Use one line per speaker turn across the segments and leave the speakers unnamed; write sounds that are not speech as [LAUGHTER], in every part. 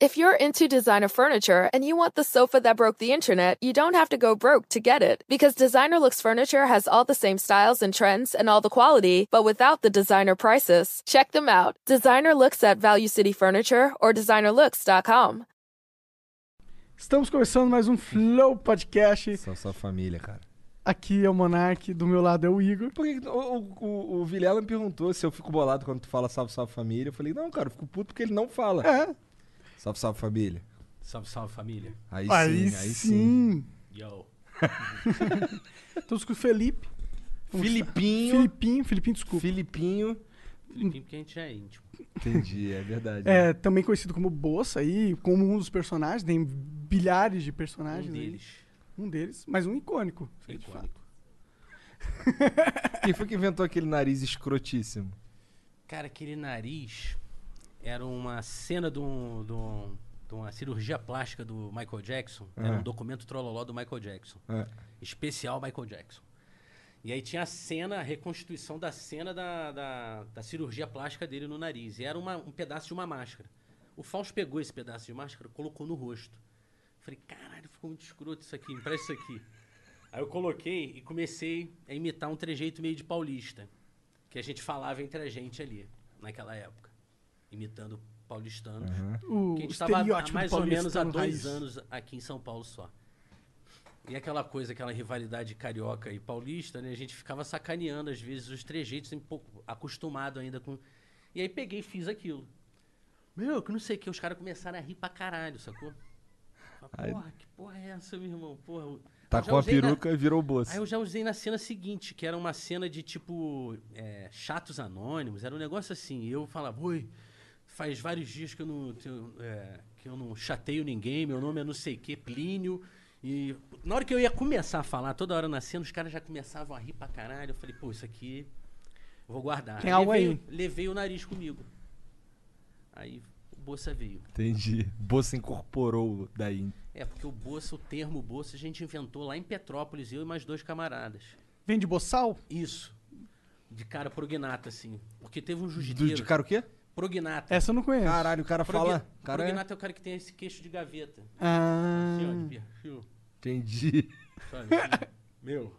If you're into designer furniture and you want the sofa that broke the internet, you don't have to go broke to get it. Because Designer Looks Furniture has all the same styles and trends and all the quality, but without the designer prices. Check them out. Designer Looks at Value City Furniture or designerlooks.com.
Estamos começando mais um Flow Podcast.
Só sua família, cara.
Aqui é o Monark, do meu lado é o Igor.
Por que que- o, o, o- o Vilela me perguntou se eu fico bolado quando tu fala salve, salve família. Eu falei, não, cara, eu fico puto porque ele não fala.
É,
Salve, salve família.
Salve, salve família.
Aí,
aí
sim, aí sim.
sim.
Yo.
Estamos com o Felipe. Vamos
Filipinho.
Filipinho, Filipinho, desculpa.
Filipinho.
Hum.
Filipinho, porque a gente é íntimo.
Entendi, é verdade.
É, também conhecido como Bossa aí, como um dos personagens, tem bilhares de personagens
Um
aí.
deles.
Um deles, mas um icônico. de fato.
Icônico.
Quem foi que inventou aquele nariz escrotíssimo?
Cara, aquele nariz era uma cena de, um, de, um- de uma cirurgia plástica do Michael Jackson. Era
Ah.
um documento trololó do Michael Jackson.
É.
Especial Michael Jackson. E aí tinha a cena, a reconstituição da cena da, da, da cirurgia plástica dele no nariz. E era uma- um pedaço de uma máscara. O Fausto pegou esse pedaço de máscara e colocou no rosto. Falei, caralho, ficou muito escroto isso aqui, me empresta isso aqui. Aí eu coloquei e comecei a imitar um trejeito meio de paulista. Que a gente falava entre a gente ali, naquela época. Imitando paulistanos.
O
Que a gente estava há
estereótipo
mais
do
ou menos há
paulistano
dois
raiz.
anos aqui em São Paulo só. E aquela coisa, aquela rivalidade carioca e paulista, né? A gente ficava sacaneando, às vezes, os trejeitos, um pouco acostumado ainda com. E aí peguei e fiz aquilo. Meu, que não sei o que, os caras começaram a rir pra caralho, sacou? Falei,
Aí-
Porra, que porra é essa, meu irmão? Porra. eu-
Tá
eu já
com a
usei na-
peruca e virou bolsa.
Aí eu já usei na cena seguinte, que era uma cena de tipo é, chatos anônimos, era um negócio assim. e Eu falava, oi, faz vários dias que eu não, tenho, é, que eu não chateio ninguém, meu nome é não sei o que, Plínio. E na hora que eu ia começar a falar, toda hora na cena, os caras já começavam a rir pra caralho. Eu falei, pô, isso aqui eu vou guardar.
Tem algo
levei,
aí.
Levei o nariz comigo. Aí o Bolsa veio.
Entendi. Bolsa incorporou daí.
É, porque o Bolsa, o termo Bolsa, a gente inventou lá em Petrópolis, eu e mais dois camaradas.
Vem de boçal?
Isso. De cara prognata, assim. Porque teve um
Do,
jiu-jiteiro.
de cara o quê?
Prognata.
Essa eu não conheço.
Caralho, o cara
Progna-
fala. Cara, é-
Prognata é o cara que tem esse queixo de gaveta.
Ah,
Assim, ó, de perfil,
Entendi. [LAUGHS]
sabe? Assim, Meu.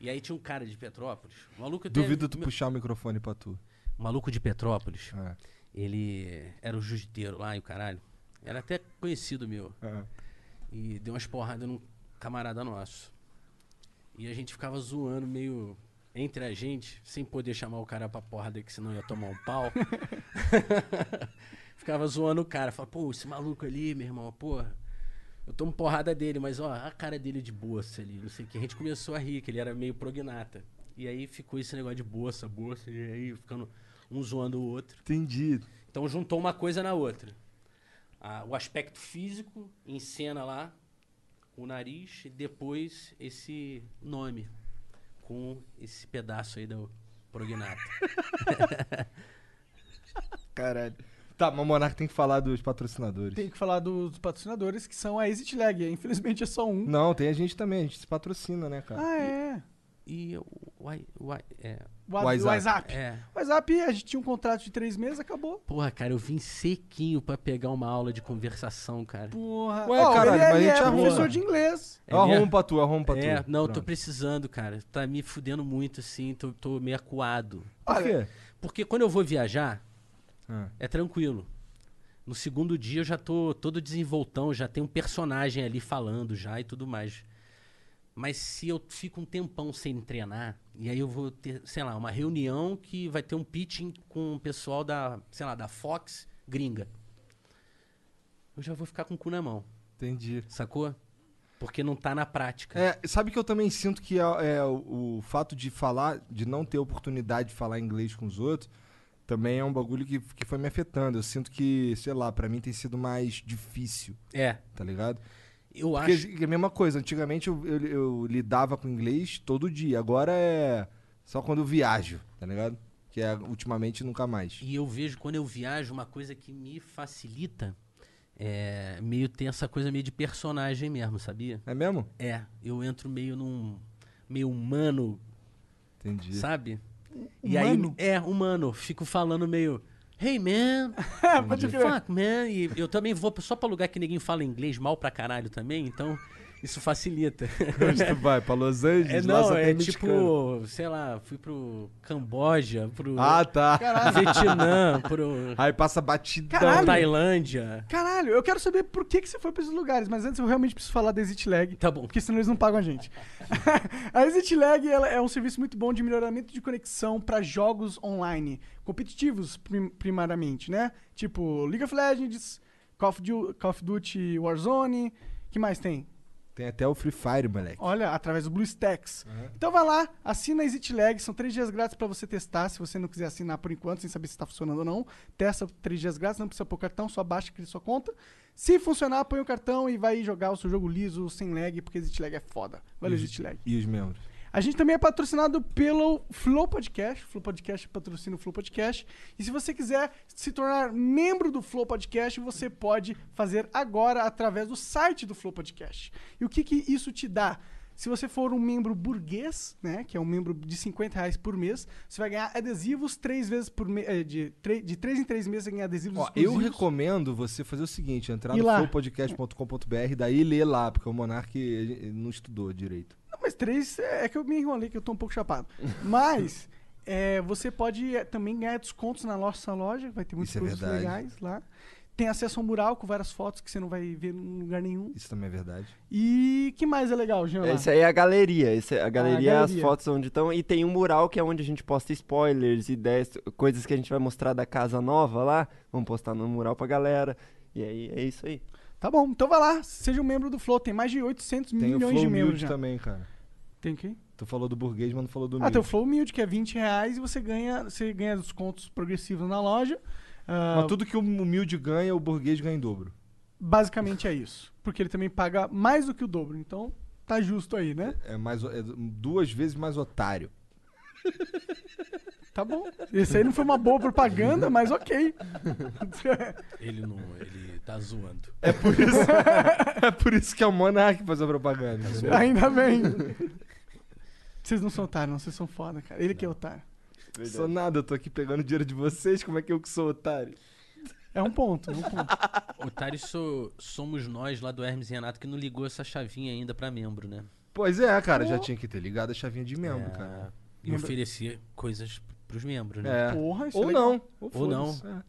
E aí tinha um cara de Petrópolis. O maluco até-
Duvido tu
meu-
puxar o microfone pra tu.
O maluco de Petrópolis,
É.
ele era o jiu-jiteiro lá e o caralho. Era até conhecido meu.
É.
E deu umas porradas num camarada nosso. E a gente ficava zoando meio entre a gente, sem poder chamar o cara pra porrada, que senão ia tomar um pau. ficava zoando o cara. Falava, pô, esse maluco ali, meu irmão, porra. Eu tomo porrada dele, mas ó, a cara dele é de bolsa ali, não sei o que. A gente começou a rir, que ele era meio prognata. E aí ficou esse negócio de bolsa, bolsa, e aí ficando um zoando o outro.
Entendi.
Então juntou uma coisa na outra. Ah, o aspecto físico em cena lá, o nariz, e depois esse nome, com esse pedaço aí do prognata.
Caralho. Tá, mas o Monark tem que falar dos patrocinadores.
tem que falar dos patrocinadores que são a Exit Lag. Infelizmente é só um.
Não, tem a gente também, a gente se patrocina, né, cara?
Ah, é.
E o. Uai, uai, é,
O Wa-
WhatsApp.
WhatsApp.
é.
WhatsApp, a gente tinha um contrato de três meses, acabou.
Porra, cara, eu vim sequinho pra pegar uma aula de conversação, cara.
Porra.
Ué,
Ó,
caralho,
ele, é-
mas a
ele
gente
é
arruma.
professor de inglês.
É
eu arrumo
mesmo?
pra tu, eu arrumo pra tu.
É, não, eu tô
Pronto.
precisando, cara. Tá me fudendo muito, assim, tô, tô meio acuado.
Por quê?
Porque quando eu vou viajar,
Ah,
É tranquilo. No segundo dia eu já tô todo desenvoltão, já tem um personagem ali falando já e tudo mais. Mas se eu fico um tempão sem treinar, e aí eu vou ter, sei lá, uma reunião que vai ter um pitching com o pessoal da, sei lá, da Fox gringa. Eu já vou ficar com o cu na mão,
entendi.
sacou? Porque não tá na prática.
É, sabe que eu também sinto que é, é, o, o fato de falar, de não ter oportunidade de falar inglês com os outros, também é um bagulho que, que foi me afetando. Eu sinto que, sei lá, pra mim tem sido mais difícil,
É,
tá ligado?
eu
Porque
acho.
é a mesma coisa, antigamente eu, eu- eu lidava com inglês todo dia, agora é só quando eu viajo, tá ligado? Que é ultimamente nunca mais.
E eu vejo quando eu viajo uma coisa que me facilita é meio ter essa coisa meio de personagem mesmo, sabia?
É mesmo?
É, eu entro meio num. meio humano,
Entendi.
sabe?
Humano?
E aí, é, humano. Fico falando meio. Hey, man.
[LAUGHS] Pode
What the
crer.
fuck, man? E eu também vou só pra lugar que ninguém fala inglês mal pra caralho também, então
[LAUGHS]
isso facilita.
Onde tu vai? Pra Los Angeles?
É,
Lá só
não,
tem
é
mexicano.
tipo, sei lá, fui pro Camboja, pro
Ah, [LAUGHS] tá. [LAUGHS]
Vietnã, pro
Aí passa batidão.
Caralho.
Tailândia.
Caralho, eu quero saber por que, que você foi pra esses lugares, mas antes eu realmente preciso falar da Exit Lag.
Tá bom.
Porque senão eles não pagam a gente. [LAUGHS] a Exit Lag ela é um serviço muito bom de melhoramento de conexão para jogos online, competitivos prim- primariamente, né? Tipo League of Legends, Call of, Du- Call of Duty Warzone, que mais tem?
Tem até o Free Fire, moleque.
Olha, através do BlueStacks.
Uhum.
Então vai lá, assina a EasyTlag, são três dias grátis pra você testar. Se você não quiser assinar por enquanto, sem saber se tá funcionando ou não, testa três dias grátis, não precisa pôr cartão, só baixa e cria sua conta. Se funcionar, põe o cartão e vai jogar o seu jogo liso, sem lag, porque EasyTlag é foda. Valeu,
Uhum.
EasyTlag.
E os membros?
A gente também é patrocinado pelo Flow Podcast. Flow Podcast patrocina o Flow Podcast. E se você quiser se tornar membro do Flow Podcast, você pode fazer agora através do site do Flow Podcast. E o que, que isso te dá? Se você for um membro burguês, né, que é um membro de 50 reais por mês, você vai ganhar adesivos três vezes por mês. De, tre- de três em três meses você ganha adesivos
Ó, eu
exclusivos.
recomendo você fazer o seguinte, entrar
Ir
no
lá.
flowpodcast.com.br, daí ler lá, porque o Monark eh, não estudou direito.
Não, mas três é é que eu me enrolei, que eu tô um pouco
[LAUGHS]
chapado. Mas é, você pode é, também ganhar descontos na nossa loja, vai ter muitos
Isso é
produtos
verdade.
legais lá. Tem acesso ao mural com várias fotos que você não vai ver em lugar nenhum.
Isso também é verdade.
E que mais é legal, Jean? lá?
Essa aí é a galeria. Esse, a galeria é as
galeria.
fotos onde estão. E tem um mural que é onde a gente posta spoilers, ideias, coisas que a gente vai mostrar da casa nova lá. Vamos postar no mural pra galera. E aí é isso aí.
Tá bom, então vai lá, seja um membro do Flow, tem mais de 800
Tem o
milhões
Flow
de membros
Humilde
já.
também, cara.
Tem quem?
Tu falou do burguês, mas não falou do
Ah,
humilde.
tem o Flow Humilde, que é 20 reais e você ganha, você ganha descontos progressivos na loja. Ah,
Mas tudo que o humilde ganha, o burguês ganha em dobro.
Basicamente é isso. Porque ele também paga mais do que o dobro, então tá justo aí, né?
É, mais, o- é duas vezes mais otário.
Tá bom. Isso aí não foi uma boa propaganda, mas ok. [LAUGHS]
Ele não, ele tá zoando.
É por isso, [LAUGHS] é por isso que é o Monark faz a propaganda. entendeu?
Ainda bem. Vocês não são otários, não. Vocês são foda, cara. Ele que é otário.
Sou nada, eu tô aqui pegando dinheiro de vocês, como é que eu que sou otário?
É um ponto, é um
[LAUGHS]
ponto.
Otário so- somos nós lá do Hermes e Renato que não ligou essa chavinha ainda pra membro, né?
Pois é, cara, já tinha que ter ligado a chavinha de membro,
É,
cara.
E oferecer coisas pros membros, né?
É.
Porra, isso é
Ou
legal.
não.
Ou não.
foda-se, é.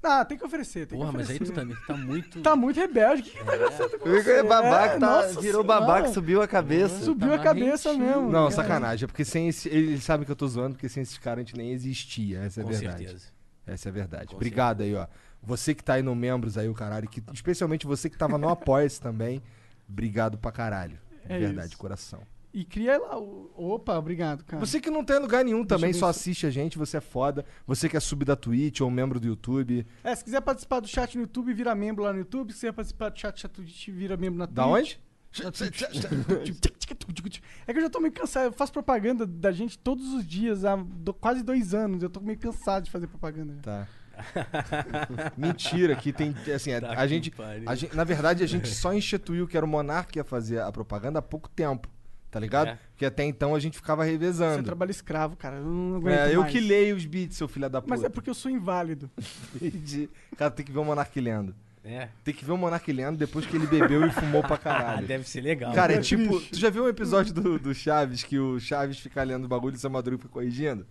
Ah, tem que oferecer, tem
Porra,
que
mas aí
oferecer.
tu também tá muito.
Tá muito rebelde. Que que tá
O Igor é babaca, tá-
nossa senhora.
virou babaca, subiu a cabeça.
Subiu a
tá
cabeça
marrentinho.
mesmo.
Não,
cara.
sacanagem. É porque sem esse. Eles sabem que eu tô zoando, porque sem esses caras a gente nem existia. Essa é a
Com
verdade.
certeza.
Essa é a verdade.
Com
Obrigado aí, ó. Você que tá aí no Membros aí, o caralho. Que, especialmente você que tava no Apoia-se também. Obrigado pra caralho. De
É
verdade,
isso.
coração.
E cria lá. o- Opa, obrigado, cara.
Você que não tem lugar nenhum também,
Ah. eu ver
só
isso.
assiste a gente, você é foda. Você que é sub da Twitch ou membro do YouTube.
É, se quiser participar do chat no YouTube, vira membro lá no YouTube. Se quiser participar do chat, chat Twitch, vira membro na Twitch.
Da onde? [LAUGHS]
tipo, É que eu já tô meio cansado. Eu faço propaganda da gente todos os dias há do- quase dois anos. Eu tô meio cansado de fazer propaganda. já. [LAUGHS]
Tá. Mentira, que tem. Assim, a-
Tá
a,
que
gente,
pariu.
a gente- Na verdade, a gente só instituiu que era o Monark que ia fazer a propaganda há pouco tempo. Tá ligado?
É.
Porque até então a gente ficava
Você
revezando.
trabalha escravo, cara. Eu não aguento
É, eu
mais.
que leio os beats, seu filho da puta.
Mas é porque eu sou inválido.
Entendi. [LAUGHS] Cara, tem que ver o Monark lendo.
É.
Tem que ver o Monark lendo depois que ele bebeu e fumou pra
[LAUGHS]
Ah,
caralho.
deve ser legal.
Cara, é
É
tipo.
triste.
Tu já viu um episódio do, do Chaves que o Chaves fica lendo o bagulho e o seu Madruga fica corrigindo?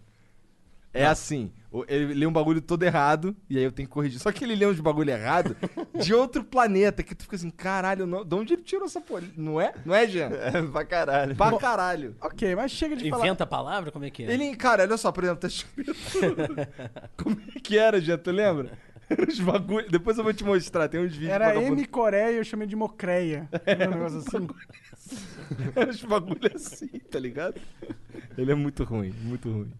É assim, o- ele lê um bagulho todo errado, e aí eu tenho que corrigir. Só que ele lê uns bagulho errado de outro planeta, que tu fica assim, caralho, não, de onde ele tirou essa porra? Não é? Não é, Jean?
É, [LAUGHS] pra caralho.
Pra caralho.
Ok, mas chega de falar.
um
Inventa a palavra? Como é que é?
Ele, cara, olha só, por exemplo, tá escrito. [LAUGHS] Como é que era, Jean? Tu lembra? Era Os bagulho. Depois eu vou te mostrar, tem uns vídeos
Era
vagabundo.
M Coreia, eu chamei de Mocreia. um negócio assim.
[LAUGHS] Era os bagulho assim, tá ligado? Ele é muito ruim, muito ruim.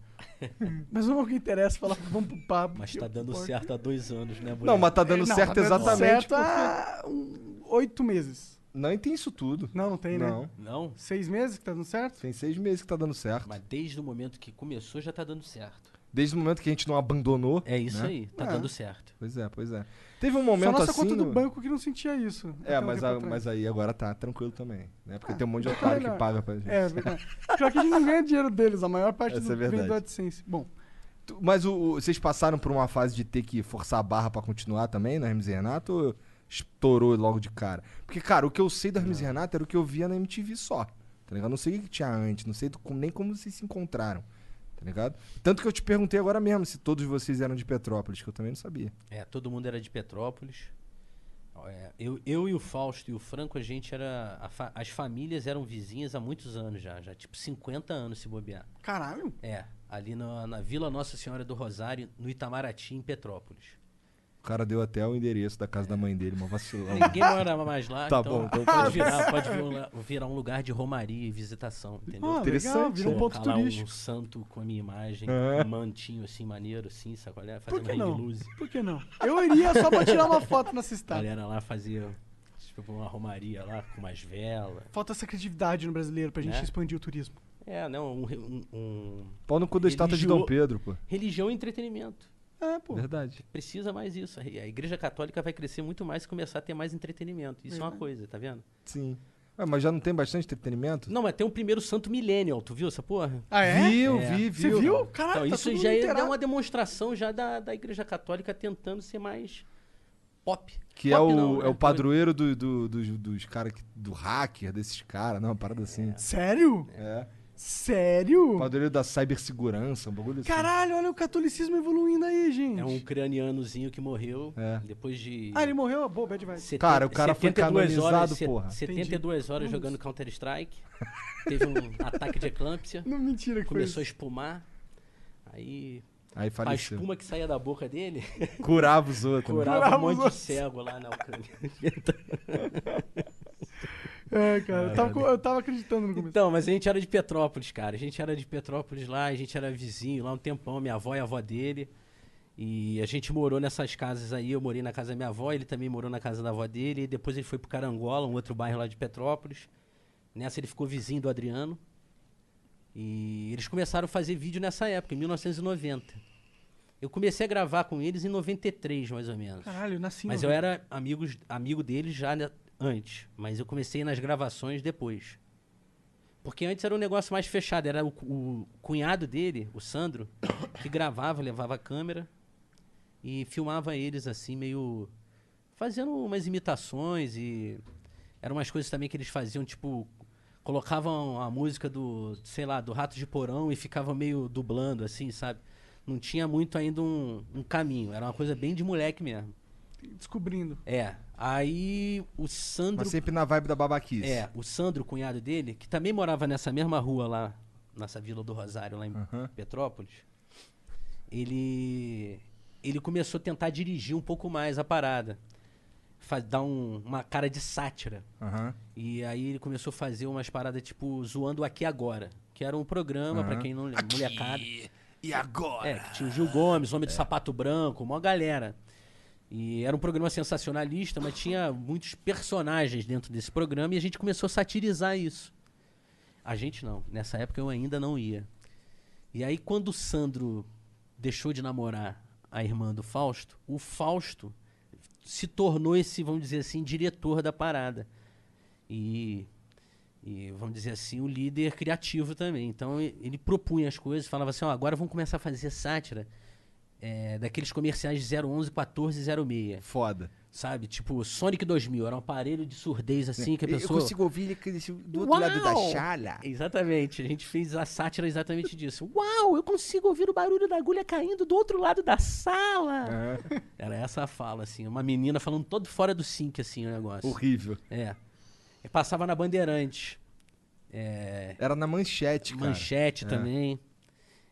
Mas vamos ao que interessa, falar, vamos pro papo.
Mas
que
tá
eu-
dando certo há dois anos, né,
Não,
moleque?
mas tá dando
Não,
certo
tá dando
exatamente.
Certo há um- oito meses.
Não, e tem isso tudo.
Não, não tem, né?
Não.
Não?
Seis meses que tá dando certo?
Tem seis meses que tá dando certo.
Mas desde o momento que começou já tá dando certo.
Desde o momento que a gente não abandonou.
É isso
né?
aí, tá
É.
dando certo.
Pois é, pois é. Teve um
Só
momento
nossa
assim.
conta do
no-
banco que não sentia isso. até
É,
um
mas,
tempo
a-
atrás.
mas aí agora tá tranquilo também. Né? Porque
Ah,
tem um monte de
então tá
otário
melhor.
que paga pra gente.
É, verdade. Pior que a gente não ganha dinheiro deles, a maior parte
Essa
do,
é
vem do
verdade.
AdSense. Bom,
Tu- Mas o, o- vocês passaram por uma fase de ter que forçar a barra pra continuar também na Hermes e Renato ou estourou logo de cara? Porque, cara, o que eu sei da Hermes e Renato era o que eu via na MTV só. Tá ligado? Não sei o que tinha antes, não sei do- como- nem como vocês se encontraram. Tá ligado? Tanto que eu te perguntei agora mesmo se todos vocês eram de Petrópolis, que eu também não sabia.
É, todo mundo era de Petrópolis. É, eu, eu e o Fausto e o Franco, a gente era. a fa- as famílias eram vizinhas há muitos anos já, já tipo 50 anos se bobear.
Caralho.
É, ali na, na Vila Nossa Senhora do Rosário, no Itamaraty, em Petrópolis.
O cara deu até o endereço da casa da mãe dele,
[LAUGHS]
uma vacilão.
Ninguém morava mais lá,
Tá
então,
bom, então
pode
pode-
virar, pode vir um la- virar um lugar de romaria e visitação, entendeu?
Ah, legal,
Interessante,
virou um
né?
ponto
Colocar lá um
turístico.
santo com a minha imagem,
É.
um mantinho assim, maneiro assim, sacolé? Fazer
Por
uma
que
ring
não? Tá.
luz.
Por que não? Eu iria só pra tirar uma foto nessa
A
estátua.
galera lá fazia tipo uma romaria lá, com umas velas.
Falta essa criatividade no brasileiro pra gente
Né?
expandir o turismo.
É, não, um, re- um- um-
Pau no cu da estátua de
Religio-
Dom Pedro, pô.
Religião e entretenimento.
É, pô.
Verdade.
Precisa mais isso. A a igreja católica vai crescer muito mais se começar a ter mais entretenimento. Isso é uma coisa, tá vendo?
Sim. Ué, mas já não tem bastante entretenimento?
Não, mas tem um primeiro santo millennial, tu viu essa porra?
Ah, é?
Viu,
É.
vi,
Você
viu.
viu? Caralho,
então,
tá
isso
tudo
já é-
literado.
é uma demonstração já da, da igreja católica tentando ser mais pop.
Que
Pop
é o,
não, né?
é o padroeiro do, do- dos, dos caras que- do hacker, desses caras, não, uma parada assim.
Sério?
É.
Sério?
Padroeiro da cibersegurança, um bagulho assim.
Caralho, olha o catolicismo evoluindo aí, gente.
É um ucranianozinho que morreu
É.
depois de...
Ah, ele morreu? Boa, bad vibes.
Seten-
Cara, o cara foi
72
canonizado,
se-
porra.
72 horas jogando Counter-Strike. Teve um
[LAUGHS]
ataque de eclâmpsia.
Não, mentira que
Começou a
foi
espumar. Aí
Aí
a
faleceu.
espuma que saía da boca dele
Curava os outros. né?
curava um
Curava os
monte de
outros.
cego lá na Ucrânia.
isso. É, cara, eu tava, co- eu tava acreditando no começo.
Então, mas a gente era de Petrópolis, cara. A gente era de Petrópolis lá, a gente era vizinho lá um tempão, minha avó e a avó dele. E a gente morou nessas casas aí. Eu morei na casa da minha avó, ele também morou na casa da avó dele. E depois ele foi pro Carangola, um outro bairro lá de Petrópolis. Nessa ele ficou vizinho do Adriano. E eles começaram a fazer vídeo nessa época, em 1990. Eu comecei a gravar com eles em 93, mais ou menos.
Caralho, eu nasci.
Mas eu era amigos, amigo deles já né, antes. Mas eu comecei nas gravações depois. Porque antes era um negócio mais fechado. Era o, cu- o cunhado dele, o Sandro, [COUGHS] que gravava, levava a câmera e filmava eles assim, meio. fazendo umas imitações e. Eram umas coisas também que eles faziam, tipo. Colocavam a música do, sei lá, do Rato de Porão e ficavam meio dublando, assim, sabe? Não tinha muito ainda um- um caminho. Era uma coisa bem de moleque mesmo.
Descobrindo.
É. Aí o Sandro.
Mas sempre na vibe da babaquice.
É, o Sandro, cunhado dele, que também morava nessa mesma rua lá, nessa Vila do Rosário, lá em
Aham.
Petrópolis, ele. Ele começou a tentar dirigir um pouco mais a parada. Fa- dar um- uma cara de sátira.
Aham.
E aí ele começou a fazer umas paradas tipo Zoando Aqui Agora, que era um programa, pra quem não lembra, molecada.
E agora?
É, que tinha o Gil Gomes, Homem do Sapato Branco, uma galera. E era um programa sensacionalista, mas tinha muitos personagens dentro desse programa e a gente começou a satirizar isso. A gente não, nessa época eu ainda não ia. E aí quando o Sandro deixou de namorar a irmã do Fausto, o Fausto se tornou esse, vamos dizer assim, diretor da parada. E e vamos dizer assim, o líder criativo também. Então e- ele propunha as coisas, falava assim: ó, agora vamos começar a fazer sátira é, daqueles comerciais de 011, 14 06.
Foda.
Sabe? Tipo, Sonic 2000, era um aparelho de surdez assim que a pessoa.
ouvir ele cresceu do
outro lado da
chala.
Exatamente, a gente fez a sátira exatamente disso. Uau, eu consigo ouvir o barulho da agulha caindo do outro lado da sala. Era essa a fala, assim, uma menina falando todo fora do sync, assim, o negócio.
Horrível.
É. E passava na Bandeirantes. É,
Era na manchete, cara.
Manchete
É.
também.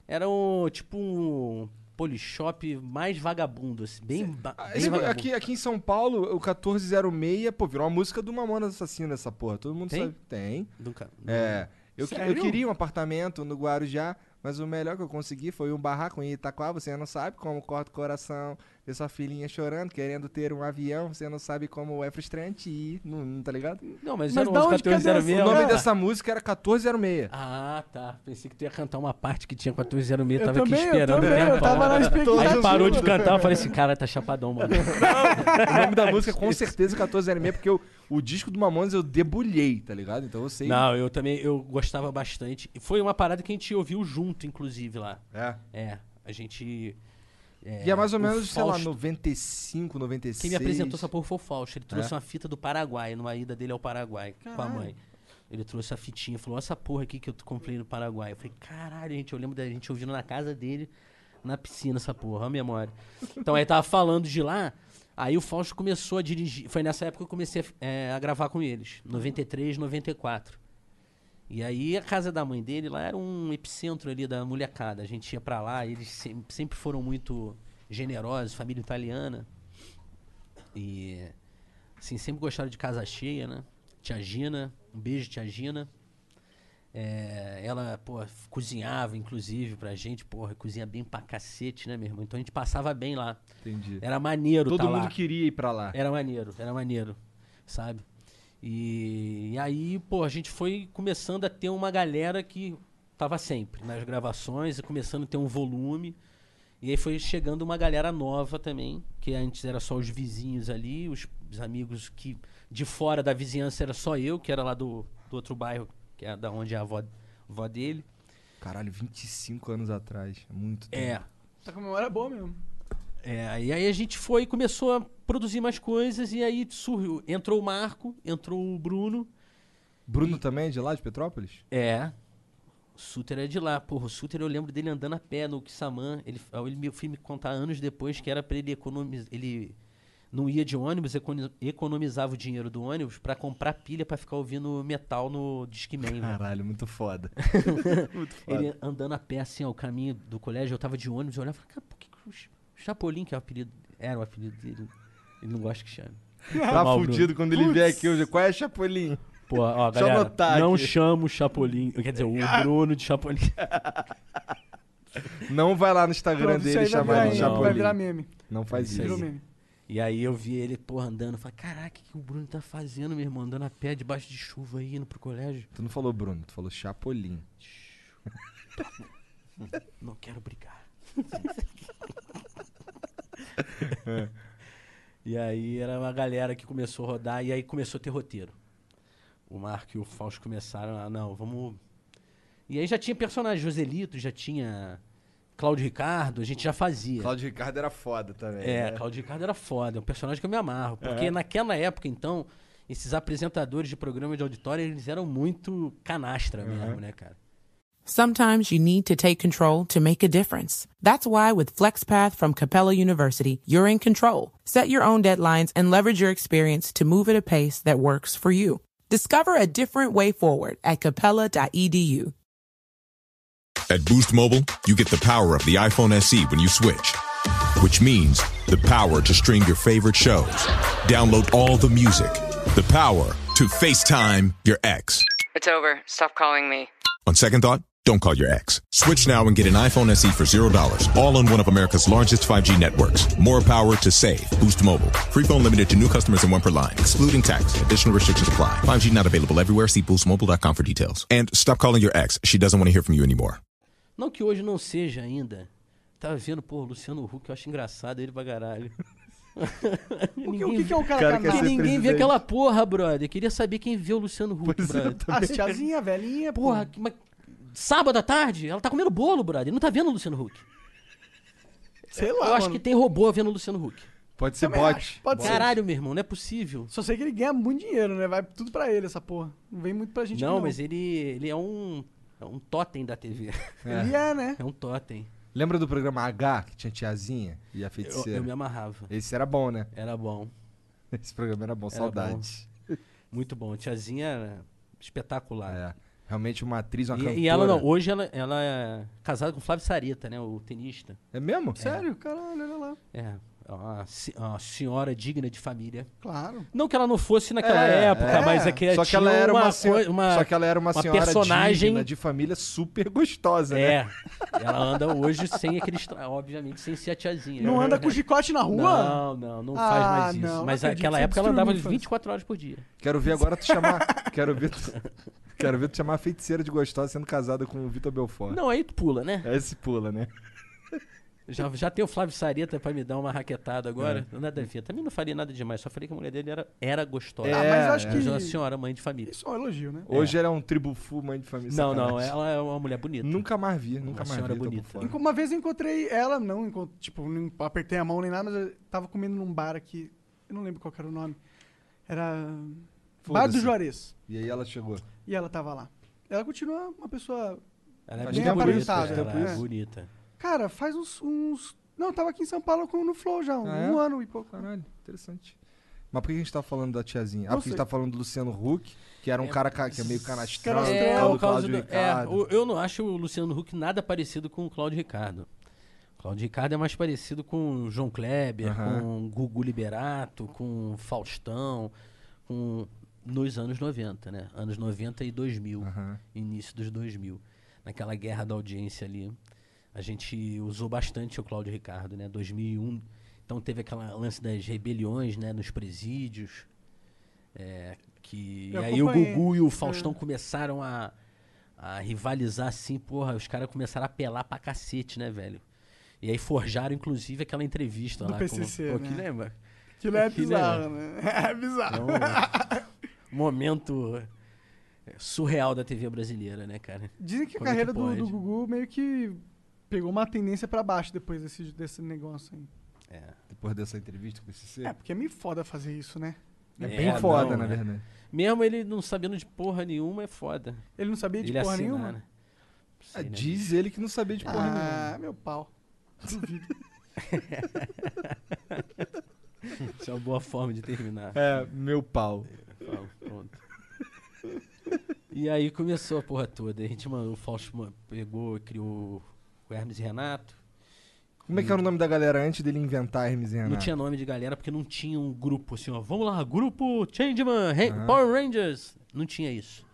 Era um tipo um polishop mais vagabundo, assim, bem, ba-
Ah,
bem
esse-
vagabundo.
aqui, aqui em São Paulo, o 1406, pô, virou uma música do Mamona Assassina essa porra. Todo mundo
Tem?
sabe. Tem.
Nunca-
É. Eu, que- eu
Sério?
queria um apartamento no Guarujá, mas o melhor que eu consegui foi um barraco em Itaquá. Você não sabe como corta o coração ver sua filhinha chorando, querendo ter um avião. Você não sabe como é frustrante ir. Não, não tá ligado?
Não, mas,
Mas
era
da
uns
onde que é
14 era
dessa?
o nome
mesmo.
dessa música era
[LAUGHS]
1406.
Ah, tá. Pensei que tu ia cantar uma parte que tinha 1406,
Eu
tava aqui
também, eu
esperando.
também,
mesmo
eu
pra
tava [LAUGHS]
hora.
na
Aí
expectativa.
parou de cantar, eu falei assim, cara, tá
[LAUGHS]
chapadão, mano.
o nome da música com certeza é 1406, porque eu- o disco do Mamonas eu debulhei, tá ligado? Então eu sei.
Não, eu também, eu gostava bastante. E Foi uma parada que a gente ouviu junto, inclusive, lá.
É.
É. A gente.
e é mais ou
o
menos, sei lá,
Fausto-
95, 96.
Quem me apresentou essa porra foi o Fausto. Ele trouxe uma fita do Paraguai, numa ida dele ao Paraguai com a
Caralho.
mãe. Ele trouxe a fitinha, falou: "Olha essa porra aqui que eu comprei no Paraguai. Eu falei: caralho, gente, eu lembro da gente ouvindo na casa dele, na piscina, essa porra, olha a memória. Então aí tava falando de lá, aí o Fausto começou a dirigir. Foi nessa época que eu comecei a, eh, a gravar com eles, 93, 94. E aí a casa da mãe dele lá era um epicentro ali da molecada. A gente ia pra lá, eles sem- sempre foram muito generosos, família italiana. E assim, sempre gostaram de casa cheia, né? Tia Gina, um beijo, tia Gina. É, ela, pô, cozinhava, inclusive, pra gente, porra, cozinha bem pra cacete, né, meu irmão? Então a gente passava bem lá.
Entendi.
Era maneiro
Todo
tá
mundo
lá.
queria ir pra lá.
É,
Era maneiro, era maneiro, sabe? E, e aí, pô, a gente foi começando a ter uma galera que tava sempre nas gravações e começando a ter um volume. E aí foi chegando uma galera nova também, que antes era só os vizinhos ali, os, os amigos que de fora da vizinhança era só eu, que era lá do, do outro bairro, que é da onde é a avó, avó dele.
Caralho, 25 anos atrás. é Muito tempo.
É,
Tá com a memória boa mesmo.
É, e aí a gente foi e começou a produzir mais coisas, e aí surgiu. Entrou o Marco, entrou o Bruno.
Bruno também é de lá, de Petrópolis?
É. O Suter é de lá. Porra, o Suter eu lembro dele andando a pé no Kissamã. Ele, ah, ele me, fui me contar anos depois que era pra ele economizar. Ele não ia de ônibus, econo- economizava o dinheiro do ônibus pra comprar pilha pra ficar ouvindo metal no Discman. velho.
Caralho, muito foda. muito foda.
Ele andando a pé, assim, ó, o caminho do colégio, eu tava de ônibus, eu olhava e falava, cara, por que que o Ch- Chapolin, que é o apelido, era o apelido dele, ele não gosta que chame.
Tá
mal,
fudido quando ele vier aqui hoje. Qual é Chapolin?
Pô, ó,
Deixa eu
galera,
anotar
não
aqui.
chama o Chapolin, quer dizer, o Bruno de Chapolin.
Não vai lá no Instagram
isso
dele
aí vai
chamar
virar,
de
ele
meme, vai
Chapolin.
virar meme.
Não faz
Isso
isso.
Virou
aí.
meme.
E aí eu vi ele, porra, andando, eu falei, caraca, o que o Bruno tá fazendo, meu irmão, andando a pé, debaixo de chuva aí, indo pro colégio?
Tu não falou Bruno, tu falou Chapolin.
Não quero brigar. E aí era uma galera que começou a rodar e aí começou a ter roteiro. O Marco e o Fausto começaram a, não, vamos. E aí já tinha personagem, Joselito, já tinha Cláudio Ricardo, a gente já fazia.
Cláudio Ricardo era foda também.
É,
né?
Cláudio Ricardo era foda, é um personagem que eu me amarro.
É.
Porque naquela época, então, esses apresentadores de programa de auditório, eles eram muito canastra mesmo, né, cara?
Sometimes you need to take control to make a difference. That's why with FlexPath from Capella University, you're in control. Set your own deadlines and leverage your experience to move at a pace that works for you. Discover a different way forward at E capella.edu.
At Boost Mobile, you get the power of the iPhone SE when you switch, which means the power to stream your favorite shows, download all the music, the power to FaceTime your ex.
It's over. Stop calling me.
On second thought, don't call your ex. Switch now and get an iPhone SE for $0, all on one of America's largest 5G networks. More power to save. Boost Mobile. Free phone limited to new customers and one per line, excluding tax. Additional restrictions apply. 5G not available everywhere. See boostmobile.com for details. And stop calling your ex. She doesn't want to hear from you anymore.
Não que hoje não seja ainda. Tava vendo, pô, o Luciano Huck, eu acho engraçado ele pra caralho.
[LAUGHS] O que,
ninguém
o que que é um cara,
Cara
cara
que é
porque
ser
ninguém vê
presidente?
aquela porra, brother. Queria saber quem vê o Luciano Huck, brother.
Ah, tiazinha, velhinha,
Porra,
porra.
que- mas sábado à tarde, ela tá comendo bolo, brother. Não tá vendo o Luciano Huck.
Sei
Eu
lá,
acho que
mano.
tem robô vendo o Luciano Huck.
Pode ser
Também
bot.
acho, Pode ser.
Caralho, meu irmão, não é possível.
Só sei que ele ganha muito dinheiro, né? Vai tudo pra ele essa porra. Não vem muito pra gente
Não, mas ele, ele é um é um totem da TV.
Ele é, né?
[LAUGHS] É um totem.
Lembra do programa H, que tinha a tiazinha e a
Eu,
feiticeira?
eu me amarrava.
Esse era bom, né? [LAUGHS]
Era bom.
Esse programa era bom,
Era
saudades.
Muito bom. Tiazinha era espetacular.
É. Realmente uma atriz, uma cantora.
E, e ela não, hoje ela, ela é casada com o Flávio Sareta, né? O tenista.
É mesmo?
Sério, caralho, olha lá.
É. é Uma, se- uma senhora digna de família.
Claro.
Não que ela não fosse naquela época,
é.
mas é que
Só que
tinha
ela era uma, senho-
coi- uma-
só que ela era uma,
uma
senhora
personagem-
digna, de família super gostosa, né?
É. Ela anda hoje sem aqueles. tra- Obviamente, sem ser a tiazinha. É
Não anda com chicote na rua?
Não, não, não
Ah,
faz mais isso.
não, não
Mas
acredito,
naquela
você
época ela
destruiu
andava
minha infância.
24 horas por dia.
Quero ver agora tu chamar. quero ver tu, quero ver tu chamar a feiticeira de gostosa sendo casada com o Vitor Belfort.
Não, aí tu pula, né?
Aí se pula, né?
Já, já tem o Flávio Sareta pra me dar uma raquetada agora. Nada a ver. Também não faria nada demais. Só falei que a mulher dele era, era gostosa.
É.
Ah, mas acho
Mas uma
que.
senhora, mãe de família.
Isso é um elogio, né?
Hoje era um tribufu, mãe de família.
Não, não.
sacanagem.
Ela é uma mulher bonita.
Nunca mais vi, nunca mais
senhora
vi. tô por
bonita.
fora.
Enco- Uma vez eu encontrei ela, não, encont- tipo, não apertei a mão nem nada, mas eu tava comendo num bar aqui. Eu não lembro qual que era o nome. Era. Bar do
Foda-se.
Juarez.
E aí ela chegou.
E ela tava lá. Ela continua uma pessoa.
Ela é
Acho
bem
que é
bonita.
aparentada,
Ela
né?
é bonita.
Cara, faz uns. uns- Não, eu tava aqui em São Paulo com- no Flow já, um,
Ah, é?
um ano e pouco.
Caralho, interessante. Mas por que a gente tá falando da tiazinha? Ah,
Não
porque a gente
sei.
tá falando do Luciano Huck, que era um cara ca- que é meio canastrão,
Canastrão.
é,
o
do Cláudio
do- é,
Ricardo.
o- eu não acho o Luciano Huck nada parecido com o Cláudio Ricardo. O Cláudio Ricardo é mais parecido com o João Kleber,
Aham.
com o Gugu Liberato, com o Faustão, com nos anos 90, né? Anos 90 e 2000,
Aham.
início dos 2000. Naquela guerra da audiência ali, a gente usou bastante o Cláudio Ricardo, né? 2001. Então teve aquela lance das rebeliões, né, nos presídios. É, que e
Eu
aí o
acompanhei. é.
Gugu e o Faustão começaram a, a rivalizar assim, porra, os caras começaram a apelar pra cacete, né, velho? E aí forjaram, inclusive, aquela entrevista
Do
lá
PCC,
com... Pô, que
né?
lembra?
Aquilo é
Aquilo é-
bizarro, né? [LAUGHS] É bizarro.
É um momento surreal da TV brasileira, né, cara?
Dizem que a
Como é que
carreira do, do
pode?
Gugu meio que pegou uma tendência pra baixo depois desse, desse negócio aí.
É.
Depois dessa entrevista com esse
É,
ser.
porque é meio foda fazer isso, né?
É,
É,
bem
não,
foda,
né?
na verdade.
Mesmo ele não sabendo de porra nenhuma, é foda.
Ele não sabia de
ele
porra
assinar,
nenhuma.
né?
Ah,
Sei, né,
diz ele que não sabia de porra nenhuma.
Ah, meu pau. Duvido.
bicho? Isso é uma boa forma de terminar.
É, meu pau.
Fala, pronto. E aí começou a porra toda. A gente, mano, o Fausto mano, pegou e criou o Hermes e Renato.
Como é que era o nome da galera antes dele inventar Hermes e
Não
Renato?
tinha nome de galera porque não tinha um grupo assim, ó. Vamos lá, grupo Changeman, Ra-
Ah.
Power Rangers. Não tinha isso.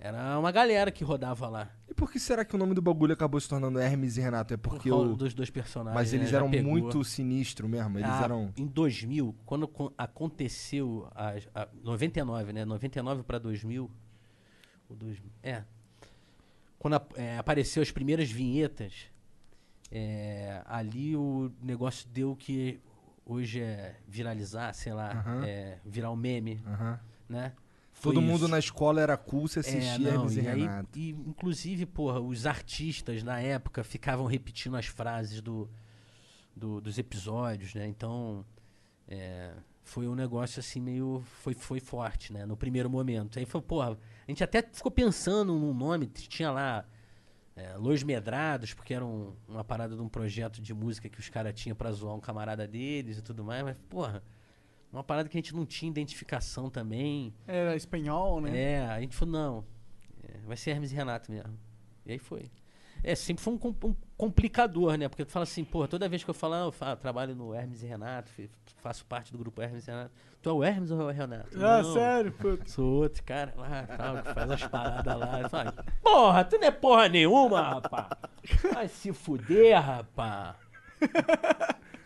Era uma galera que rodava lá.
E por que será que o nome do bagulho acabou se tornando Hermes e Renato? É
Por
porque
causa
o...
dos dois personagens.
Mas eles
né, já
eram
pegou.
muito sinistro mesmo. Eles
Ah,
eram...
Em 2000, quando co- aconteceu. A, a- 99, né? 99 para 2000. Ou 2000. É. Quando ap- é, apareceu as primeiras vinhetas, é, ali o negócio deu que hoje é viralizar, sei lá,
Aham.
é, virar um meme,
Aham.
né? Foi
Todo mundo
isso.
na escola era cool se
É,
assistia
não,
Hermes e,
e, aí,
Renato.
e, inclusive, porra, os artistas na época ficavam repetindo as frases do, do- dos episódios, né? Então, é, foi um negócio assim meio. Foi, foi forte, né? No primeiro momento. Aí foi, porra, a gente até ficou pensando num nome, t- tinha lá. É, Los Medrados, porque era um- uma parada de um projeto de música que os caras tinham pra zoar um camarada deles e tudo mais, mas, porra, uma parada que a gente não tinha identificação também.
Era espanhol, né?
É, a gente falou, não, é, vai ser Hermes e Renato mesmo. E aí foi. É, sempre foi um, com- um complicador, né? Porque tu fala assim, porra, toda vez que eu falo, ah, eu fa- trabalho no Hermes e Renato, fi- faço parte do grupo Hermes e Renato. Tu é o Hermes ou é o Renato?
Ah,
Não,
sério, puto.
Sou outro cara lá, tal, que faz as paradas lá. Eu falo, porra, tu não é porra nenhuma, rapá. Vai se fuder, rapá.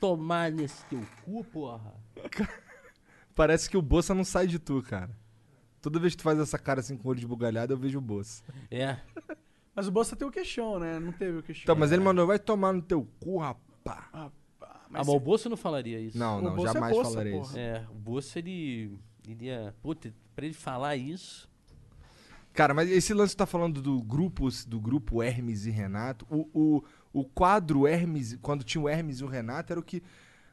Tomar nesse teu cu, porra.
Parece que o Bolsa não sai de tu, cara. Toda vez que tu faz essa cara assim com o olho esbugalhado, eu vejo o Bolsa.
É,
Mas o Bolsa tem o queixão, né? Não teve o
Tá,
queixão.
mas
É.
ele mandou, vai tomar no teu cu, rapá.
a Malbolso não falaria isso.
Não,
O
não,
Bolsa é
jamais
Bolsa,
falarei
porra.
isso.
É, o Bolso ele. ele ia, puta, pra ele falar isso.
Cara, mas esse lance que tá falando do grupo, do grupo Hermes e Renato, o, o, o quadro Hermes, quando tinha o Hermes e o Renato, era o que.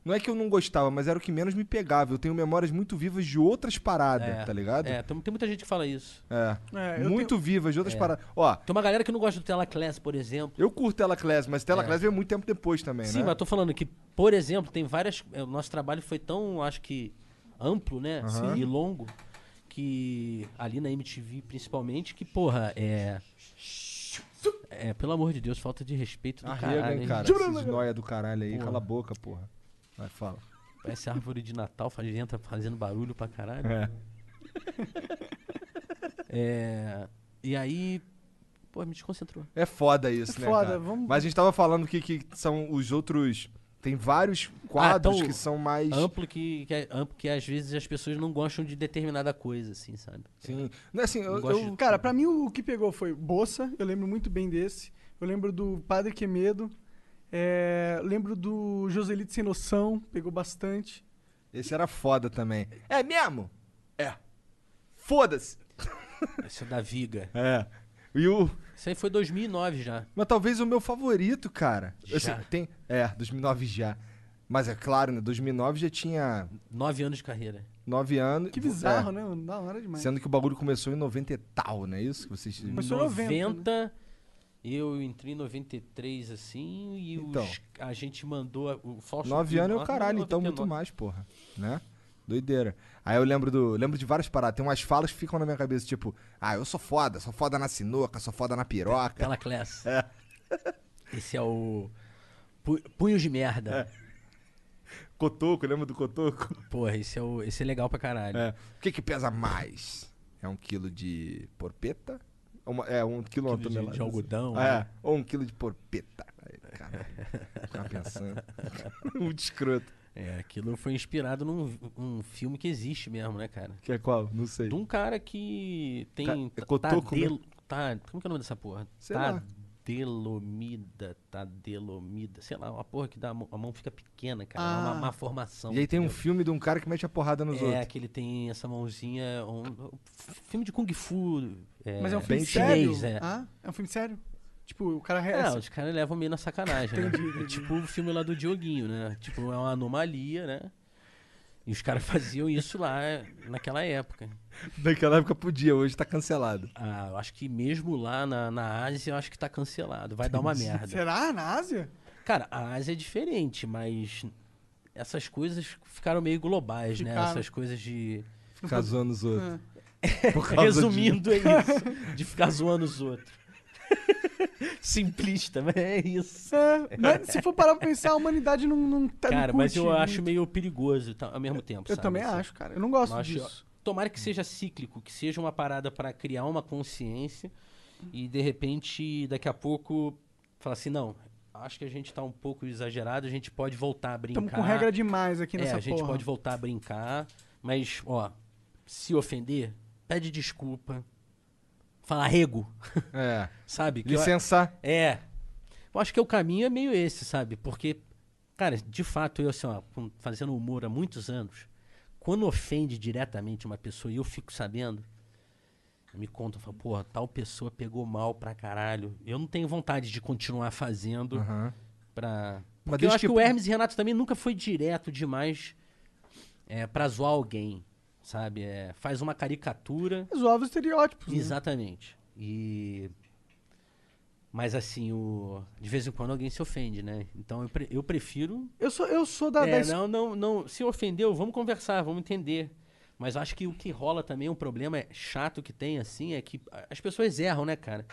Não é que eu não gostava, mas era o que menos me pegava. Eu tenho memórias muito vivas de outras paradas,
É,
tá ligado?
É, tem, tem muita gente que fala isso.
É.
É, eu
muito vivas de outras paradas. Ó,
Tem uma galera que não gosta do Tela Class, por exemplo.
eu curto Tela Class, mas Tela
É.
Class veio muito tempo depois também,
Sim,
né?
mas eu tô falando que, por exemplo, tem várias. é, O nosso trabalho foi tão, acho que, amplo, né? E longo. Que ali na MTV, principalmente, que, porra, é. É, pelo amor de Deus, falta de respeito do
Arrega,
caralho,
hein,
hein?
cara.
né?
Esses nóia do caralho aí.
Porra.
Cala a boca, porra. Vai, fala.
Parece árvore de Natal, faz, entra fazendo barulho pra caralho.
É.
[LAUGHS] É, e aí, pô, me desconcentrou.
É foda isso,
É
né,
foda,
cara?
vamos-
Mas a gente tava falando que, que são os outros... Tem vários quadros
então,
que são mais...
Amplo que, que é- amplo que às vezes as pessoas não gostam de determinada coisa, assim, sabe?
Sim. Não, assim, eu,
gosto
eu-
de-
Cara, pra mim o que pegou foi Bolsa, eu lembro muito bem desse. Eu lembro do Padre Quemedo. É, lembro do Joselito Sem Noção, pegou bastante.
Esse era foda também. É mesmo? É. Foda-se.
Esse é da Viga.
É. E o.
Isso aí foi 2009 já.
Mas talvez o meu favorito, cara.
Já.
Assim, tem, é, 2009 já. Mas é claro, né? 2009 já tinha
Nove anos de carreira.
9 anos.
Que bizarro,
É.
né? mano? Da hora demais.
Sendo que o bagulho começou em 90 e tal, né? Isso que vocês.
Começou em 90, né?
Eu entrei em 93, assim, e os-
Então.
a gente mandou. a- O Fausto
9 anos é o
Ah,
caralho,
não,
então muito
99.
mais, porra. Né? Doideira. Aí eu lembro do. Lembro de várias paradas. Tem umas falas que ficam na minha cabeça, tipo, ah, eu sou foda, sou foda na sinuca, sou foda na piroca.
Pela classe. Esse é o. pu- Punhos de
É.
merda.
Cotoco, lembra do cotoco?
Porra, esse é, o, esse é legal pra caralho.
É. O que que pesa mais? É um quilo de porpeta? Uma- é, um quilo, uma
Quilo de-
tonelada,
de algodão,
É,
né?
ou um quilo de porpeta. Aí, Caralho, ficava pensando. [LAUGHS] Muito escroto.
É, aquilo foi inspirado num um filme que existe mesmo, né, cara?
Que é qual? Não sei.
De um cara que tem.
Ca- é cotoco,
Tadelo. Tá, como que é o nome dessa porra?
Sei lá.
Tadelomida, tadelomida. Sei lá, uma porra que dá, a mão a mão fica pequena, cara. É uma má formação.
Ah. E aí tem um
entendeu?
filme de um cara que mete a porrada nos
É,
outros.
que ele tem essa mãozinha. Um, um filme de Kung Fu.
Mas é um filme
bem
sério?
chinês, é.
Ah, é um filme sério? Tipo, o cara...
É,
É,
os caras levam meio na sacanagem, né?
Entendi,
É
entendi.
tipo o filme lá do Dioguinho, né? Tipo, é uma anomalia, né? E os caras [LAUGHS] faziam isso lá é, naquela época.
Naquela época podia, hoje tá cancelado.
Ah, eu acho que mesmo lá na, na Ásia, eu acho que tá cancelado. Vai dar uma merda.
será? Na Ásia?
Cara, a Ásia é diferente, mas essas coisas ficaram meio globais, né?
Ficaram.
Essas coisas de.
Ficar zoando os outros.
[LAUGHS]
Por causa de-
Resumindo, é isso. De ficar zoando os outros. Simplista, mas é isso.
É, né? Se for parar pra pensar, a humanidade não, não tá não
Cara, mas eu
curte
acho
muito.
meio perigoso tá, ao mesmo tempo.
Eu
sabe,
também
assim.
acho, cara. Eu não gosto
Não acho-
disso.
Tomara que seja cíclico, que seja uma parada pra criar uma consciência e de repente, daqui a pouco, falar assim: não, acho que a gente tá um pouco exagerado, a gente pode voltar a brincar.
Estamos com regra demais aqui
É,
nessa
a gente
porra.
pode voltar a brincar, mas, ó, se ofender, pede desculpa. Fala rego,
É.
sabe? Que eu-
Licença.
é. Eu acho que o caminho é meio esse, sabe? Porque, cara, de fato, eu, assim, ó, com- fazendo humor há muitos anos, quando ofende diretamente uma pessoa e eu fico sabendo, eu me conta, falo, porra, tal pessoa pegou mal pra caralho. Eu não tenho vontade de continuar fazendo
Aham.
pra.
Mas
Porque eu
desde
acho que...
que-
o Hermes e Renato também nunca foi direto demais é, pra zoar alguém, sabe? É, faz uma caricatura.
Resolve os estereótipos. né?
Exatamente. E. Mas assim, o... de vez em quando alguém se ofende, né? Então eu, pre- eu prefiro.
Eu sou, eu sou da.
É,
da es-
não, não, não. Se ofendeu, vamos conversar, vamos entender. Mas eu acho que o que rola também, um problema é- chato que tem, assim, é que a- as pessoas erram, né, cara?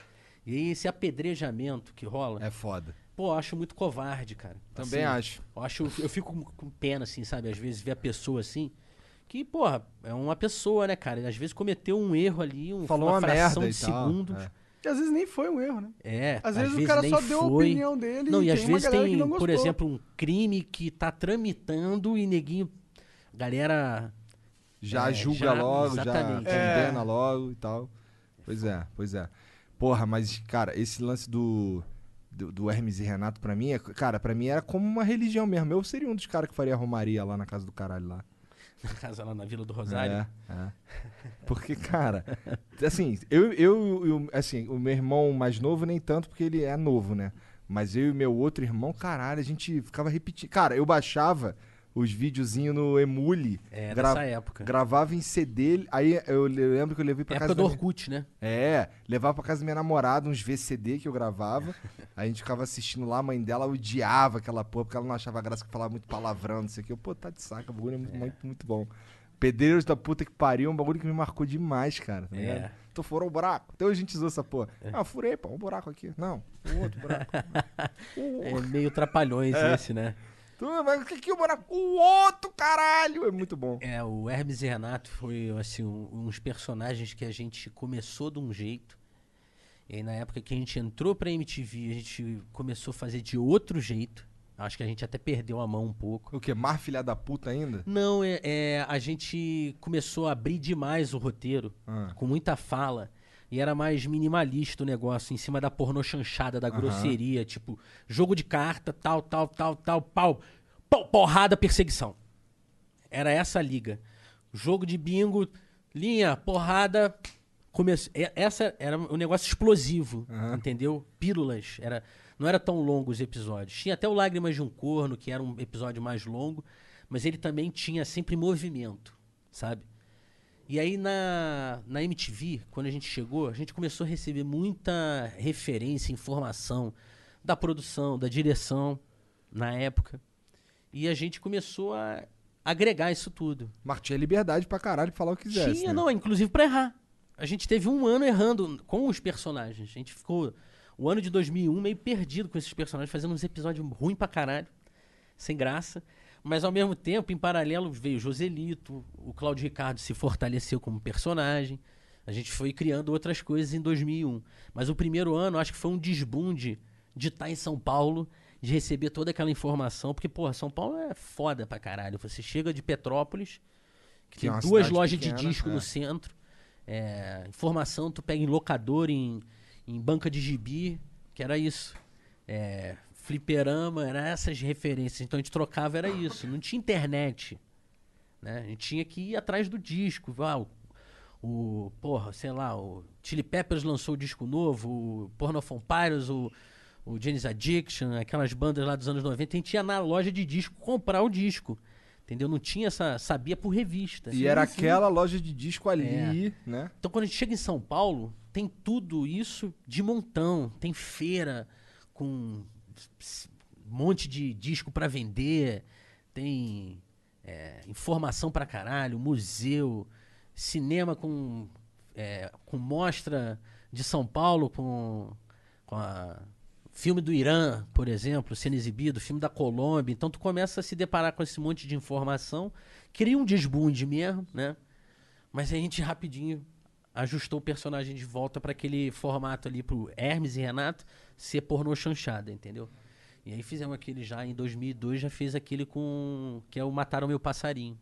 E aí esse apedrejamento que rola,
É foda.
pô, eu acho muito covarde, cara.
Também
Assim,
acho.
eu acho, eu fico com- com pena, assim, sabe? Às vezes ver a pessoa assim. Que, porra, é uma pessoa, né, cara? E às vezes cometeu um erro ali, um,
Falou uma,
fração
merda e
de
tal.
segundos.
É.
E às vezes nem foi um erro, né?
É,
Às, vezes, o cara
nem
só deu a
foi.
opinião dele
Não,
e,
e às
tem uma
vezes
galera que
tem,
não gostou.
por exemplo, um crime que tá tramitando e neguinho. Galera.
Já
É,
julga
já-
logo,
exatamente.
já
É.
condena logo e tal. Pois é, pois é. Porra, mas, cara, esse lance do, do, do Hermes e Renato, pra mim, é, cara, pra mim era como uma religião mesmo. Eu seria um dos caras que faria romaria lá na casa do caralho lá.
Na casa lá na Vila do Rosário.
É, é. Porque, cara, assim, eu, eu, eu- assim, o meu irmão mais novo nem tanto, porque ele é novo, né? Mas eu e meu outro irmão, caralho, a gente ficava repetindo. Cara, eu baixava os videozinhos no Emule,
É,
gra-
nessa época.
gravava em CD, aí eu le- lembro que eu levei pra
época
casa
do
da minha-
Orkut, né?
É, levava pra casa da minha namorada uns VCD que eu gravava. [LAUGHS] A gente ficava assistindo lá, a mãe dela odiava aquela porra, porque ela não achava graça que falava muito palavrão, não sei o que. Eu, pô, tá de saca, o bagulho é muito, muito, muito bom. Pedreiros da puta que pariu, é um bagulho que me marcou demais, cara. Tá
É.
ligado? Tu furou o buraco. Então a gente usou essa porra. Ah, furei, pô, um buraco aqui. Não, um outro
[LAUGHS]
buraco.
É meio trapalhões
É.
esse, né?
tu, mas o que que é o buraco? O outro, caralho! É muito bom.
É, o Hermes e Renato foi, assim, um- uns personagens que a gente começou de um jeito. E aí, na época que a gente entrou pra MTV, a gente começou a fazer de outro jeito. Acho que a gente até perdeu a mão um pouco.
O quê? Mar filha da puta ainda?
Não, é, é, a gente começou a abrir demais o roteiro,
Ah.
com muita fala. E era mais minimalista o negócio, em cima da pornô chanchada, da grosseria, tipo, jogo de carta, tal, tal, tal, tal, pau, pau, porrada, perseguição. Era essa a liga. Jogo de bingo, linha, porrada. Comece... é- Essa era um negócio explosivo, entendeu? Pílulas. Era... Não era tão longo os episódios. Tinha até o Lágrimas de um Corno, que era um episódio mais longo, mas ele também tinha sempre movimento, sabe? E aí na, na MTV, quando a gente chegou, a gente começou a receber muita referência, informação da produção, da direção na época. E a gente começou a agregar isso tudo.
Mas tinha liberdade pra caralho pra falar o que quisesse.
Tinha,
né?
não, inclusive pra errar. A gente teve um ano errando com os personagens. A gente ficou o ano de 2001 meio perdido com esses personagens, fazendo uns episódios ruins pra caralho, sem graça. Mas ao mesmo tempo, em paralelo, veio Joselito, o Cláudio Ricardo se fortaleceu como personagem. A gente foi criando outras coisas em 2001. Mas o primeiro ano, acho que foi um desbunde de estar em São Paulo, de receber toda aquela informação, porque, porra, São Paulo é foda pra caralho. Você chega de Petrópolis, que,
Que é
tem
uma
duas
cidade
lojas de
pequena,
disco
é.
no centro. É, informação tu pega em locador, em, em banca de gibi, que era isso. É, fliperama, era essas referências. Então a gente trocava, era isso. Não tinha internet. Né? A gente tinha que ir atrás do disco. Ah, o, o- porra, sei lá, o Chili Peppers lançou o disco novo, o Porno Pyros, o, o Janis Addiction, aquelas bandas lá dos anos 90. A gente ia na loja de disco comprar o disco. Entendeu? Não tinha essa. Sabia por revista.
E era aquela loja de disco
É.
ali, né?
Então, quando a gente chega em São Paulo, tem tudo isso de montão. Tem feira com um monte de disco pra vender, tem é, informação pra caralho, museu, cinema com, é, com mostra de São Paulo, com, com a- filme do Irã, por exemplo, sendo exibido, filme da Colômbia. Então, tu começa a se deparar com esse monte de informação, cria um desbunde mesmo, né? Mas a gente rapidinho ajustou o personagem de volta pra aquele formato ali pro Hermes e Renato ser pornô chanchada, entendeu? E aí fizemos aquele já em 2002, já fez aquele com que é o Mataram meu passarinho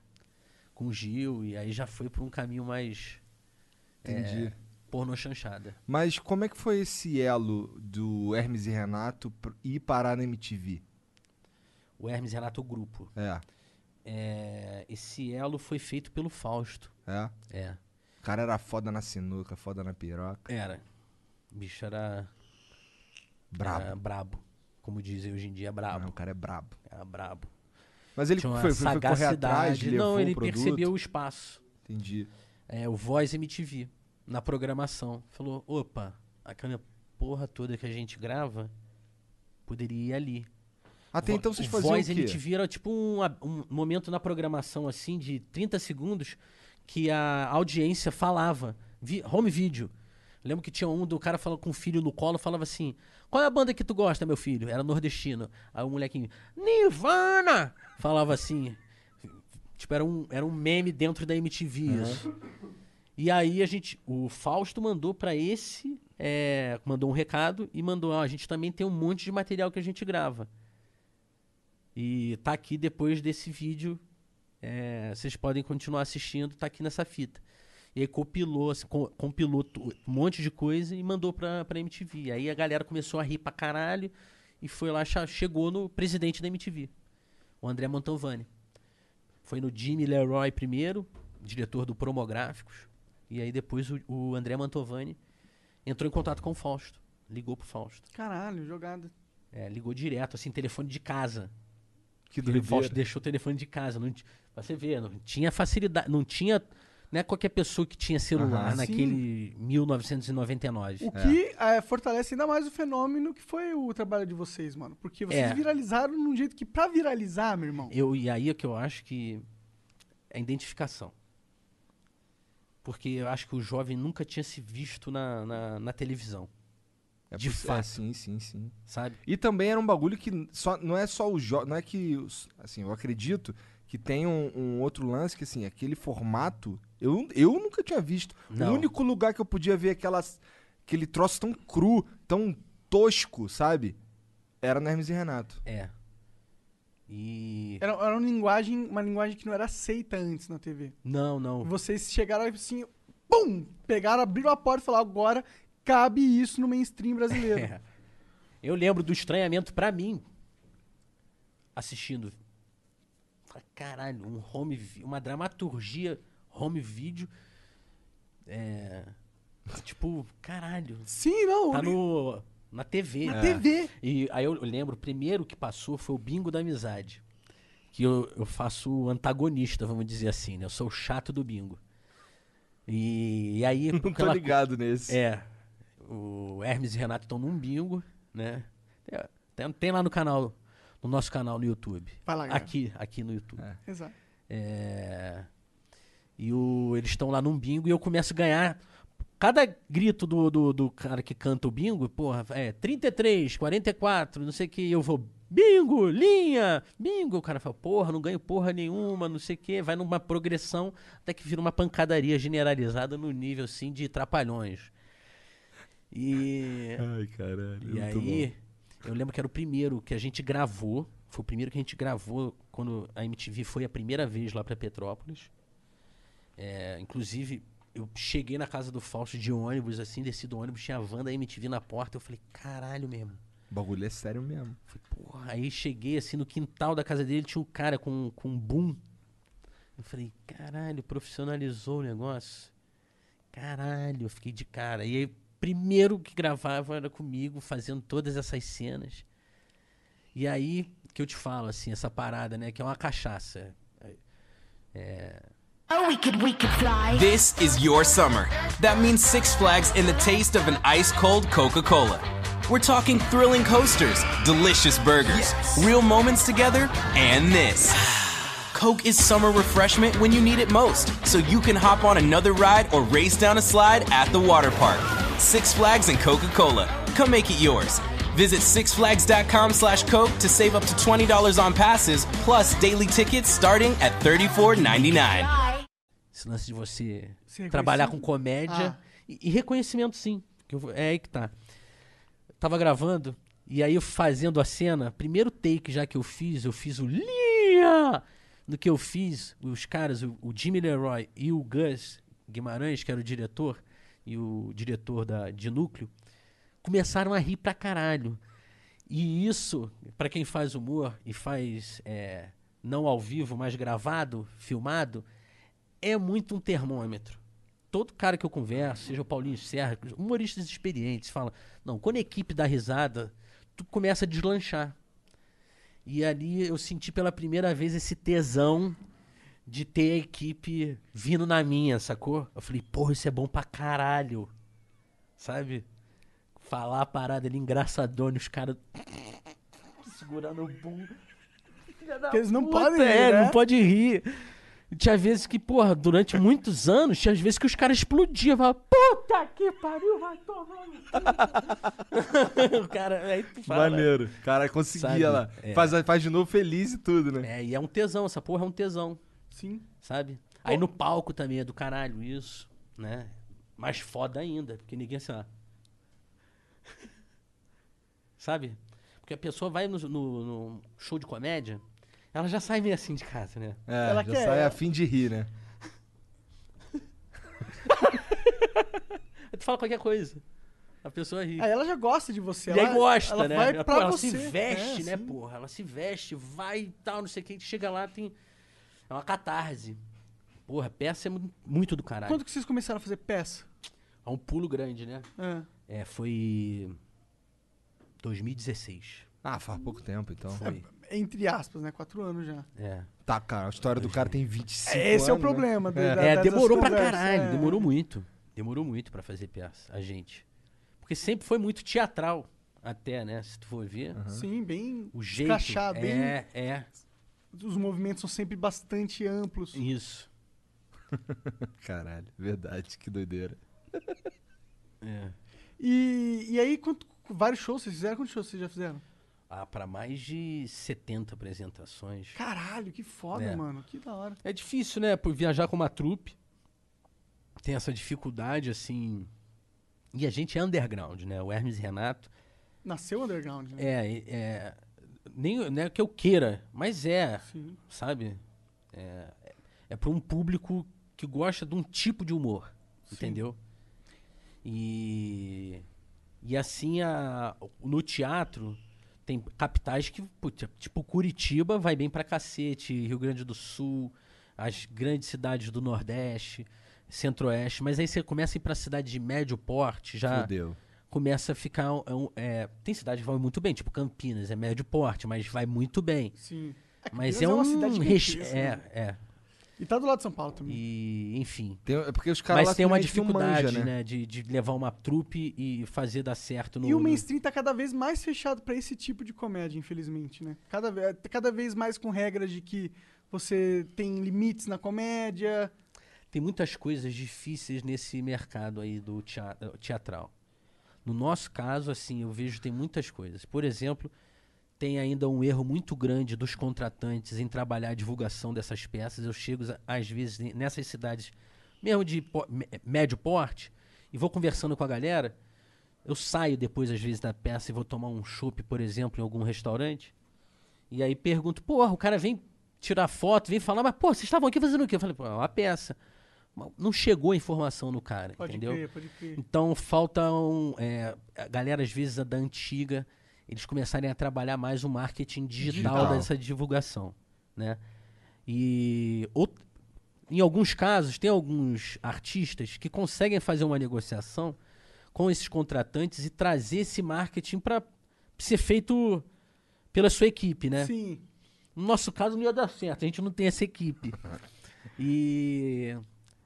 com o Gil e aí já foi pra um caminho mais
Entendi.
É. pornô chanchada.
Mas como é que foi esse elo do Hermes e Renato pr- ir parar na MTV?
O Hermes e Renato o grupo.
É,
É, esse elo foi feito pelo Fausto.
é.
É.
O cara era foda na sinuca, foda na piroca.
Era. O bicho era
Brabo.
era brabo, como dizem hoje em dia,
Ah,
É, brabo.
o cara é brabo.
Era brabo.
Mas ele
tinha uma
foi, foi, foi correr
sagacidade.
atrás, levou
não, ele
o produto.
percebeu o espaço.
Entendi.
É, o Voice MTV, na programação. Falou, opa, aquela porra toda que a gente grava, poderia ir ali.
Até
Vo-
então vocês
o
faziam
Voice
o quê?
MTV era tipo um, a- um momento na programação, assim, de 30 segundos, que a audiência falava. Vi- home video. Lembro que tinha um do cara falando com o filho no colo, falava assim, qual é a banda que tu gosta, meu filho? Era nordestino. Aí o molequinho, Nirvana! Falava assim. Tipo, era um, era um meme dentro da MTV, isso. E aí a gente, o Fausto mandou pra esse, é, mandou um recado e mandou, ó, a gente também tem um monte de material que a gente grava. E tá aqui depois desse vídeo, é, vocês podem continuar assistindo, tá aqui nessa fita. E aí compilou, assim, co- compilou tu- um monte de coisa e mandou pra, pra MTV. Aí a galera começou a rir pra caralho e foi lá, cha- chegou no presidente da MTV, o André Mantovani. Foi no Jimmy Leroy primeiro, diretor do Promográficos. E aí depois o, o André Mantovani entrou em contato com o Fausto. Ligou pro Fausto.
Caralho, jogada.
É, ligou direto, assim, telefone de casa.
Que
Ele, Fausto
doideira.
deixou o telefone de casa. Não, ti- pra você ver, não tinha facilidade, não tinha. Não é qualquer pessoa que tinha celular
Aham.
naquele 1999.
O que eh, fortalece ainda mais o fenômeno que foi o trabalho de vocês, mano. Porque vocês
É.
viralizaram num jeito que, pra viralizar, meu irmão.
Eu, e aí é que eu acho que é a identificação. Porque eu acho que o jovem nunca tinha se visto na, na, na televisão,
É
de
possi- é,
fato.
sim, sim, sim.
sabe?
E também era um bagulho que só, não é só o jo... Não é que. os- Assim, eu acredito que tem um, um outro lance que, assim, aquele formato. Eu, eu nunca tinha visto.
Não.
O único lugar que eu podia ver aquelas, aquele troço tão cru, tão tosco, sabe? Era no Hermes e Renato. [LAUGHS]
É. E.
Era, era uma, linguagem, uma linguagem que não era aceita antes na TV.
Não, não.
Vocês chegaram assim, pum, pegaram, abriram a porta e falaram, agora cabe isso no mainstream
[LAUGHS]
brasileiro.
É. Eu lembro do estranhamento pra mim assistindo. Falei, Caralho, um home, vi- uma dramaturgia home vídeo. É, tipo, caralho.
Sim, não.
Tá
ele-
no, na TV.
Na
É.
TV.
E aí eu lembro, o primeiro que passou foi o Bingo da Amizade. Que eu, eu faço o antagonista, vamos dizer assim, né? Eu sou o chato do bingo. E, e
[LAUGHS]
aí.
Não tô
aquela-
ligado nesse.
é. O Hermes e Renato estão num bingo, né? É, Tem, tem lá no canal, no nosso canal no YouTube.
Vai lá, galera.
Aqui, aqui no YouTube.
Exato.
É, E o- eles estão lá num bingo e eu começo a ganhar. Cada grito do, do, do cara que canta o bingo, porra, é 33, 44, não sei o que, eu vou. Bingo, linha, bingo. O cara fala, porra, não ganho porra nenhuma, não sei o que. Vai numa progressão até que vira uma pancadaria generalizada no nível assim de trapalhões. E.
Ai, caralho. é
E
muito
aí,
bom.
eu lembro que era o primeiro que a gente gravou. Foi o primeiro que a gente gravou quando a MTV foi a primeira vez lá pra Petrópolis. É, inclusive, eu cheguei na casa do Fausto de ônibus, assim, desci do ônibus, tinha a van da MTV na porta. Eu falei, caralho mesmo.
O bagulho é sério mesmo.
Falei, porra, aí cheguei assim no quintal da casa dele, tinha um cara com, com um boom. Eu falei, caralho, profissionalizou o negócio. Caralho, eu fiquei de cara. E aí, primeiro que gravava era comigo, fazendo todas essas cenas. E aí que eu te falo, assim, essa parada, né, que é uma cachaça.
This is your summer. That means Six Flags and the taste of an ice cold Coca Cola. We're talking thrilling coasters, delicious burgers, real moments together, and this. [SIGHS] Coke is summer refreshment when you need it most, so you can hop on another ride or race down a slide at the water park. Six Flags and Coca Cola. Come make it yours. Visit sixflags.com slash Coke to save up to $20 on passes, plus daily tickets starting at $34.99.
Esse lance de você
Ser
trabalhar com
reconhecido?
comédia.
Ah.
E, e reconhecimento, sim. Que eu vou- é aí que tá. Tava gravando, e aí eu fazendo a cena, primeiro take já que eu fiz, eu fiz o Lia! No que eu fiz, os caras, o, o Jimmy Leroy e o Gus Guimarães, que era o diretor, e o diretor da, de núcleo, começaram a rir pra caralho. E isso, pra quem faz humor e faz é, não ao vivo, mas gravado, filmado, é muito um termômetro. Todo cara que eu converso, seja o Paulinho Serra, humoristas experientes, fala: não, quando a equipe dá risada, tu começa a deslanchar. E ali eu senti pela primeira vez esse tesão de ter a equipe vindo na minha, sacou? Eu falei: porra, isso é bom pra caralho. Sabe? Falar a parada ali engraçadona, e os caras [LAUGHS] segurando o bumbum. Filha da
Porque eles não
puta,
podem
é,
rir, né?
não pode rir. E Tinha vezes que, porra, durante muitos anos, tinha vezes que os caras explodiam. Falava, puta que pariu, vai tomar no cu." [LAUGHS] O cara, aí tu fala.
Maneiro. Cara, conseguia
Sabe?
lá.
É.
Faz, faz de novo feliz e tudo, né?
É, e é um tesão, essa porra é um tesão,
Sim.
sabe? Aí no palco também é do caralho isso, né? Mais foda ainda, porque ninguém assim, ó. [LAUGHS] sabe? Porque a pessoa vai no, no- no show de comédia, ela já sai meio assim de casa, né?
É,
Ela
já
quer-
sai a fim de rir, né?
Aí tu fala qualquer coisa. A pessoa ri.
Aí ela já gosta de você.
E aí
ela-
gosta,
ela
né?
Vai
ela,
pra
pô, ela
você.
se veste,
É,
né,
sim.
porra? Ela se veste, vai e tal, não sei o que. Chega lá, tem. É uma catarse. Porra, peça é mu- muito do caralho.
Quando que vocês começaram a fazer peça?
É um pulo grande, né?
É.
É, foi. 2016.
Ah, faz pouco tempo, então.
Foi.
Entre aspas, né? Quatro anos já.
É.
Tá, cara, a história do cara tem 25 anos.
Esse é o problema.
né?
da- da-
É,
dessas
demorou pra
conversas,
caralho.
é.
Demorou muito. Demorou muito pra fazer peça, a gente. Porque sempre foi muito teatral, até, né? Se tu for ver.
Uhum. Sim, bem
O jeito.
Escrachado,
é,
bem-
é.
Os movimentos são sempre bastante amplos.
Isso.
Caralho, verdade, que doideira.
É.
E, e aí, quanto, vários shows vocês fizeram? Quantos shows vocês já fizeram?
Ah, pra mais de 70 apresentações.
Caralho, que foda,
É.
mano. Que da hora.
É difícil, né? Por viajar com uma trupe. Tem essa dificuldade, assim. E a gente é underground, né? O Hermes e Renato.
Nasceu underground, né?
É, e- é. Nem não é que eu queira, mas é,
Sim.
sabe? É, é pra um público que gosta de um tipo de humor. entendeu? E e assim a no teatro tem capitais que putz, tipo Curitiba vai bem pra cacete, Rio Grande do Sul, as grandes cidades do Nordeste, Centro-Oeste, mas aí você começa a ir pra cidade de médio porte, já
Fudeu.
começa a ficar. um- é um- é, tem cidade que vai muito bem, tipo Campinas, é médio porte, mas vai muito bem.
Sim.
Mas
Campinas
é, um.
uma cidade
res-
gigantesca,
é,
né?
é.
E tá do lado de São Paulo também.
E, enfim.
Tem- é porque os caras lá
mas tem uma
simplesmente não
dificuldade,
manja,
né? de, de levar uma trupe e fazer dar certo no.
E o
no-
mainstream tá cada vez mais fechado pra esse tipo de comédia, infelizmente, né? Cada, ve- cada vez mais com regras de que você tem limites na comédia.
Tem muitas coisas difíceis nesse mercado aí do tea- teatral. No nosso caso, assim, eu vejo tem muitas coisas. Por exemplo, tem ainda um erro muito grande dos contratantes em trabalhar a divulgação dessas peças. Eu chego, a- às vezes, ne- nessas cidades, mesmo de po- mé- médio porte, e vou conversando com a galera. Eu saio depois, às vezes, da peça e vou tomar um chopp, por exemplo, em algum restaurante. E aí pergunto, porra, o cara vem tirar foto, vem falar, mas, pô, vocês estavam aqui fazendo o quê? Eu falei, pô, é uma peça. Mas Não chegou a informação no cara,
Pode
entendeu?
crer, pode crer.
Então faltam. É, a galera, às vezes, a da antiga, eles começarem a trabalhar mais o marketing digital,
Digital.
dessa divulgação. Né? E ou- em alguns casos, tem alguns artistas que conseguem fazer uma negociação com esses contratantes e trazer esse marketing para ser feito pela sua equipe, né?
Sim.
No nosso caso não ia dar certo, a gente não tem essa equipe. E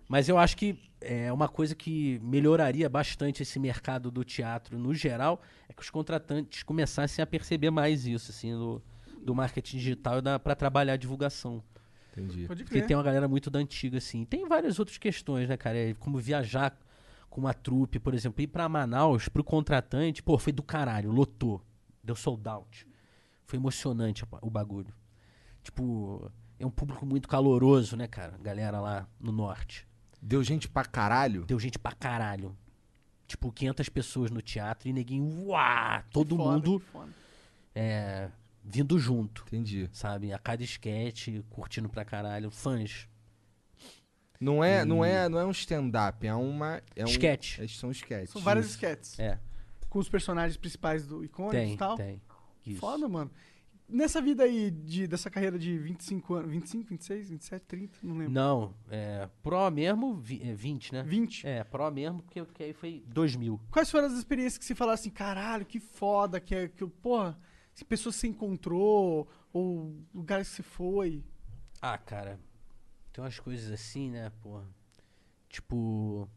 mas eu acho que é uma coisa que melhoraria bastante esse mercado do teatro no geral, é que os contratantes começassem a perceber mais isso assim do, do marketing digital para trabalhar a divulgação.
Entendi.
Pode
Porque
crer.
tem uma galera muito da antiga assim. Tem várias outras questões, né, cara? É como viajar com uma trupe, por exemplo, ir para Manaus pro contratante, pô, foi do caralho, lotou, deu sold out. Foi emocionante o bagulho. Tipo, é um público muito caloroso, né, cara? Galera lá no norte.
Deu gente pra caralho.
Deu gente pra caralho. Tipo, 500 pessoas no teatro e neguinho, uá, todo mundo é, vindo junto,
Entendi.
sabe? A cada esquete, curtindo pra caralho, fãs.
Não é, não
Hum.
é, não é um stand-up, é uma. É um,
Esquete.
é- São esquetes.
São várias sketches.
É,
Com os personagens principais do icônicos
tem,
um e tal.
tem. Isso.
Foda, mano. Nessa vida aí, de, dessa carreira de 25 anos, 25, 26, 27, 30, não lembro.
Não, é, Pro mesmo, vi- é 20, né?
20.
É, Pro mesmo, porque, porque aí foi 2000.
Quais foram as experiências que você falaram assim, caralho, que foda, que é, que, eu- porra, se pessoas que você encontrou, ou lugares que você foi.
Ah, cara, tem umas coisas assim, né, porra. Tipo,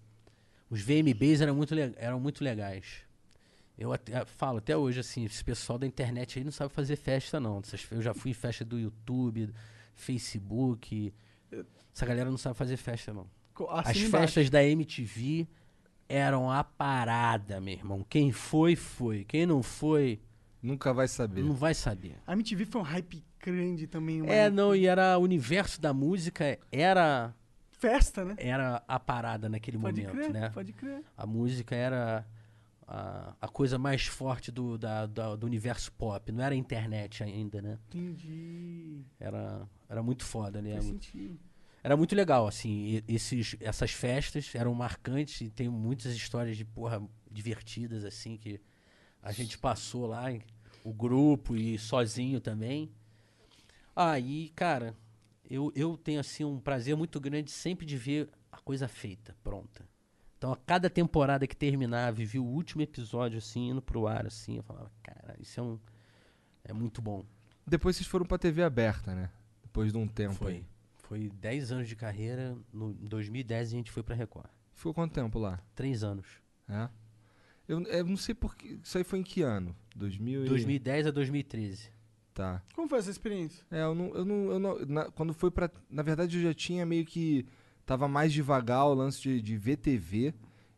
os VMBs eram muito, le- eram muito legais. Eu até- falo até hoje, assim, esse pessoal da internet aí não sabe fazer festa, não. Essas fe- Eu já fui em festa do YouTube, Facebook. Essa galera não sabe fazer festa, não.
Co-
As
assina Assim embaixo.
festas da MTV eram a parada, meu irmão. Quem foi, foi. Quem não foi,
Nunca vai saber.
não vai saber.
A MTV foi um hype grande também, uma
É, não, e era o universo da música, era
festa, né?
era a parada naquele
Pode
momento,
crer,
né?
pode crer.
A música era a, a coisa mais forte do, da- da- do universo pop. Não era a internet ainda, né?
Entendi.
Era, era muito foda, né?
Faz sentido.
Era muito legal, assim, e- esses, essas festas eram marcantes e tem muitas histórias de porra divertidas, assim, que a gente passou lá, em- o grupo e sozinho também. Aí, cara, eu, eu tenho, assim, um prazer muito grande sempre de ver a coisa feita, pronta. Então, a cada temporada que terminava e vi o último episódio, assim, indo pro ar, assim, eu falava, cara, isso é um... É muito bom.
Depois vocês foram pra TV aberta, né? Depois de um tempo.
Foi.
aí.
Foi 10 anos de carreira. No, em 2010 a gente foi pra Record.
Ficou quanto tempo lá?
Três anos.
É? Eu, eu não sei porque. Isso aí foi em que ano? 2000 e-
2010 a 2013.
Tá.
Como foi essa experiência?
É, eu não. Eu não, eu não- na- quando foi pra. Na verdade, eu já tinha meio que. Tava mais devagar o lance de, de VTV.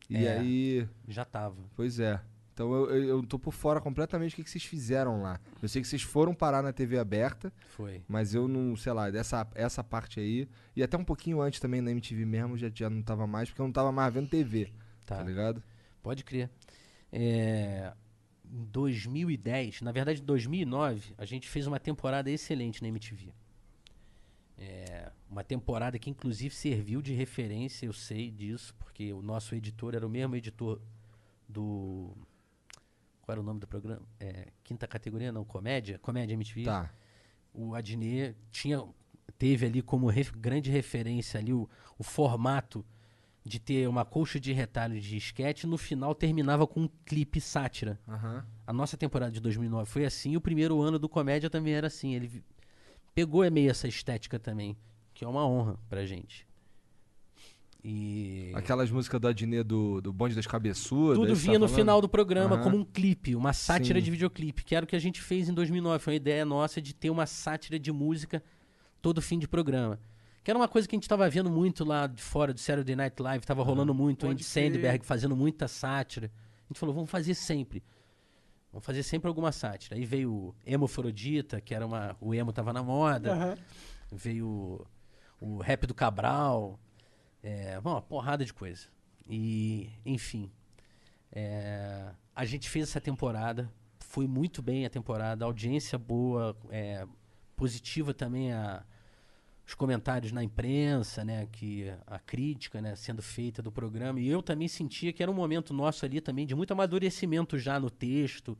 E
É.
aí.
Já tava.
Pois é. Então eu, eu, eu tô por fora completamente do que, que vocês fizeram lá. Eu sei que vocês foram parar na TV aberta,
Foi.
mas eu não, sei lá, dessa, essa parte aí. E até um pouquinho antes também na MTV mesmo, já, já não tava mais, porque eu não tava mais vendo TV. Tá,
Tá.
ligado?
Pode crer. É, em 2010, na verdade, em 2009, a gente fez uma temporada excelente na MTV. É, uma temporada que inclusive serviu de referência, eu sei disso, porque o nosso editor era o mesmo editor do. Qual era o nome do programa? É, quinta categoria, não, comédia? Comédia MTV.
Tá.
O Adnet tinha, teve ali como ref- grande referência ali o, o formato de ter uma colcha de retalho de esquete e no final terminava com um clipe sátira.
Aham.
A nossa temporada de 2009 foi assim, e o primeiro ano do Comédia também era assim. Ele vi- pegou é meio essa estética também, que é uma honra pra gente. E
Aquelas músicas do Adnet do, do Bonde das Cabeçudas.
tudo
você tá
vinha no
falando?
final do programa
Aham.
como um clipe, uma sátira
Sim.
de videoclipe, que era o que a gente fez em 2009. Foi uma ideia nossa de ter uma sátira de música todo fim de programa. Que era uma coisa que a gente tava vendo muito lá de fora do Saturday Night Live, tava rolando muito, o
pode
Andy
crer.
Sandberg fazendo muita sátira. A gente falou, vamos fazer sempre. Vamos fazer sempre alguma sátira. Aí veio o Emo Afrodita, que era uma. O emo tava na moda.
Aham.
Veio o, o rap do Cabral. É, bom, uma porrada de coisa. E, enfim. é, a gente fez essa temporada. Foi muito bem a temporada. Audiência boa. é, positiva também a, os comentários na imprensa, né? Que a crítica né, sendo feita do programa. E eu também sentia que era um momento nosso ali também de muito amadurecimento já no texto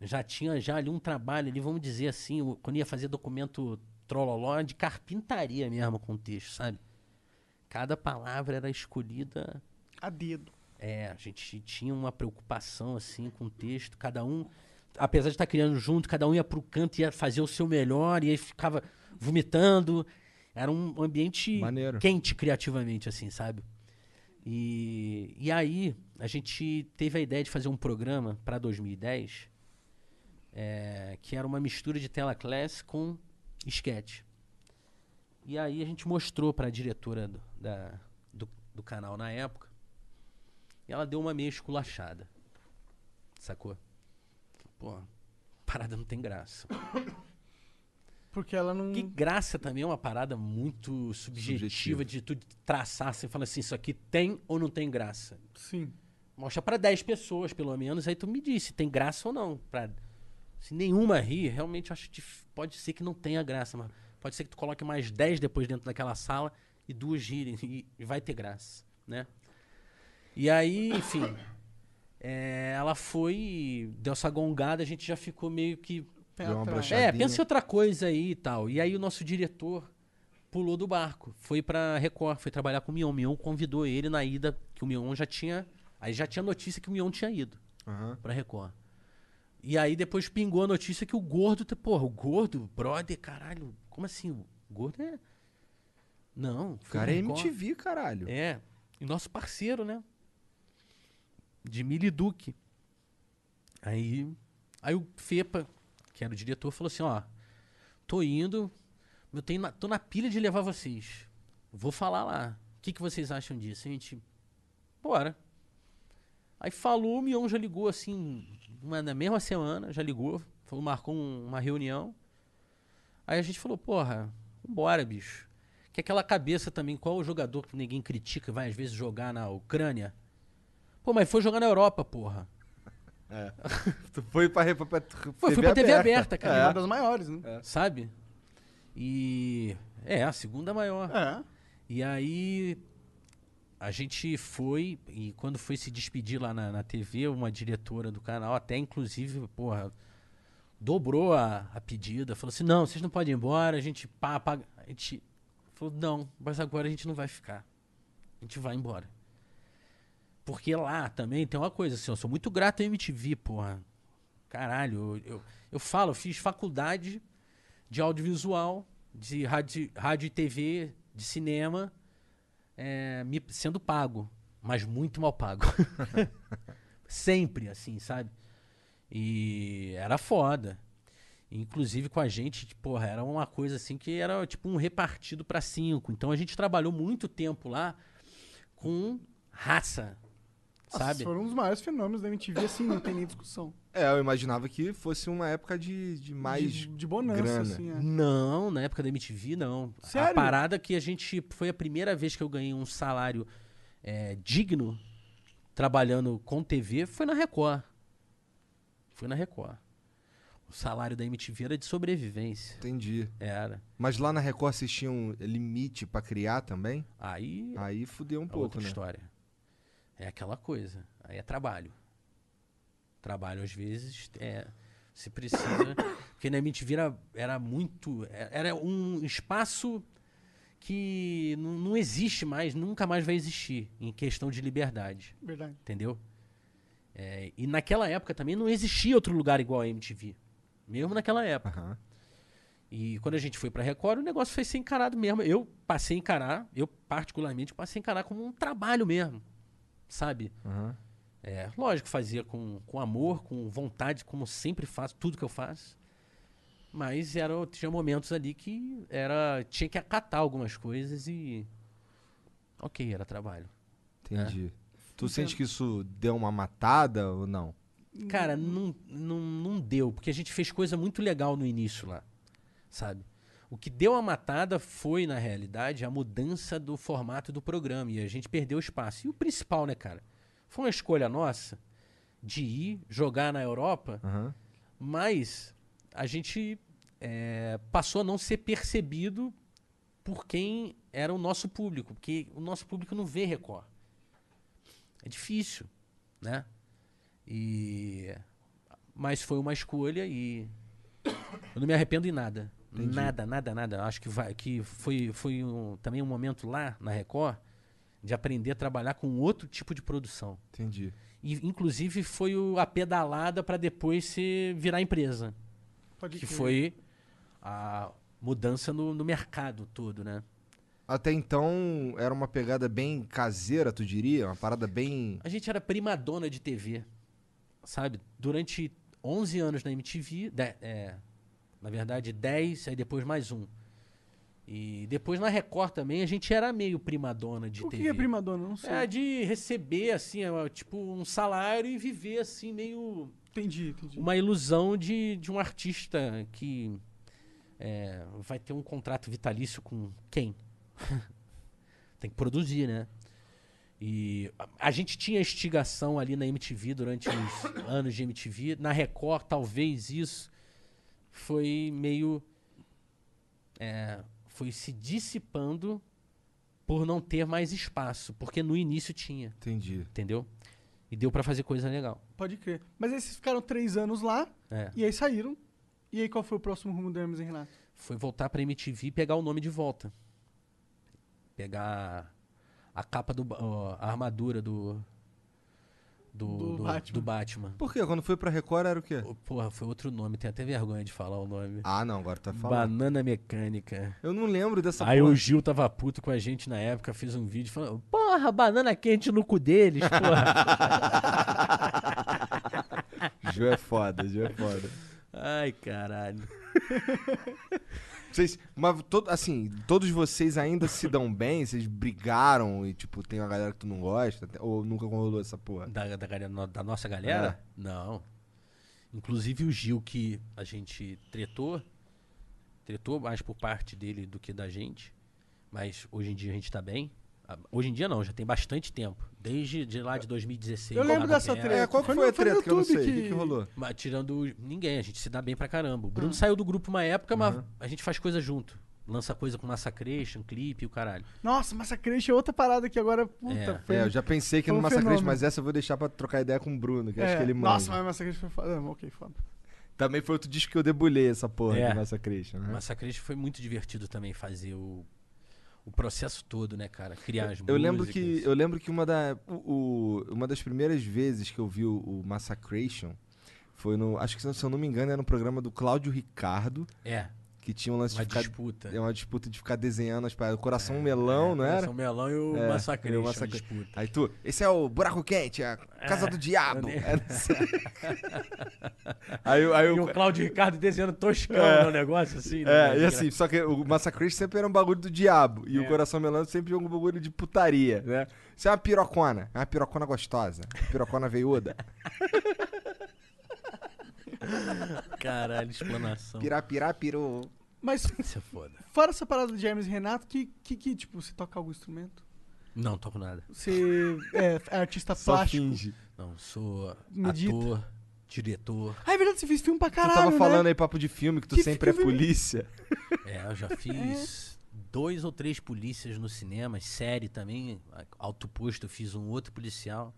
já tinha já ali um trabalho ali, vamos dizer assim, o- quando ia fazer documento trololó, de carpintaria mesmo com o texto, sabe? Cada palavra era escolhida
A dedo.
é, a gente tinha uma preocupação assim com o texto, cada um, apesar de estar criando junto, cada um ia pro canto, ia fazer o seu melhor, e aí ficava vomitando. Era um ambiente
Maneiro.
quente criativamente, assim, sabe? E, e aí a gente teve a ideia de fazer um programa para 2010 é, que era uma mistura de tela class com esquete. E aí a gente mostrou para a diretora do, da- do, do canal na época. E ela deu uma meia esculachada. Sacou? Pô, parada não tem graça.
Porque ela não.
Que graça também é uma parada muito subjetiva,
Subjetiva.
de tu traçar, você fala assim, isso aqui tem ou não tem graça.
Sim.
Mostra pra 10 pessoas, pelo menos, aí tu me diz se tem graça ou não. Pra... Se nenhuma rir, realmente eu acho que pode ser que não tenha graça, mas pode ser que tu coloque mais 10 depois dentro daquela sala e duas girem e, e vai ter graça, né? E aí, enfim, é, ela foi, e deu essa gongada, a gente já ficou meio que
Pé
Deu uma
atrás.
brochada.
é,
Puxadinho.
pensa em outra coisa aí e tal. E aí o nosso diretor pulou do barco, foi pra Record, foi trabalhar com o Mion. O Mion convidou ele na ida, que o Mion já tinha. Aí já tinha notícia que o Mion tinha ido
Aham.
pra Record. E aí depois pingou a notícia que o gordo. tá- Porra, o gordo, brother, caralho. Como assim? O gordo é. Não.
O
foi
cara é
Record.
MTV, caralho.
É. E nosso parceiro, né? De Mili Duque. Aí, aí o Fepa, que era o diretor, falou assim, ó, tô indo, eu tenho na- tô na pilha de levar vocês. Vou falar lá. O que, que vocês acham disso? A gente, bora. Aí falou, o Mion já ligou assim, uma- na mesma semana, já ligou, falou, marcou um- uma reunião. Aí a gente falou, porra, vambora, bicho. Que é aquela cabeça também, qual o jogador que ninguém critica, vai às vezes jogar na Ucrânia? Pô, mas foi jogar na Europa, porra.
Tu foi pra, re- pra, pra
Foi,
TV
foi pra TV aberta,
É uma
cara.
das maiores, né?
Sabe? E. É, a segunda maior.
É.
E aí a gente foi, e quando foi se despedir lá na, na TV, uma diretora do canal, até inclusive, porra, dobrou a, a pedida, falou assim, não, vocês não podem ir embora, a gente pá, pá. A gente falou, não, mas agora a gente não vai ficar. A gente vai embora. Porque lá também tem uma coisa assim, eu sou muito grato à MTV, porra. Caralho, eu, eu, eu falo, eu fiz faculdade de audiovisual, de rádio, rádio e TV, de cinema, é, me- sendo pago, mas muito mal pago. [LAUGHS] Sempre assim, sabe? E era foda. Inclusive com a gente, porra, era uma coisa assim que era tipo um repartido pra cinco. Então a gente trabalhou muito tempo lá com raça,
Nossa,
sabe?
Foram um dos maiores fenômenos da MTV, assim, não tem nem
[LAUGHS]
discussão.
É, eu imaginava que fosse uma época de, de mais.
de, de bonança,
grana.
assim, é.
Não, na época da MTV, não. A
Sério?
parada que a gente. Foi a primeira vez que eu ganhei um salário é, digno trabalhando com TV foi na Record. Foi na Record. O salário da MTV era de sobrevivência.
Entendi.
Era.
Mas lá na Record vocês tinham limite pra criar também?
Aí
Aí fudeu um
é
pouco,
outra
né?
história. É aquela coisa. Aí é trabalho. Trabalho, às vezes, é. Se precisa. [COUGHS] Porque na MTV era, era muito. é- Era um espaço que não, não existe mais, nunca mais vai existir em questão de liberdade.
Verdade.
Entendeu? É, e naquela época também não existia outro lugar igual a MTV. Mesmo naquela época.
Aham.
E quando a gente foi pra Record, o negócio foi ser encarado mesmo. Eu passei a encarar, eu particularmente passei a encarar como um trabalho mesmo. Sabe?
Aham.
É, lógico, fazia com, com amor, com vontade, como sempre faço, tudo que eu faço. Mas era, tinha momentos ali que era tinha que acatar algumas coisas e. Ok, era trabalho. É.
Entendi. Tu sente que isso deu uma matada ou não?
Cara, não, não, não deu, porque a gente fez coisa muito legal no início lá, sabe? O que deu a matada foi, na realidade, a mudança do formato do programa e a gente perdeu espaço. E o principal, né, cara? Foi uma escolha nossa de ir jogar na Europa,
Aham.
mas a gente é, passou a não ser percebido por quem era o nosso público, porque o nosso público não vê Record. É difícil, né? E mas foi uma escolha e eu não me arrependo em nada. Nada, nada, nada. Acho que vai que foi foi um- também um momento lá na Record de aprender a trabalhar com outro tipo de produção.
Entendi.
E, inclusive foi o- a pedalada para depois se virar empresa,
Pode
que
crer.
foi a mudança no, no mercado todo, né?
Até então era uma pegada bem caseira, tu diria? Uma parada bem.
A gente era primadona de TV, sabe? Durante 11 anos na MTV, de- é, na verdade 10, aí depois mais um. E depois na Record também a gente era meio primadona de
O
TV.
que é primadona? Não sei.
É, de receber, assim, é, tipo, um salário e viver, assim, meio
Entendi, entendi.
uma ilusão de, de um artista que é, vai ter um contrato vitalício com quem? [LAUGHS] Tem que produzir, né? E a, a gente tinha instigação ali na MTV durante os [COUGHS] anos de MTV. Na Record, talvez isso foi meio. é, foi se dissipando por não ter mais espaço. Porque no início tinha,
Entendi.
entendeu? E deu pra fazer coisa legal.
Pode crer. Mas aí vocês ficaram três anos lá,
É.
e aí saíram. E aí qual foi o próximo rumo do Hermes e Renato?
foi voltar pra MTV e pegar o nome de volta. Pegar a capa do. ba- ó, a armadura do. Do,
Do Batman.
do Batman.
Por quê? Quando foi pra Record era o quê?
Ô, Porra, foi outro nome, tenho até vergonha de falar o nome.
Ah, não, agora tá falando.
Banana Mecânica.
Eu não lembro dessa
Aí
porra.
o Gil tava puto com a gente na época, fez um vídeo falando: Porra, banana quente no cu deles,
[LAUGHS]
porra.
Gil é foda, Gil é foda.
Ai, caralho.
Vocês, mas todo, assim, todos vocês ainda se dão bem? Vocês brigaram e, tipo, tem uma galera que tu não gosta? Te- Ou nunca rolou essa porra?
Da, da, galera no- da nossa galera?
É.
Não. Inclusive o Gil que a gente tretou, tretou mais por parte dele do que da gente, mas hoje em dia a gente tá bem. Ah, Hoje em dia não, já tem bastante tempo. Desde de lá de 2016.
Eu lembro
nada
dessa
perto.
treta.
É, qual que
Foi
foi,
no-
a
foi no
treta que eu não sei?
YouTube
O que,
que-
que rolou?
É, Mas tirando o- ninguém, a gente se dá bem pra caramba. O Bruno
Ah.
saiu do grupo uma época,
Uhum.
mas a gente faz coisa junto. Lança coisa com Massacration, clipe e o caralho.
Nossa, Massacration é outra parada que agora, puta, foi...
É, eu já pensei que
foi
no
um
Massacrante,
fenômeno.
mas essa eu vou deixar pra trocar ideia com o Bruno, que eu acho
É,
que ele manda.
Nossa, mas Massacration foi foda. Ah, ok, foda.
Também foi outro disco que eu debulhei essa porra
É.
do Massacration,
Uhum.
né?
Massacration foi muito divertido também fazer o, o processo todo, né, cara? Criar as
Eu lembro
músicas.
que eu lembro que uma, da, o- o- uma das primeiras vezes que eu vi o, o Massacration foi no, acho que se eu não me engano, era no programa do Cláudio Ricardo,
É,
que tinha um lance
uma
de ficar
disputa.
É uma disputa de ficar desenhando as paradas. O É, Coração Melão, não era?
São Melão e o
É,
Massacre.
e
O
o Massacre.
disputa.
Aí tu, esse é o Buraco Quente, é a Casa do Diabo.
eu nem-
Era [LAUGHS] assim. aí, eu- aí
E
eu,
o Cláudio Ricardo desenhando toscão no negócio, assim.
É, e assim, só que o Massacre sempre era um bagulho do diabo. E o Coração Melão sempre jogou um bagulho de putaria, né? Isso é uma pirocona. É uma pirocona gostosa. Pirocona [LAUGHS] veiuda.
Caralho, explanação.
Pirá, pirá, piru.
Mas
Isso é foda.
fora essa parada de Hermes e Renato, que, que, que, tipo, você toca algum instrumento?
Não, toco nada.
Você é, é artista
Só
plástico?
finge.
Não, sou
Medita.
ator, diretor.
Ah, é verdade, você fez filme pra
Tu
caralho,
tava falando
né?
aí papo de filme que tu
Que
sempre é
filme?
polícia.
É, eu já fiz dois ou três polícias no cinema, série também. Alto posto, eu fiz um outro policial.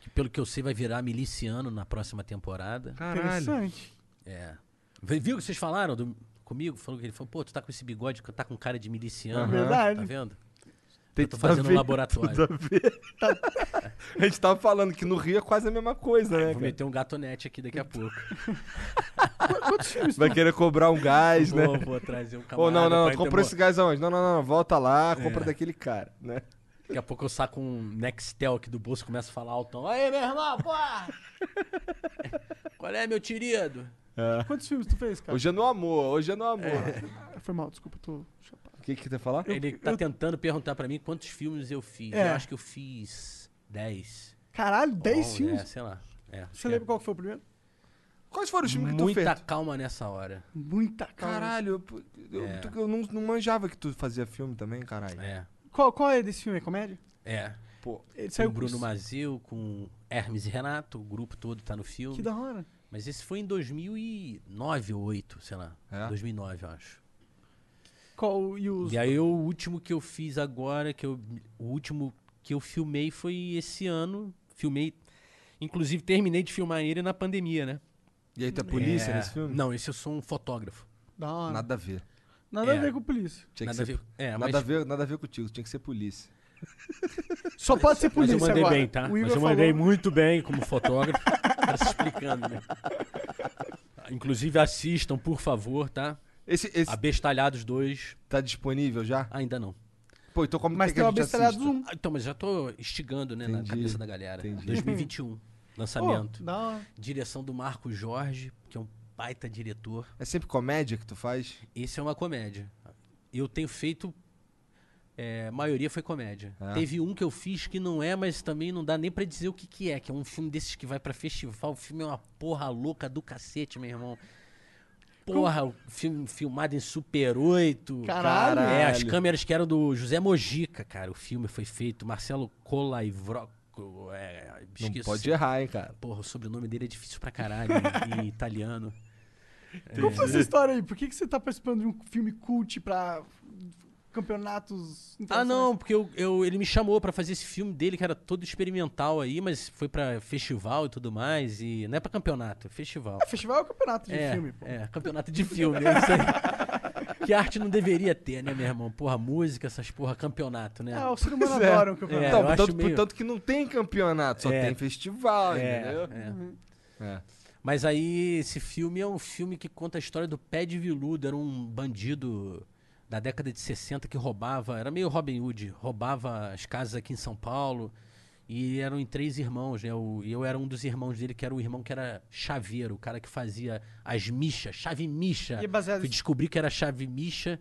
Que pelo que eu sei vai virar miliciano na próxima temporada.
Interessante.
É. Vi- Viu o que vocês falaram do- comigo? Falou que ele falou, pô, tu tá com esse bigode, que tá com cara de miliciano.
É verdade.
Tá vendo?
Tem
Eu tô
tudo a
fazendo um
ver,
laboratório.
tudo a ver. Tá- A gente tava falando que no Rio é quase a mesma coisa, né?
Vou
cara?
meter um gatonete aqui daqui a pouco.
Qu- Quantos filmes
Vai
tu-
querer cobrar um gás, né?
vou, vou trazer um camarada.
[LAUGHS] Ou não, não, não,
pra
comprou
intermo-
esse gás aonde? Não, não, não, não, volta lá, compra daquele cara, né?
Daqui a pouco eu saco um Nextel aqui do bolso e começo a falar alto. Aí, meu irmão, porra! [LAUGHS] Qual é, meu querido?
Quantos filmes tu fez, cara? Ah,
Hoje é no amor, hoje é no amor.
Foi mal, desculpa, tô chapado.
O que que tu ia falar?
Ele tá tentando perguntar pra mim quantos filmes eu fiz.
É.
Eu acho que eu fiz 10.
Caralho, 10
11,
filmes?
É, sei lá. É, acho
Você
que é.
lembra qual que foi o primeiro?
Quais foram os filmes que tu fez?
Muita calma nessa hora.
Muita calma.
Caralho, eu, eu- tu- eu não, não manjava que tu fazia filme também, caralho.
É.
Qual, qual é desse filme? É comédia?
É.
Pô,
Ele
Com
saiu
o Bruno Mazeu, com Hermes e Renato, o grupo todo tá no filme.
Que da hora.
Mas esse foi em 2009 ou 8, sei lá.
É?
2009, eu acho.
Qual, e os...
E aí o último que eu fiz agora, que eu, o último que eu filmei foi esse ano. Filmei, inclusive terminei de filmar ele na pandemia, né?
e aí tu é polícia
É,
nesse filme?
Não, esse eu sou um fotógrafo.
Da hora. Nada,
Nada a ver.
a
é.
ver com polícia.
Tinha
nada
que
a
ser,
ver. É,
nada,
mas,
a ver, nada a ver contigo, tinha que ser polícia.
Só pode ser
mas
polícia
eu mandei
agora.
bem, tá?
O Igor
Mas eu mandei
falou...
muito bem como fotógrafo. [LAUGHS] Tá se explicando, né? Inclusive assistam, por favor, tá?
Esse, esse
Abestalhados 2,
tá disponível já?
ainda não.
Pô, então como
Mas
que
tem
a
uma
gente
bestalhada
assiste?
um.
Ah, Então, mas já tô instigando, né,
Entendi,
na cabeça da galera.
entendi. [LAUGHS]
2021, lançamento.
Pô, da hora.
Direção do Marco Jorge, que é um baita diretor.
É sempre comédia que tu faz?
Esse é uma comédia. Eu tenho feito. é, a maioria foi comédia.
É.
Teve um que eu fiz que não é, mas também não dá nem pra dizer o que, que é, que é um filme desses que vai pra festival. O filme é uma porra louca do cacete, meu irmão. Porra, o filme filmado em Super 8.
Caralho.
É, as
Caralho.
câmeras que eram do José Mojica, cara. O filme foi feito. Marcelo Colaivroco. É,
Não
esqueci.
pode errar, hein, cara.
Porra, o sobrenome dele é difícil pra [LAUGHS] caralho. em italiano.
Como foi essa história aí? Por que, que você tá participando de um filme cult pra campeonatos
Ah,
internacionais?
não, porque eu, eu- ele me chamou pra fazer esse filme dele, que era todo experimental aí, mas foi pra festival e tudo mais, e não é pra campeonato, é festival.
Festival é o campeonato de
é,
filme, pô.
é, campeonato de filme, é isso aí. [LAUGHS] Que arte não deveria ter, né, meu irmão? Porra, música, essas porra, campeonato, né?
Ah, o ser humano
Pois é.
adora um campeonato.
É,
então,
eu acho
portanto,
meio-
portanto que não tem campeonato, só
É.
tem festival,
É,
entendeu?
é.
É.
Mas aí, esse filme é um filme que conta a história do Pé de Viludo. Era um bandido da década de 60 que roubava, era meio Robin Hood, roubava as casas aqui em São Paulo. E eram em três irmãos, né? O- E eu era um dos irmãos dele, que era o irmão que era chaveiro, o cara que fazia as michas, chave micha.
E é baseado
Fui
em-
descobrir que era chave micha.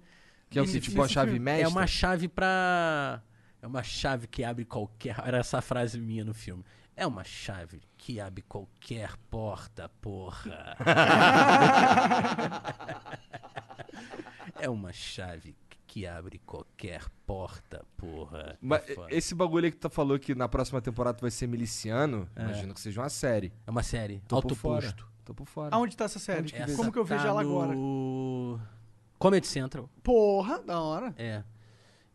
Que é o
Esse-
que, tipo, uma
esse
chave
filme
mestra.
É uma chave pra. É uma chave que abre qualquer. Era essa frase minha no filme. É uma chave que abre qualquer porta, porra. é uma chave que abre qualquer porta, porra.
Mas
É foda.
esse bagulho aí que tu falou que na próxima temporada tu vai ser miliciano, imagino que seja uma série.
É uma série.
Tô
Alto
por fora.
Posto.
Tô por fora.
Aonde tá essa série?
Essa
Como que eu vejo
tá
ela
no...
agora?
Comedy Central.
Porra, da hora.
É.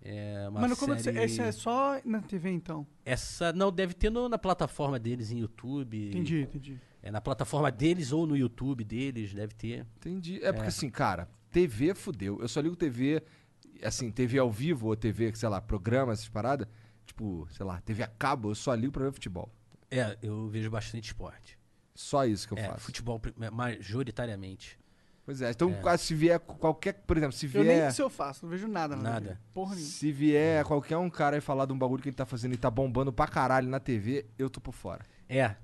É uma
Mano, como é que você-
série...
esse é só na TV, então?
Essa não deve ter no- na plataforma deles em YouTube.
Entendi, entendi.
É na plataforma deles ou no YouTube deles, deve ter.
Entendi. É, porque assim, cara, TV fudeu. Eu só ligo TV, assim, TV ao vivo ou TV, sei lá, programa, essas paradas. Tipo, sei lá, TV a cabo, eu só ligo pra ver futebol.
É, eu vejo bastante esporte.
Só isso que eu
É,
faço.
futebol pri- ma- majoritariamente.
Pois é, então quase se vier qualquer, por exemplo, se
Eu nem
vier,
se eu faço, não vejo nada. na
Nada.
TV. Porra nenhuma.
se vier qualquer um cara aí falar de um bagulho que ele tá fazendo e tá bombando pra caralho na TV, eu tô por fora.
É.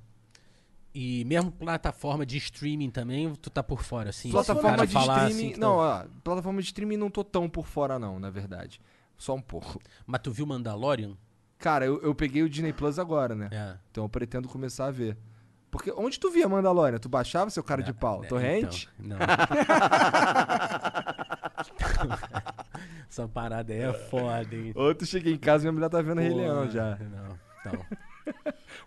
E mesmo plataforma de streaming também, tu tá por fora, assim.
plataforma
Se o cara
de
falar, assim,
streaming,
que tá-
não, ó, plataforma de streaming não tô tão por fora não, na verdade. Só um pouco.
Mas tu viu Mandalorian?
Cara, eu, eu peguei o Disney Plus agora, né?
É.
Então eu pretendo começar a ver. Porque onde tu via Mandalorian? Tu baixava seu cara de pau?
É,
Torrente? [LAUGHS]
então, não. Essa parada aí é foda, hein? então.
Ou tu chega em casa e minha mulher tá vendo Rei
é Pô,
Leão já.
Não, então.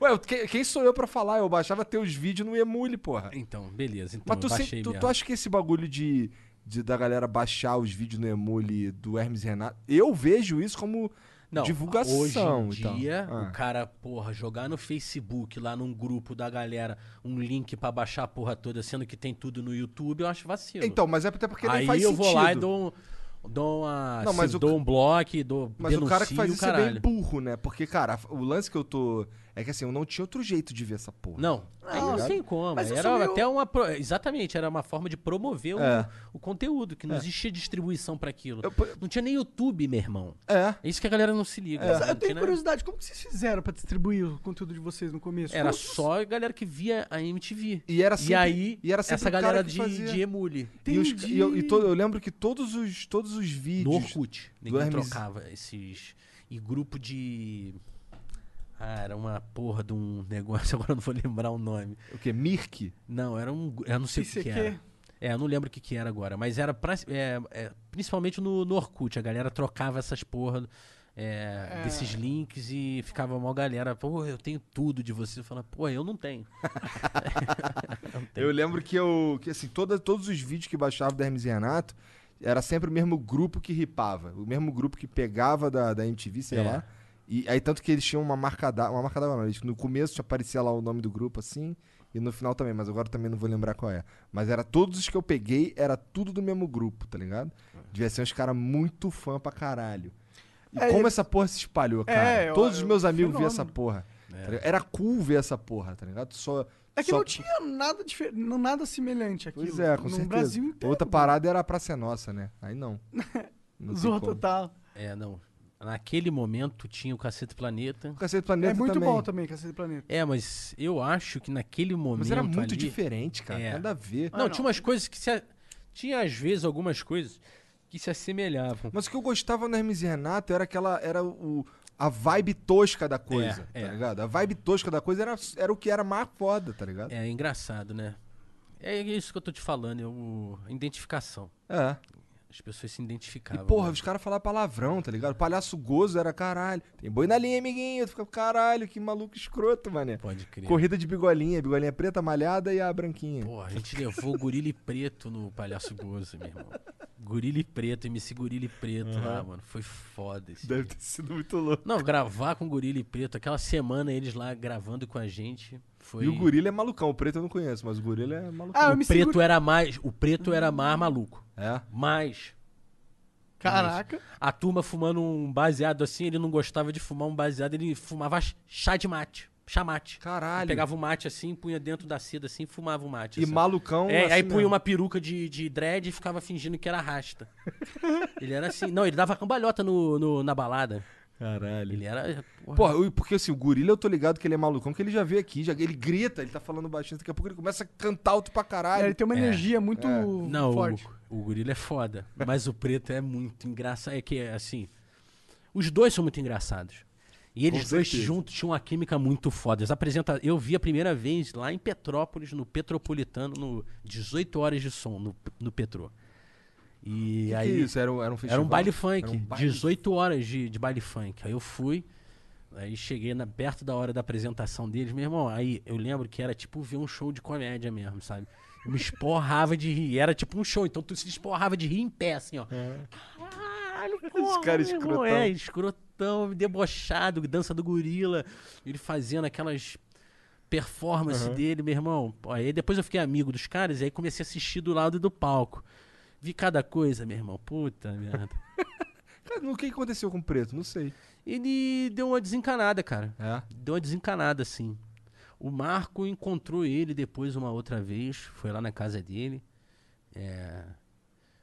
Ué, eu- que- quem sou eu pra falar? Eu baixava teus vídeos no Emule, porra.
Então, beleza. Então,
Mas tu,
eu
se-
baixei
tu- tu
mesmo.
acha que esse bagulho de, de- da galera baixar os vídeos no Emule do Hermes e Renato, eu vejo isso como
Não,
divulgação.
Hoje em
então.
dia,
Ah.
o cara, porra, jogar no Facebook, lá num grupo da galera, um link pra baixar a porra toda, sendo que tem tudo no YouTube, eu acho vacilo.
Então, mas é até porque
Aí
nem faz
eu
sentido.
vou lá e dou, um- dou uma.
Não, mas
sim,
o
dou
ca-
um bloco, dou.
Mas o cara que faz
denuncio,
isso é bem
caralho.
burro, né? Porque, cara, o lance que eu tô. É que assim, eu não tinha outro jeito de ver essa porra.
Não, aí não
ligado?
tem como.
Mas isso
era
meio-
até uma. pro- Exatamente, era uma forma de promover o-
É.
o, conteúdo, que não existia distribuição pra aquilo.
Eu- por-
Não tinha nem YouTube, meu irmão.
É.
É isso que a galera não se liga.
Mas
não
eu tenho
né?
tinha-
curiosidade, como que vocês fizeram pra distribuir o conteúdo de vocês no começo?
Era
Como-
só a galera que via a MTV.
E era
e
sempre-
aí,
e era sempre
essa
o cara
galera
que
de,
fazia.
de emule.
E, os-
Entendi.
e eu, e to- eu lembro que todos os, todos os vídeos.
No Orkut. Ninguém
Hermes-
trocava esses. E grupo de. Ah, era uma porra de um negócio, [LAUGHS] agora eu não vou lembrar o nome.
O quê? Mirk?
Não, era um. gru- Eu não sei o que, que
ICQ?
era. É, eu não lembro o que, que era agora, mas era pra- é, é, principalmente no, no Orkut. A galera trocava essas porra é, desses links e ficava mal galera. Pô, eu tenho tudo de você. Eu falava, pô, eu não [LAUGHS] tenho. Eu não tenho.
Eu lembro que eu. Que assim, toda, todos os vídeos que baixava da Hermes e Renato, era sempre o mesmo grupo que ripava. O mesmo grupo que pegava da, da MTV, sei
É.
lá. E aí, tanto que eles tinham uma marca d'água. Uma marca d'água, não. Eles, no começo aparecia lá o nome do grupo, assim. E no final também, mas agora também não vou lembrar qual é. Mas era todos os que eu peguei, era tudo do mesmo grupo, tá ligado? Devia ser uns caras muito fã pra caralho. E
É,
como
e- É,
essa porra se espalhou, cara.
eu-
Todos os
eu-
meus amigos viam essa
fenômeno.
porra. tá ligado? Era cool ver essa porra, tá ligado? Só,
É que
só-
não tinha nada, difer... não- nada semelhante aqui.
Pois é, com
no
certeza.
Brasil inteiro.
Outra parada era a Praça é Nossa, né? Aí não. não tem
Zorra
como.
total.
É, não. Naquele momento tinha o Cacete Planeta.
O Cacete do Planeta
é muito
também.
bom também, Cacete do Planeta.
É, mas eu acho que naquele momento.
Mas era muito Ah,
ali-
diferente, cara.
É.
Nada a ver.
Não, tinha umas coisas que se. a- Tinha às vezes algumas coisas que se assemelhavam.
Mas o que eu gostava no Hermes e Renato era aquela. Era o. A vibe tosca da coisa,
É,
tá
é.
ligado? A vibe tosca da coisa era, era o que era mais foda, tá ligado? É.
É engraçado, né? É isso que eu tô te falando, é o... a identificação. As pessoas se
E,
identificavam.
É. porra,
né?
os caras falavam palavrão, tá ligado? Palhaço gozo era caralho. Tem boi na linha, amiguinho. Tu fica, caralho, que maluco escroto, mané.
Pode crer.
Corrida de bigolinha, bigolinha preta, malhada e a branquinha.
Porra, a gente levou o Gorille Preto no Palhaço Gozo, meu irmão. Gorille Preto, MC Gorille Preto lá, mano. Foi foda esse
Deve ter sido muito louco.
Não, gravar com o Gorila e Preto, aquela semana eles lá gravando com a gente, foi
E o gorila é malucão. O preto eu não conheço, mas o gorila é malucão.
Ah, eu
o
me
preto
seguro.
era mais, o preto era mais maluco.
É?
Mas
Caraca.
a turma fumando um baseado assim, ele não gostava de fumar um baseado, ele fumava chá de mate, chamate.
Caralho.
Pegava o mate assim, punha dentro da seda assim, fumava o mate.
E
assim.
malucão.
É,
assim
aí punha
mesmo.
uma peruca de, de dread e ficava fingindo que era rasta. [LAUGHS] ele era assim, não, ele dava cambalhota no, no- na balada.
Caralho.
Ele era. porra,
Porra, eu- porque assim, o gorila eu tô ligado que ele é malucão, que ele já veio aqui, já, ele grita, ele tá falando baixinho, daqui a pouco ele começa a cantar alto pra
É,
caralho.
ele tem uma energia muito
É.
Não,
forte.
O, o gorila é foda. Mas o preto é muito engraçado. É que, é assim, os dois são muito engraçados. E eles
Com
dois
certeza.
juntos tinham uma química muito foda. Eles apresenta... Eu vi a primeira vez lá em Petrópolis, no Petropolitano, no 18 Horas de Som, no, no Petrô. E
Que que é
aí.
isso? Era, um- era um festival?
Era um baile funk,
Era um baile-
18 horas de, de baile funk. Aí eu fui, aí cheguei na- perto da hora da apresentação deles, meu irmão. Aí eu lembro que era tipo ver um show de comédia mesmo, sabe? Eu me esporrava de rir. Era tipo um show, então tu se esporrava de rir em pé, assim, ó. Caralho, porra,
cara
meu
É. escrotão.
irmão, É, escrotão, debochado, dança do gorila. Ele fazendo aquelas performances dele, meu irmão. Pô, Aí depois eu fiquei amigo dos caras e aí comecei a assistir do lado do palco. Vi cada coisa, meu irmão. Puta merda.
Cara, o que que aconteceu com o preto? Não sei.
Ele deu uma desencanada, cara.
É.
Deu uma desencanada, assim. O Marco encontrou ele depois uma outra vez, foi lá na casa dele. é,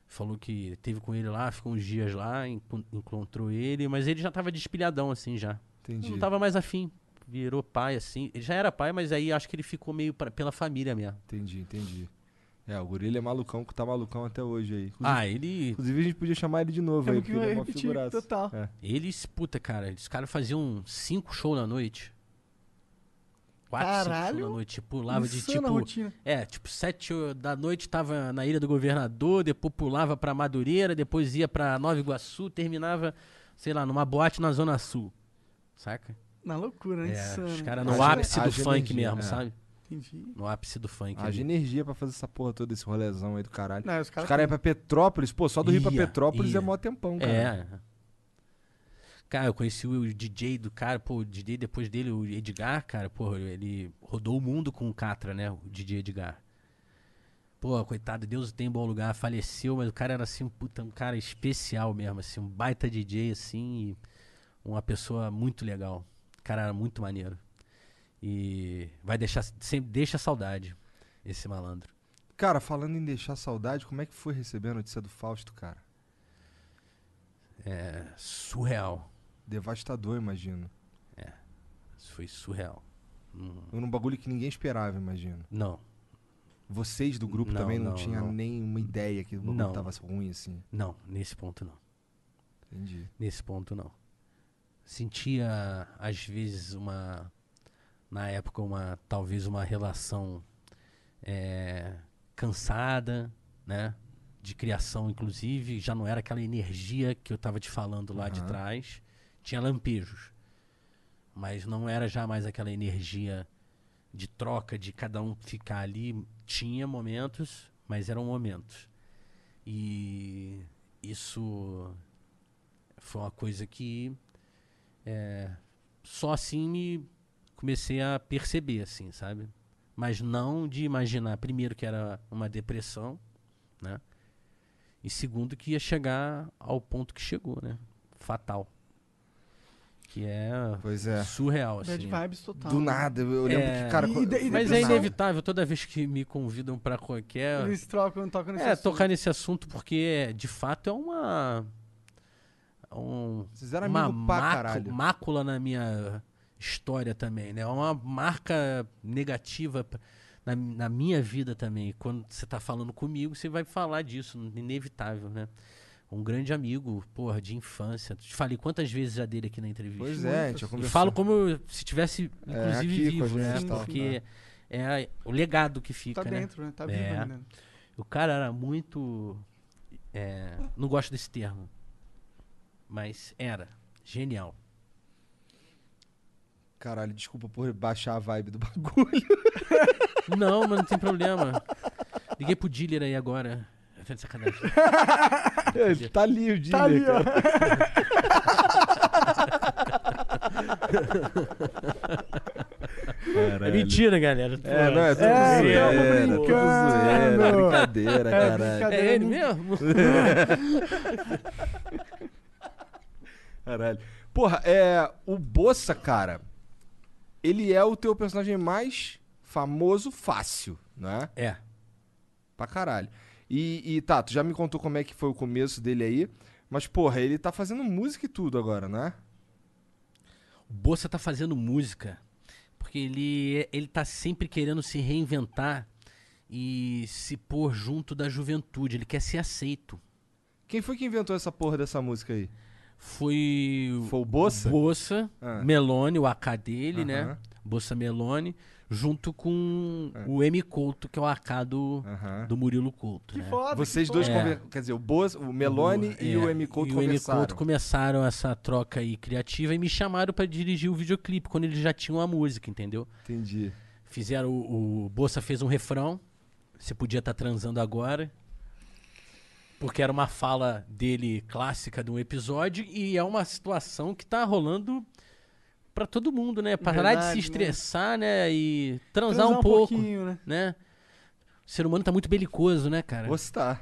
falou que teve com ele lá, ficou uns dias lá, encon- encontrou ele, mas ele já tava despilhadão, assim, já.
Entendi.
Não tava mais afim. Virou pai, assim. Ele já era pai, mas aí acho que ele ficou meio pra- pela família mesmo.
Entendi, entendi. É, o gorila é malucão, que tá malucão até hoje aí. Inclusive,
Ah, ele.
inclusive a gente podia chamar ele de novo
Temos
aí, porque
que
ele é uma
repetir
figuraça.
total.
É.
Eles, puta, cara, eles caras faziam cinco shows na noite. Quatro, cinco
Caralho.
shows na noite. Pulava de
Insana
tipo.
rotina.
É, tipo, sete da noite tava na Ilha do Governador, depois pulava pra Madureira, depois ia pra Nova Iguaçu, terminava, sei lá, numa boate na Zona Sul. Saca?
Na loucura, é,
É,
insano.
os caras
Haja-
no ápice do
haja
funk
energia,
mesmo,
é.
sabe?
Entendi.
No ápice do funk.
Haja
ali.
energia pra fazer essa porra toda, esse rolezão aí do caralho.
Não, os
Os
caras
caras iam pra Petrópolis, pô, só do Rio pra
Ia,
Petrópolis
ia.
é mó tempão, cara.
É. Cara, eu conheci o DJ do cara, pô, o DJ depois dele, o Edgar, cara, pô, ele rodou o mundo com o Catra, né? O DJ Edgar. Pô, coitado, Deus o tem em bom lugar, faleceu, mas o cara era assim, um puta, um cara especial mesmo, assim, um baita DJ, assim, e uma pessoa muito legal. O cara era muito maneiro. E vai deixar, sempre deixa saudade, esse malandro.
Cara, falando em deixar saudade, como é que foi receber a notícia do Fausto, cara?
É surreal.
Devastador, imagino.
Isso foi surreal.
Um bagulho que ninguém esperava, imagino.
Não,
Vocês do grupo
Não,
também não,
não,
tinham
não.
nenhuma ideia que o bagulho
Não.
tava ruim assim.
não, nesse ponto não.
Entendi.
Nesse ponto, não. Sentia, às vezes, uma. Na época, uma. Talvez uma relação. eh, cansada, né? De criação, inclusive. Já não era aquela energia que eu tava te falando lá de
Aham.
trás. Tinha lampejos. Mas não era jamais aquela energia de troca, de cada um ficar ali. Tinha momentos, mas eram momentos. E isso foi uma coisa que é, só assim me comecei a perceber, assim, sabe? Mas não de imaginar, primeiro, que era uma depressão, né? E segundo, que ia chegar ao ponto que chegou, né? Fatal. Que é
Pois é.
surreal,
Bad
assim.
vibes total.
Do
né?
nada, eu eu lembro
É.
que, cara.
E-
co-
e de- e
Mas
do
é
nada.
inevitável, toda vez que me convidam pra qualquer.
Eles trocam, tocam nesse
É,
assunto.
tocar nesse assunto porque de fato é uma. Um,
Vocês eram
uma
amigos pra
macu-
caralho.
mácula na minha história também, né? É uma marca negativa pra- na, na minha vida também. Quando você tá falando comigo, você vai falar disso, inevitável, né? Um grande amigo, porra, de infância. Te falei quantas vezes já dele aqui na entrevista.
Pois é, a gente já
E
conversou.
falo como eu- se tivesse,
É,
inclusive,
aqui com a
vivo, né?
gente tá. e tal,
Porque é o legado que fica,
Tá
né?
dentro, né? Tá
É.
vivo ainda. né?
O cara era muito. é, não gosto desse termo. Mas era. Genial.
Caralho, desculpa por baixar a vibe do bagulho.
Não, mas não tem problema. Liguei pro dealer aí agora. Tá de Sacanagem.
Ele tá ali o dia.
Tá ali, ó.
É mentira, galera.
É, não, é tudo
É,
zoeira.
tamo
tudo zoeira,
brincando.
brincadeira,
É
caralho.
brincadeira.
É ele mesmo?
Caralho. Porra, é. O Bossa, cara, ele é o teu personagem mais famoso fácil, né?
É.
Pra caralho. E, e tá, tu já me contou como é que foi o começo dele aí. Mas, porra, ele tá fazendo música e tudo agora, né?
O Bossa tá fazendo música. Porque ele, ele tá sempre querendo se reinventar e se pôr junto da juventude. Ele quer ser aceito.
Quem foi que inventou essa porra dessa música aí?
Foi. o-
Foi o Bossa?
Bossa,
Ah.
Melone, o AK dele, né?
Aham.
Bossa Melone, junto com o M Couto, que é o AK do,
Aham.
do Murilo Couto.
Que
né?
foda.
Vocês
que
dois
foda.
conver... Quer dizer, o Bossa, o Melone e
É,
o M. Couto
e o M. Couto
conversaram.
começaram essa troca aí criativa e me chamaram pra dirigir o videoclipe, quando eles já tinham a música, entendeu?
Entendi.
Fizeram o, o Bossa fez um refrão. Você podia estar transando agora. Porque era uma fala dele clássica de um episódio e é uma situação que tá rolando pra todo mundo, né? Parar de
Verdade,
se
né?
estressar, né, e transar,
Transar
um, pouco,
pouquinho, né?
né? O ser humano tá muito belicoso, né, cara?
Bossa tá.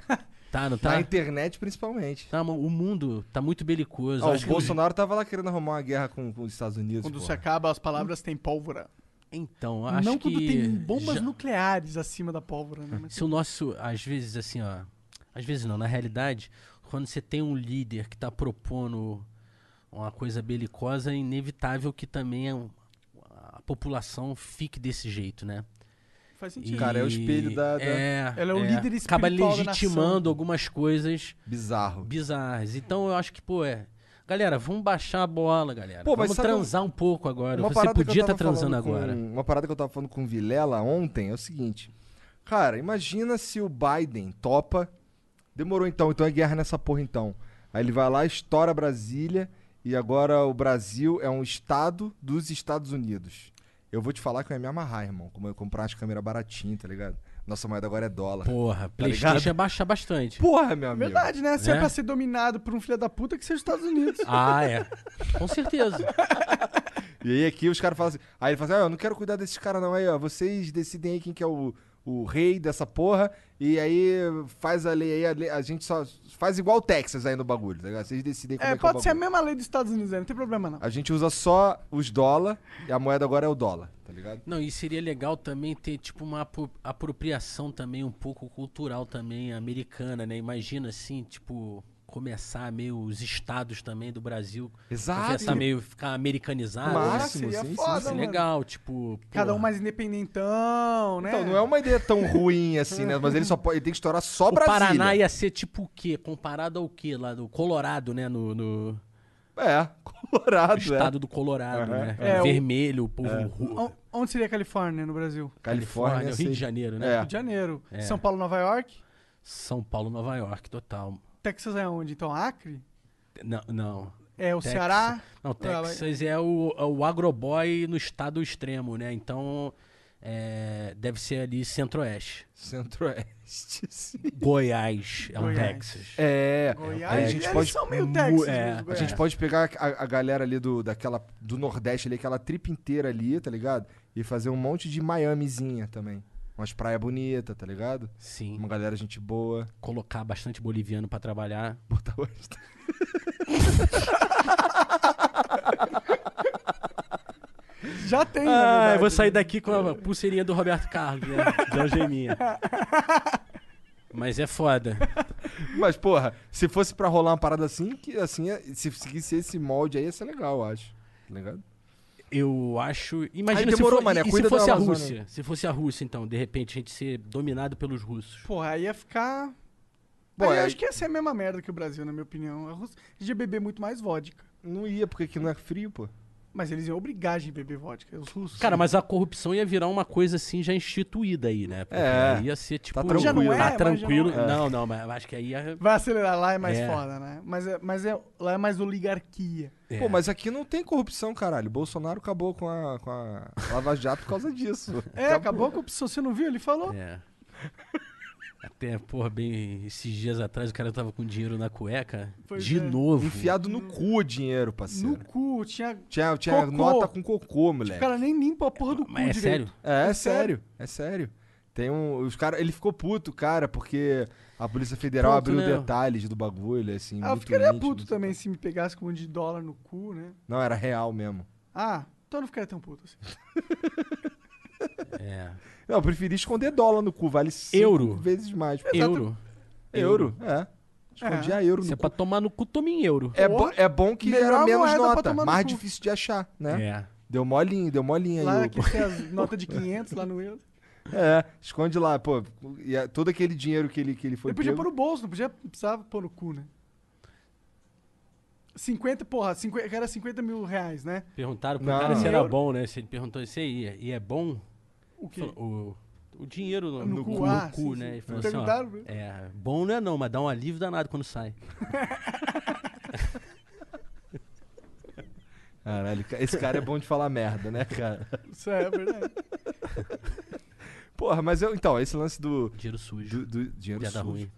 Tá, não
Na
tá?
internet, principalmente.
Tá, o mundo tá muito belicoso.
Ah,
Acho
o
que os-
Bolsonaro tava lá querendo arrumar uma guerra com, com os Estados Unidos.
Quando se
porra.
acaba as palavras, tem pólvora.
Então, acho
não
que
quando tem bombas
já-
nucleares acima da pólvora, né? Mas-
Se o nosso, às vezes, assim, ó. Às vezes não, na realidade, quando você tem um líder que tá propondo uma coisa belicosa, é inevitável que também a, a população fique desse jeito, né?
Faz
E-
sentido.
Cara, é o espelho da- da-
É,
Ela é o líder
Acaba
espiritual da
legitimando
nação.
algumas coisas
Bizarro.
bizarras. Então eu acho que, pô, é. Galera, vamos baixar a bola, galera.
Pô, mas
vamos
sabe
transar um pouco agora.
Uma
Você
parada que eu
podia estar
tava
transando
falando com- um-
agora.
uma parada que eu tava falando com o Vilela ontem é o seguinte. Cara, imagina se o Biden topa. Demorou então, então é guerra nessa porra então. Aí ele vai lá, estoura Brasília E agora o Brasil é um estado dos Estados Unidos. Eu vou te falar que eu ia me amarrar, irmão. Como eu comprar umas câmeras baratinhas, tá ligado? Nossa moeda agora é dólar.
Porra,
ligado?
Playstation ia baixar bastante.
Porra, meu amigo.
Verdade, né? Se é.
É.
pra ser dominado por um filho da puta, que seja os Estados
[LAUGHS]
Unidos.
Ah, é. Com certeza.
E aí aqui os caras falam assim. Aí ele fala assim: ah, eu não quero cuidar desses caras, não. Aí, ó, vocês decidem aí quem que é o, o rei dessa porra. E aí faz a lei aí, a, lei- a gente só faz igual o Texas aí no bagulho, tá ligado? Vocês decidem como é,
É,
que é o
pode ser a
bagulho.
mesma lei dos Estados Unidos, né? não tem problema não.
A gente usa só os dólar e a moeda agora é o dólar, tá ligado?
Não, e seria legal também ter, tipo, uma apro- apropriação também um pouco cultural também americana, né? Imagina, assim, tipo, começar meio os estados também do Brasil.
Exato.
Começar meio ficar americanizado.
Massa,
né?
máximo,
Ah, seria
Ah, sim, sim,
foda,
Isso é
mano.
legal, tipo...
Cada um
porra.
mais independentão, né?
Então, não é uma ideia tão ruim assim, né? Mas ele só pode, ele tem que estourar só
O
Brasília.
Paraná ia ser tipo o quê? Comparado ao quê? Lá do Colorado, né? No, no
É, [LAUGHS] Colorado,
estado do Colorado,
Aham.
né?
É, o-
Vermelho, o povo... ru-
O- Onde seria a Califórnia no Brasil?
é. Califórnia,
Califórnia, Rio de Janeiro,
Ah,
né?
Rio de Janeiro.
É.
São Paulo, Nova York.
São Paulo, Nova York, total.
Texas é onde? Então, Acre?
Não, não.
É o
Texas.
Ceará?
Não,
Ah, vai-
Texas é o, é o agroboy no estado extremo, né? Então, é, deve ser
[LAUGHS]
ali centro-oeste.
Centro-Oeste, [LAUGHS] sim.
Goiás é o
Goiás.
Texas.
É,
Goiás?
a
Eles
gente pode
são meio
mu-
Texas
é,
mesmo,
A
Goiás.
gente pode pegar a, a galera ali do, daquela, do Nordeste ali, aquela tripa inteira ali, tá ligado? E fazer um monte de Miamizinha também. Umas praias bonitas, tá ligado?
Sim,
Uma galera gente boa. [LAUGHS]
colocar bastante boliviano pra trabalhar.
Botar o-
Já
É
tem, na
Ah,
verdade,
eu vou sair
né?
daqui com a pulseirinha do Roberto Carlos,
[LAUGHS]
né? Da algeminha. Mas é foda.
Mas, porra, se fosse pra rolar uma parada assim, que assim, é- se seguisse esse molde aí, ia ser legal, eu acho. Tá ligado?
Eu acho. Imagina
demorou,
se, fo-
mané,
e- e
cuida
se
da
fosse a
Amazônia.
Rússia. Se fosse a Rússia, então, de repente, a gente ser dominado pelos russos.
Porra, aí ia ficar...
Bom,
aí eu
aí-
acho que ia ser a mesma merda que o Brasil, na minha opinião. A Rússia a gente ia beber muito mais vodka.
Não ia, porque aqui não é frio, pô.
Mas eles iam obrigar a gente a beber vodka, os russos.
Cara, mas a corrupção ia virar uma coisa assim já instituída aí, né? Porque
É.
Ia ser tipo.
tranquilo. Já não é,
tá
mas
tranquilo.
já não
Não, não, mas eu acho que aí ia.
Vai acelerar, lá é mais
É.
foda, né? Mas, é- mas é, lá é mais oligarquia.
É.
Pô, mas aqui não tem corrupção, caralho. Bolsonaro acabou com a, com a Lava Jato por causa disso.
É, acabou com o opção. Você não viu? Ele falou.
É. Até, porra, bem, esses dias atrás o cara tava com dinheiro na cueca.
Pois
de
é.
novo.
Enfiado no cu o dinheiro, parceiro.
No cu, tinha.
Tinha, tinha
Cocô.
nota com cocô,
O
moleque.
cara nem limpa a porra do cu
Mas é
direito.
sério?
É, é
É
sério, é sério. Tem um. Os cara, ele ficou puto, cara, porque a Polícia Federal
Pronto,
abriu
né?
detalhes do bagulho, assim.
Ah, eu
muito
ficaria
íntimo,
puto
muito-
também se me pegasse com um monte de dólar no cu, né?
Não, era real mesmo.
Ah, então eu não ficaria tão puto assim.
É.
Não, eu preferi esconder dólar no cu, vale cinco
Euro.
vezes mais.
Euro.
Euro, é. Escondia euro
Você
no
é
cu.
pra tomar no cu, toma em euro.
É, bo- é bom que
Melhor
era menos
moeda pra
nota,
tomar no
mais
cu.
difícil de achar, né?
É.
Deu molinho, deu molinho aí.
Lá
o-
que tem
[LAUGHS]
as notas de 500 lá no euro.
É, esconde lá, pô. E a- todo aquele dinheiro que ele, que ele foi
Ele podia
pego-
pôr no bolso, não podia, não precisava pôr no cu, né? 50, porra, 50, que era 50 mil reais, né?
Perguntaram pro
Não.
cara se era
Euro.
bom, né? Se ele perguntou isso aí. E é bom?
O quê?
Falou, O, o dinheiro no,
No
no
cu,
cu,
ah,
no cu
sim,
né?
sim.
Ele falou assim, ó,
Perguntaram, né?
é, bom não é não, mas dá um alívio danado quando sai.
Caralho, ca- esse cara é bom de falar merda, né, cara?
Isso é verdade.
Porra, mas eu, então, esse lance do,
Dinheiro sujo.
do, do dinheiro
Piada
sujo.
ruim.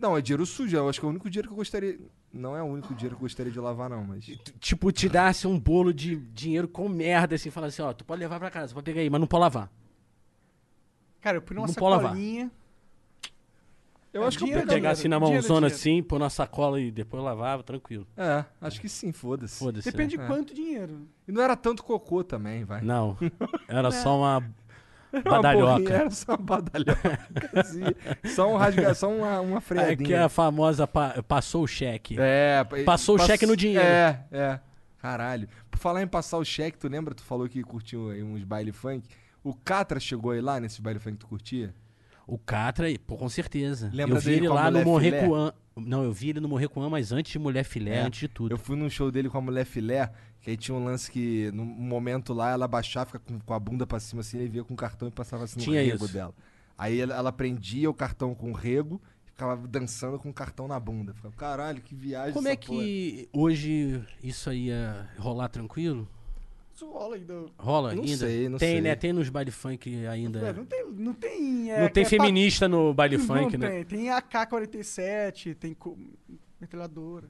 Não, é dinheiro sujo. Eu acho que é o único dinheiro que eu gostaria. Não é o único dinheiro que eu gostaria de lavar, não, mas.
T- Tipo, te dá-se um bolo de dinheiro com merda, assim, fala assim, ó, tu pode levar pra casa, pode pegar aí, mas não pode lavar.
Cara, eu pus numa
Não pode lavar.
sacolinha.
Eu
É
acho que eu
dinheiro
pegaria.
Pegar assim na
dinheiro, é
mãozona,
dinheiro.
assim, pôr na sacola e depois lavava, tranquilo.
É, acho que sim, foda-se.
Foda-se. né?
Depende de quanto dinheiro.
E não era tanto cocô também, [LAUGHS] vai.
Não,
[LAUGHS]
era
É.
só uma é
Era uma porrinha,
badalhoca.
Era só uma badalhoca. só um rasga, só uma, uma
É que a
freadinha.
famosa pa- passou o cheque.
É, pa-
Passou o
pass-
cheque no dinheiro.
É, é. Caralho. Por falar em passar o cheque, tu lembra? Tu falou que curtiu aí uns baile funk. O Catra chegou aí lá nesse baile funk que tu curtia?
O Catra, e- pô, com certeza.
Lembra
eu vi
dele
ele
com a
lá no
Mulher Filé?
Morrecuan. Não, eu vi ele no Morrecuan, mas antes de Mulher Filé,
É.
antes de tudo.
Eu fui num show dele com a mulher filé, que aí tinha um lance que, num momento lá, ela baixava, fica com, com a bunda pra cima assim, ele via com o cartão e passava assim no
Tinha
rego
isso.
dela. Aí ela, ela prendia o cartão com o rego, ficava dançando com um cartão na bunda. Ficava, caralho, que viagem
Como é
essa porra."
que hoje isso aí ia rolar tranquilo?
Isso rola ainda.
Rola
Não
ainda?
sei, não
tem,
sei.
né? Tem nos baile funk ainda.
É, não tem. Não tem, é,
não tem
é
feminista no baile
pa-
funk,
não Tem,
né?
tem AK-47, tem co- metralhadora.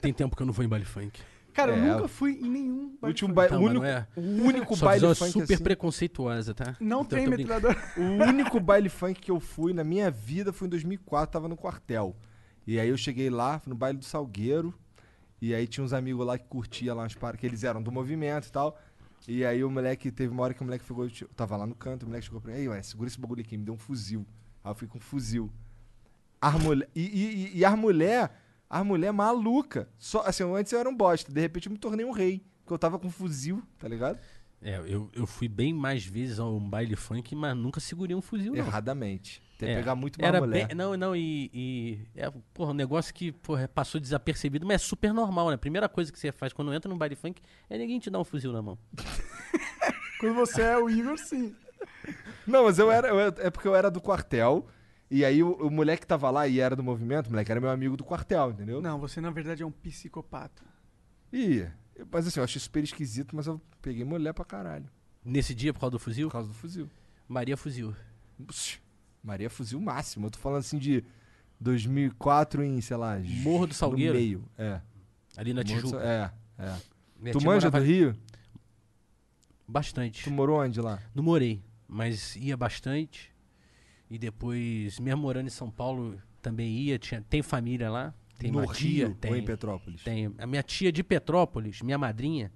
Tem tempo que eu não vou em baile funk.
Cara,
É.
eu nunca fui em nenhum baile
O último
funk.
baile,
Então,
o único,
mano, é.
o único
Sua
baile
visão é
funk
super
assim-
preconceituosa, tá?
Não
Então,
tem
tô brincando.
metralhadora.
[LAUGHS]
O único baile funk que eu fui na minha vida foi em 2004, tava no quartel. E aí eu cheguei lá, no baile do Salgueiro, e aí tinha uns amigos lá que curtia lá umas paradas, que eles eram do movimento e tal. E aí o moleque, teve uma hora que o moleque pegou, eu tava lá no canto, o moleque chegou pra mim, ei, ué, segura esse bagulho aqui, me deu um fuzil. Aí eu fui com um fuzil. As mulher, e, e, e- e as mulher, as mulher maluca. Só, assim, eu antes eu era um bosta, de repente eu me tornei um rei, porque eu tava com um fuzil, tá ligado?
É, eu, eu fui bem mais vezes a um baile funk, mas nunca segurei um fuzil, não.
Erradamente. Tem que
É,
pegar muito mais
Era
mulher.
bem- não, não, e. e é, porra, um negócio que porra, passou desapercebido, mas é super normal, né? A primeira coisa que você faz quando entra num baile funk é ninguém te dar um fuzil na mão.
Quando você é o Igor, sim.
Não, mas eu era, eu era- É porque eu era do quartel. E aí o, o moleque que tava lá e era do movimento, o moleque era meu amigo do quartel, entendeu?
Não, você na verdade é um psicopata.
E. Mas assim, eu achei super esquisito, mas eu peguei mulher pra caralho.
Nesse dia, por causa do fuzil,
Por causa do fuzil.
Maria fuzil.
Ush, Maria fuzil máximo. Eu tô falando assim de 2004 em, sei lá. ju-
Morro do Salgueiro?
No meio. É.
Ali na
Morro do Sal-
Tijuca.
É, é.
Minha
tu
tia
manja
morava
do Rio?
Bastante.
Tu morou onde lá?
Não morei, mas ia bastante. E depois, mesmo morando em São Paulo, também ia. Tinha, tem família lá. Tem
no
uma tia,
Rio
tem,
ou em Petrópolis?
tem. A minha tia de Petrópolis, minha madrinha,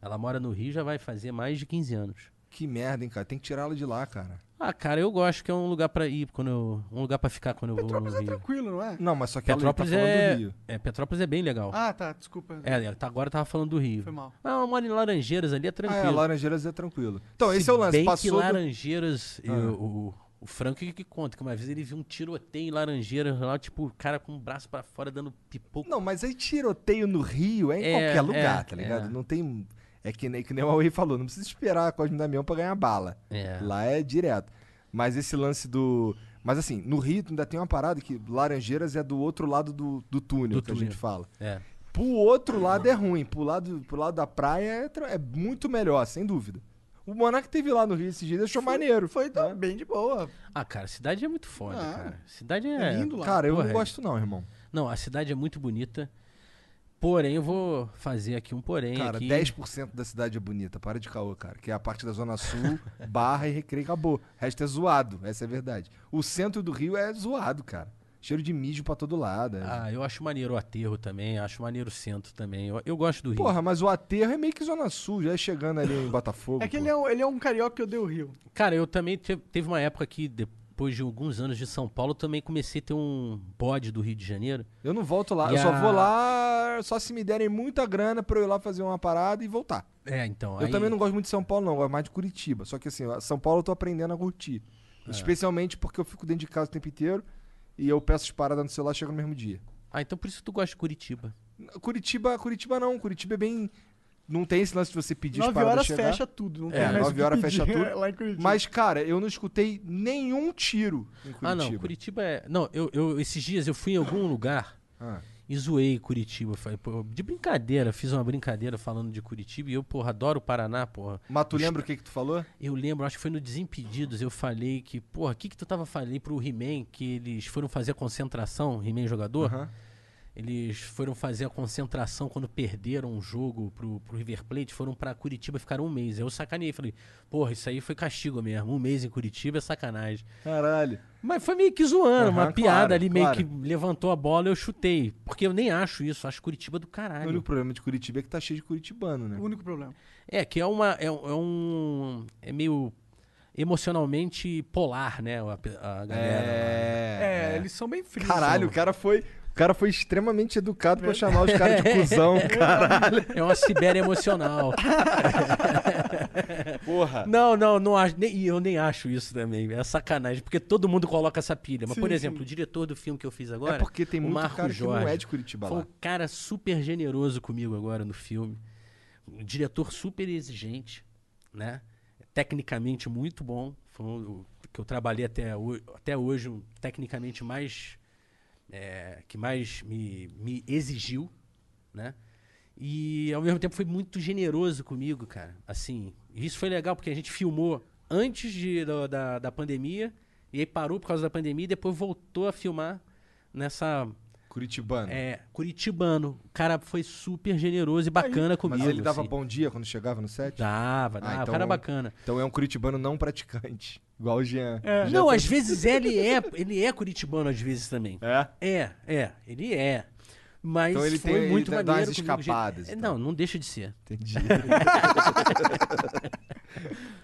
ela mora no Rio já vai fazer mais de 15 anos.
Que merda, hein, cara. Tem que tirá-la de lá, cara.
Ah, cara, eu gosto que é um lugar pra ir quando eu, um lugar para ficar quando eu vou
Petrópolis
no
é
Rio.
tranquilo, não é?
Não, mas só que ela tá
Petrópolis
falando do
é,
Rio.
é Petrópolis é bem legal.
Ah, tá, desculpa.
É, ela tá- agora eu tava falando do Rio.
Foi mal.
Ah, eu moro em Laranjeiras ali, é
Ah,
tranquilo.
é, Laranjeiras é tranquilo. Então, esse
Se
é o lance.
Bem
Passou
que
do-
Laranjeiras,
Ah.
eu- o, o Franco que, que conta, que uma vez ele viu um tiroteio em Laranjeiras lá, tipo, o cara com o braço pra fora dando pipoco.
Não, mas aí tiroteio no Rio é em
É,
qualquer lugar,
é,
tá ligado?
é.
Não tem. É que nem, que nem o Huawei falou, não precisa esperar a Cosme Damião pra ganhar bala.
É.
Lá é direto. Mas esse lance do. Mas assim, no Rio ainda tem uma parada que Laranjeiras é do outro lado do, do túnel
Do
que a
túnel.
gente fala.
É.
Pro outro lado é ruim, pro lado, pro lado da praia é, tra- é muito melhor, sem dúvida. O Monark teve lá no Rio esse dia deixou maneiro.
Foi tá, bem de boa.
Ah, cara, a cidade é muito foda,
Ah,
cara. Cidade é.
É lindo lá.
Cara, eu
Porra,
não
é.
gosto, não, irmão.
Não, a cidade é muito bonita. Porém, eu vou fazer aqui um porém.
Cara,
aqui.
10% da cidade é bonita. Para de caô, cara. Que é a parte da Zona Sul, [LAUGHS] barra e recreio, acabou. O resto é zoado. Essa é a verdade. O centro do Rio é zoado, cara. Cheiro de mijo pra todo lado. é.
Ah, eu acho maneiro o aterro também, acho maneiro o centro também. Eu, eu gosto do Rio.
Porra, mas o aterro é meio que Zona Sul, já é chegando ali em Botafogo.
É que
pô.
ele é, um, ele é um carioca que odeia o Rio.
Cara, eu também te- teve uma época que, depois de alguns anos de São Paulo, eu também comecei a ter um bode do Rio de Janeiro.
Eu não volto lá.
E
Eu só
a-
vou lá só se me derem muita grana pra eu ir lá fazer uma parada e voltar.
É, então.
Eu
aí-
também não gosto muito de São Paulo, não. Eu gosto mais de Curitiba. Só que assim, São Paulo eu tô aprendendo a curtir. Especialmente porque eu fico dentro de casa o tempo inteiro e eu peço as paradas no celular e chega no mesmo dia.
Ah, então por isso tu gosta de Curitiba.
Curitiba, Curitiba não. Curitiba é bem. Não tem esse lance de você pedir as
9
paradas
horas
chegar.
fecha tudo. Não tem
É,
mais o
nove
que
horas
pedir
fecha tudo,
[LAUGHS] Lá em Curitiba.
Mas, cara, eu não escutei nenhum tiro em Curitiba.
Ah, não, Curitiba é. Não, eu, eu- esses dias eu fui em algum lugar
Ah.
e zoei Curitiba. Falei, pô, de brincadeira, fiz uma brincadeira falando de Curitiba e eu, porra, adoro o Paraná, porra.
Mas tu lembra o que, que tu falou?
Eu lembro, acho que foi no Desimpedidos, eu falei que, porra, o que, que tu tava falando pro He-Man que eles foram fazer a concentração, He-Man jogador?
Aham.
Eles foram fazer a concentração quando perderam um jogo pro, pro River Plate, foram pra Curitiba e ficaram um mês. Aí eu sacaneei, falei, porra, isso aí foi castigo mesmo. Um mês em Curitiba é sacanagem.
Caralho.
Mas foi meio que zoando,
Aham,
uma
claro,
piada ali meio
claro.
que levantou a bola e eu chutei. Porque eu nem acho isso, acho Curitiba do
O
caralho.
único problema de Curitiba é que tá cheio de curitibano, né?
O único problema.
É, que é uma. É, um- é um. É meio emocionalmente polar, né? A, a galera.
É, eles são bem frios.
né? Caralho, o cara foi. O cara foi extremamente educado pra chamar os caras de
[LAUGHS]
cuzão, caralho.
É uma Sibéria emocional.
[LAUGHS] Porra.
Não, não, não acho. nem- E eu nem acho isso também. É sacanagem, porque todo mundo coloca essa pilha. Mas, por exemplo, o diretor do filme que eu fiz agora.
É porque tem
o
muito
Marco
cara que não
Jorge,
é de Curitiba
Foi um
lá.
cara super generoso comigo agora no filme. Um diretor super exigente, né? Tecnicamente muito bom. Foi um, o que eu trabalhei até, ho- até hoje, um, tecnicamente mais é, que mais me, me exigiu, né? E ao mesmo tempo foi muito generoso comigo, cara. Assim, e isso foi legal porque a gente filmou antes de- da, da, da pandemia e aí parou por causa da pandemia e depois voltou a filmar nessa
Curitibano.
é, curitibano. O cara foi super generoso e bacana comigo.
Mas ele dava
assim.
bom dia quando chegava no set?
Dava, dava.
então-
o cara é bacana.
Então é um curitibano não praticante. Igual o Jean.
É.
Jean
Não,
tem- [LAUGHS]
às vezes ele é, ele é curitibano às vezes também.
É?
É, é, ele é. Mas
Então ele
foi
tem- ele
muito
dá- dá
maneiro
umas
comigo, gente.
escapadas,
É,
então.
Não, não deixa de
[LAUGHS]
ser.
Entendi.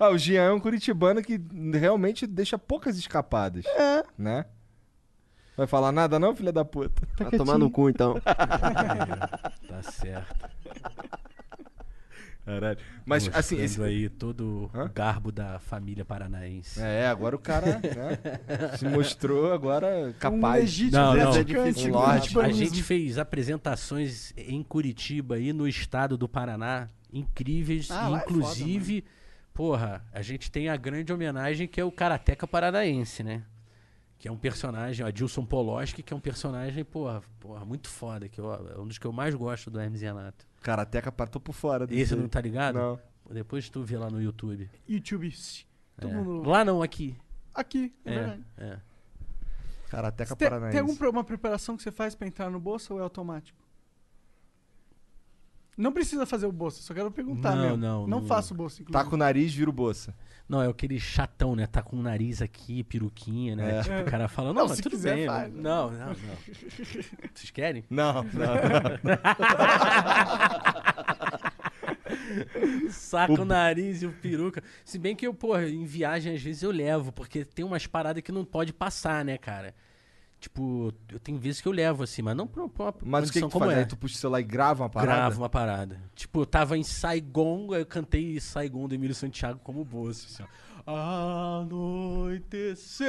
ah, o Jean é um curitibano que realmente deixa poucas escapadas. É. Né? Vai falar nada não, filha da puta?
Vai tomar no cu, então.
Tá certo.
Caralho. Mas, assim,
Mostrando
esse...
aí todo
Hã?
o garbo da família paranaense.
É, agora o cara né, se mostrou agora capaz.
Um legítimo
Não, não.
praticante
Um
do
lorde.
A
curitibanismo.
gente fez apresentações em Curitiba e no estado do Paraná incríveis.
Ah,
e
lá é
inclusive, porra, a gente tem a grande homenagem que é o Karateca Paranaense, né? Que é um personagem, o Adilson Poloski, que é um personagem, porra, porra muito foda, que eu- é um dos que eu mais gosto do Hermes e Renato.
Karateca partou por fora.
Esse
desse-
não tá ligado?
Não.
Depois tu vê lá no YouTube.
YouTube. Todo
É.
mundo
Lá não, aqui.
aqui, é,
É,
verdade.
é.
Karateca
Tem,
paranaense.
tem alguma preparação que você faz pra entrar no bolsa ou é automático? Não precisa fazer o bolsa, só quero perguntar
Não,
mesmo.
não,
não
não.
faço bolsa, inclusive.
Tá com o nariz, vira o bolsa.
Não, é aquele chatão, né? Tá com o nariz aqui, peruquinha, né?
É.
Tipo, o cara fala,
[LAUGHS] Não,
não, mas
se
tudo
quiser,
bem.
faz. né?
mas- Não, não, não.
[LAUGHS]
Vocês querem?
Não, não.
Saca o nariz e o peruca. Se bem que eu, porra, em viagem às vezes eu levo, porque tem umas paradas que não pode passar, né, cara? Tipo, eu tenho vezes que eu levo, assim, mas não pra pra uma
Mas o que, que
condição
tu
como
faz?
é.
Aí tu puxa o celular e grava uma parada?
Grava uma parada. Tipo, eu tava em Saigon, aí eu cantei Saigon do Emílio Santiago como bolso. Assim, ó. Anoiteceu!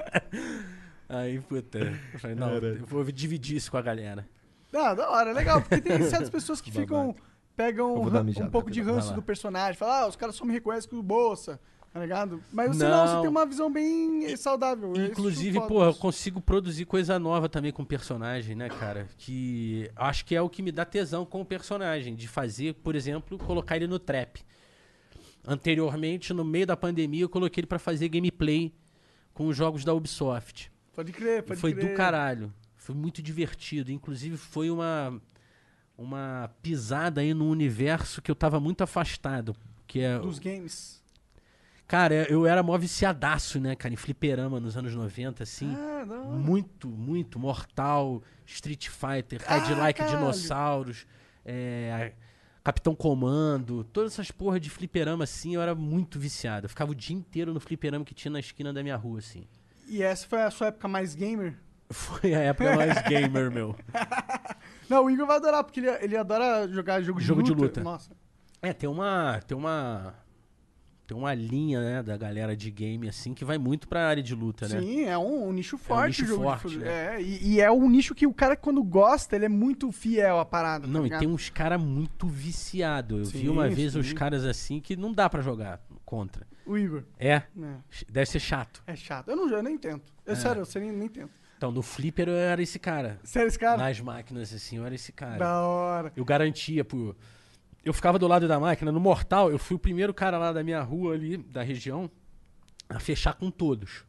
[LAUGHS] aí, puta. Eu falei, não, eu vou dividir isso com a galera.
Ah, da hora, legal, porque
[LAUGHS]
tem certas pessoas que ficam. Pegam
Eu vou
um,
dar
ran-
mijada,
um pouco de
rapidão.
ranço
Vai lá.
do personagem. Fala, ah, os caras só me reconhecem com o bolsa, tá ligado? Mas você não, você
Não.
tem uma visão bem saudável. é Eu
Inclusive,
acho foda
porra, eu
isso.
consigo produzir coisa nova também com o personagem, né, cara? Que acho que é o que me dá tesão com o personagem, de fazer, por exemplo, colocar ele no trap. Anteriormente, no meio da pandemia, eu coloquei ele pra fazer gameplay com os jogos da Ubisoft.
Pode crer,
E
pode
foi
crer.
do caralho. Foi muito divertido. Inclusive, foi uma, uma pisada aí num universo que eu tava muito afastado. Que é,
Dos games.
cara, eu era mó viciadaço, né, cara, em fliperama nos anos 90, assim.
Ah, da hora.
Muito, muito. Mortal, Street Fighter, Cadillac
Ah, caralho.
Dinossauros, é, Capitão Comando, todas essas porra de fliperama, assim, eu era muito viciado. Eu ficava o dia inteiro no fliperama que tinha na esquina da minha rua,
[LAUGHS]
assim.
E essa foi a sua época mais gamer?
Foi a época mais gamer, meu.
Não, o Igor vai adorar, porque ele, ele adora jogar jogo de
Jogo de
luta.
luta.
Nossa.
É, tem uma. Tem uma. Tem uma linha, né, da galera de game, assim, que vai muito pra área de luta, né?
Sim, é um, um nicho forte
nicho
o jogo
forte,
de luta.
né?
É, e, e é um nicho que o cara, quando gosta, ele é muito fiel à parada.
Não,
tá
e
ligado?
tem uns caras muito viciados. Eu
Sim,
vi uma vez uns
sim.
caras assim que não dá pra jogar contra.
O Igor.
É,
né?
deve ser chato.
É chato. Eu não eu nem tento. Eu,
É.
Sério, eu sei nem, nem tento.
Então, no Flipper eu era esse cara.
Sério, esse cara?
Nas máquinas, assim, eu era esse cara.
Da hora.
Eu garantia pro. Eu ficava do lado da máquina. No Mortal, eu fui o primeiro cara lá da minha rua ali, da região, a fechar com todos.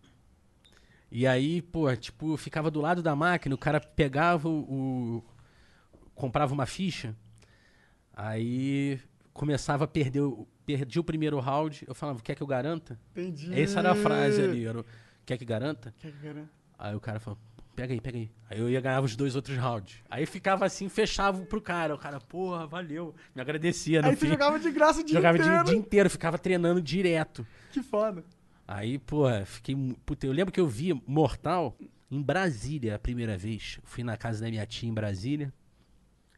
E aí, pô, tipo, eu ficava do lado da máquina, o cara pegava o. o- comprava uma ficha, aí começava a perder. o- Perdi o primeiro round, eu falava, quer que eu garanta?
Entendi.
Essa era a frase ali, era o, quer que garanta?
Quer que eu garanta?
Aí o cara falou, pega aí, pega aí. Aí eu ia ganhar os dois outros rounds. Aí ficava assim, fechava pro cara. O cara, porra, valeu. Me agradecia, no
Aí tu
fim.
jogava de graça o dia
Jogava
inteiro.
o dia inteiro, ficava treinando direto.
Que foda.
Aí, porra, fiquei. mu- Puta, eu lembro que eu vi Mortal em Brasília a primeira vez. Fui na casa da minha tia em Brasília.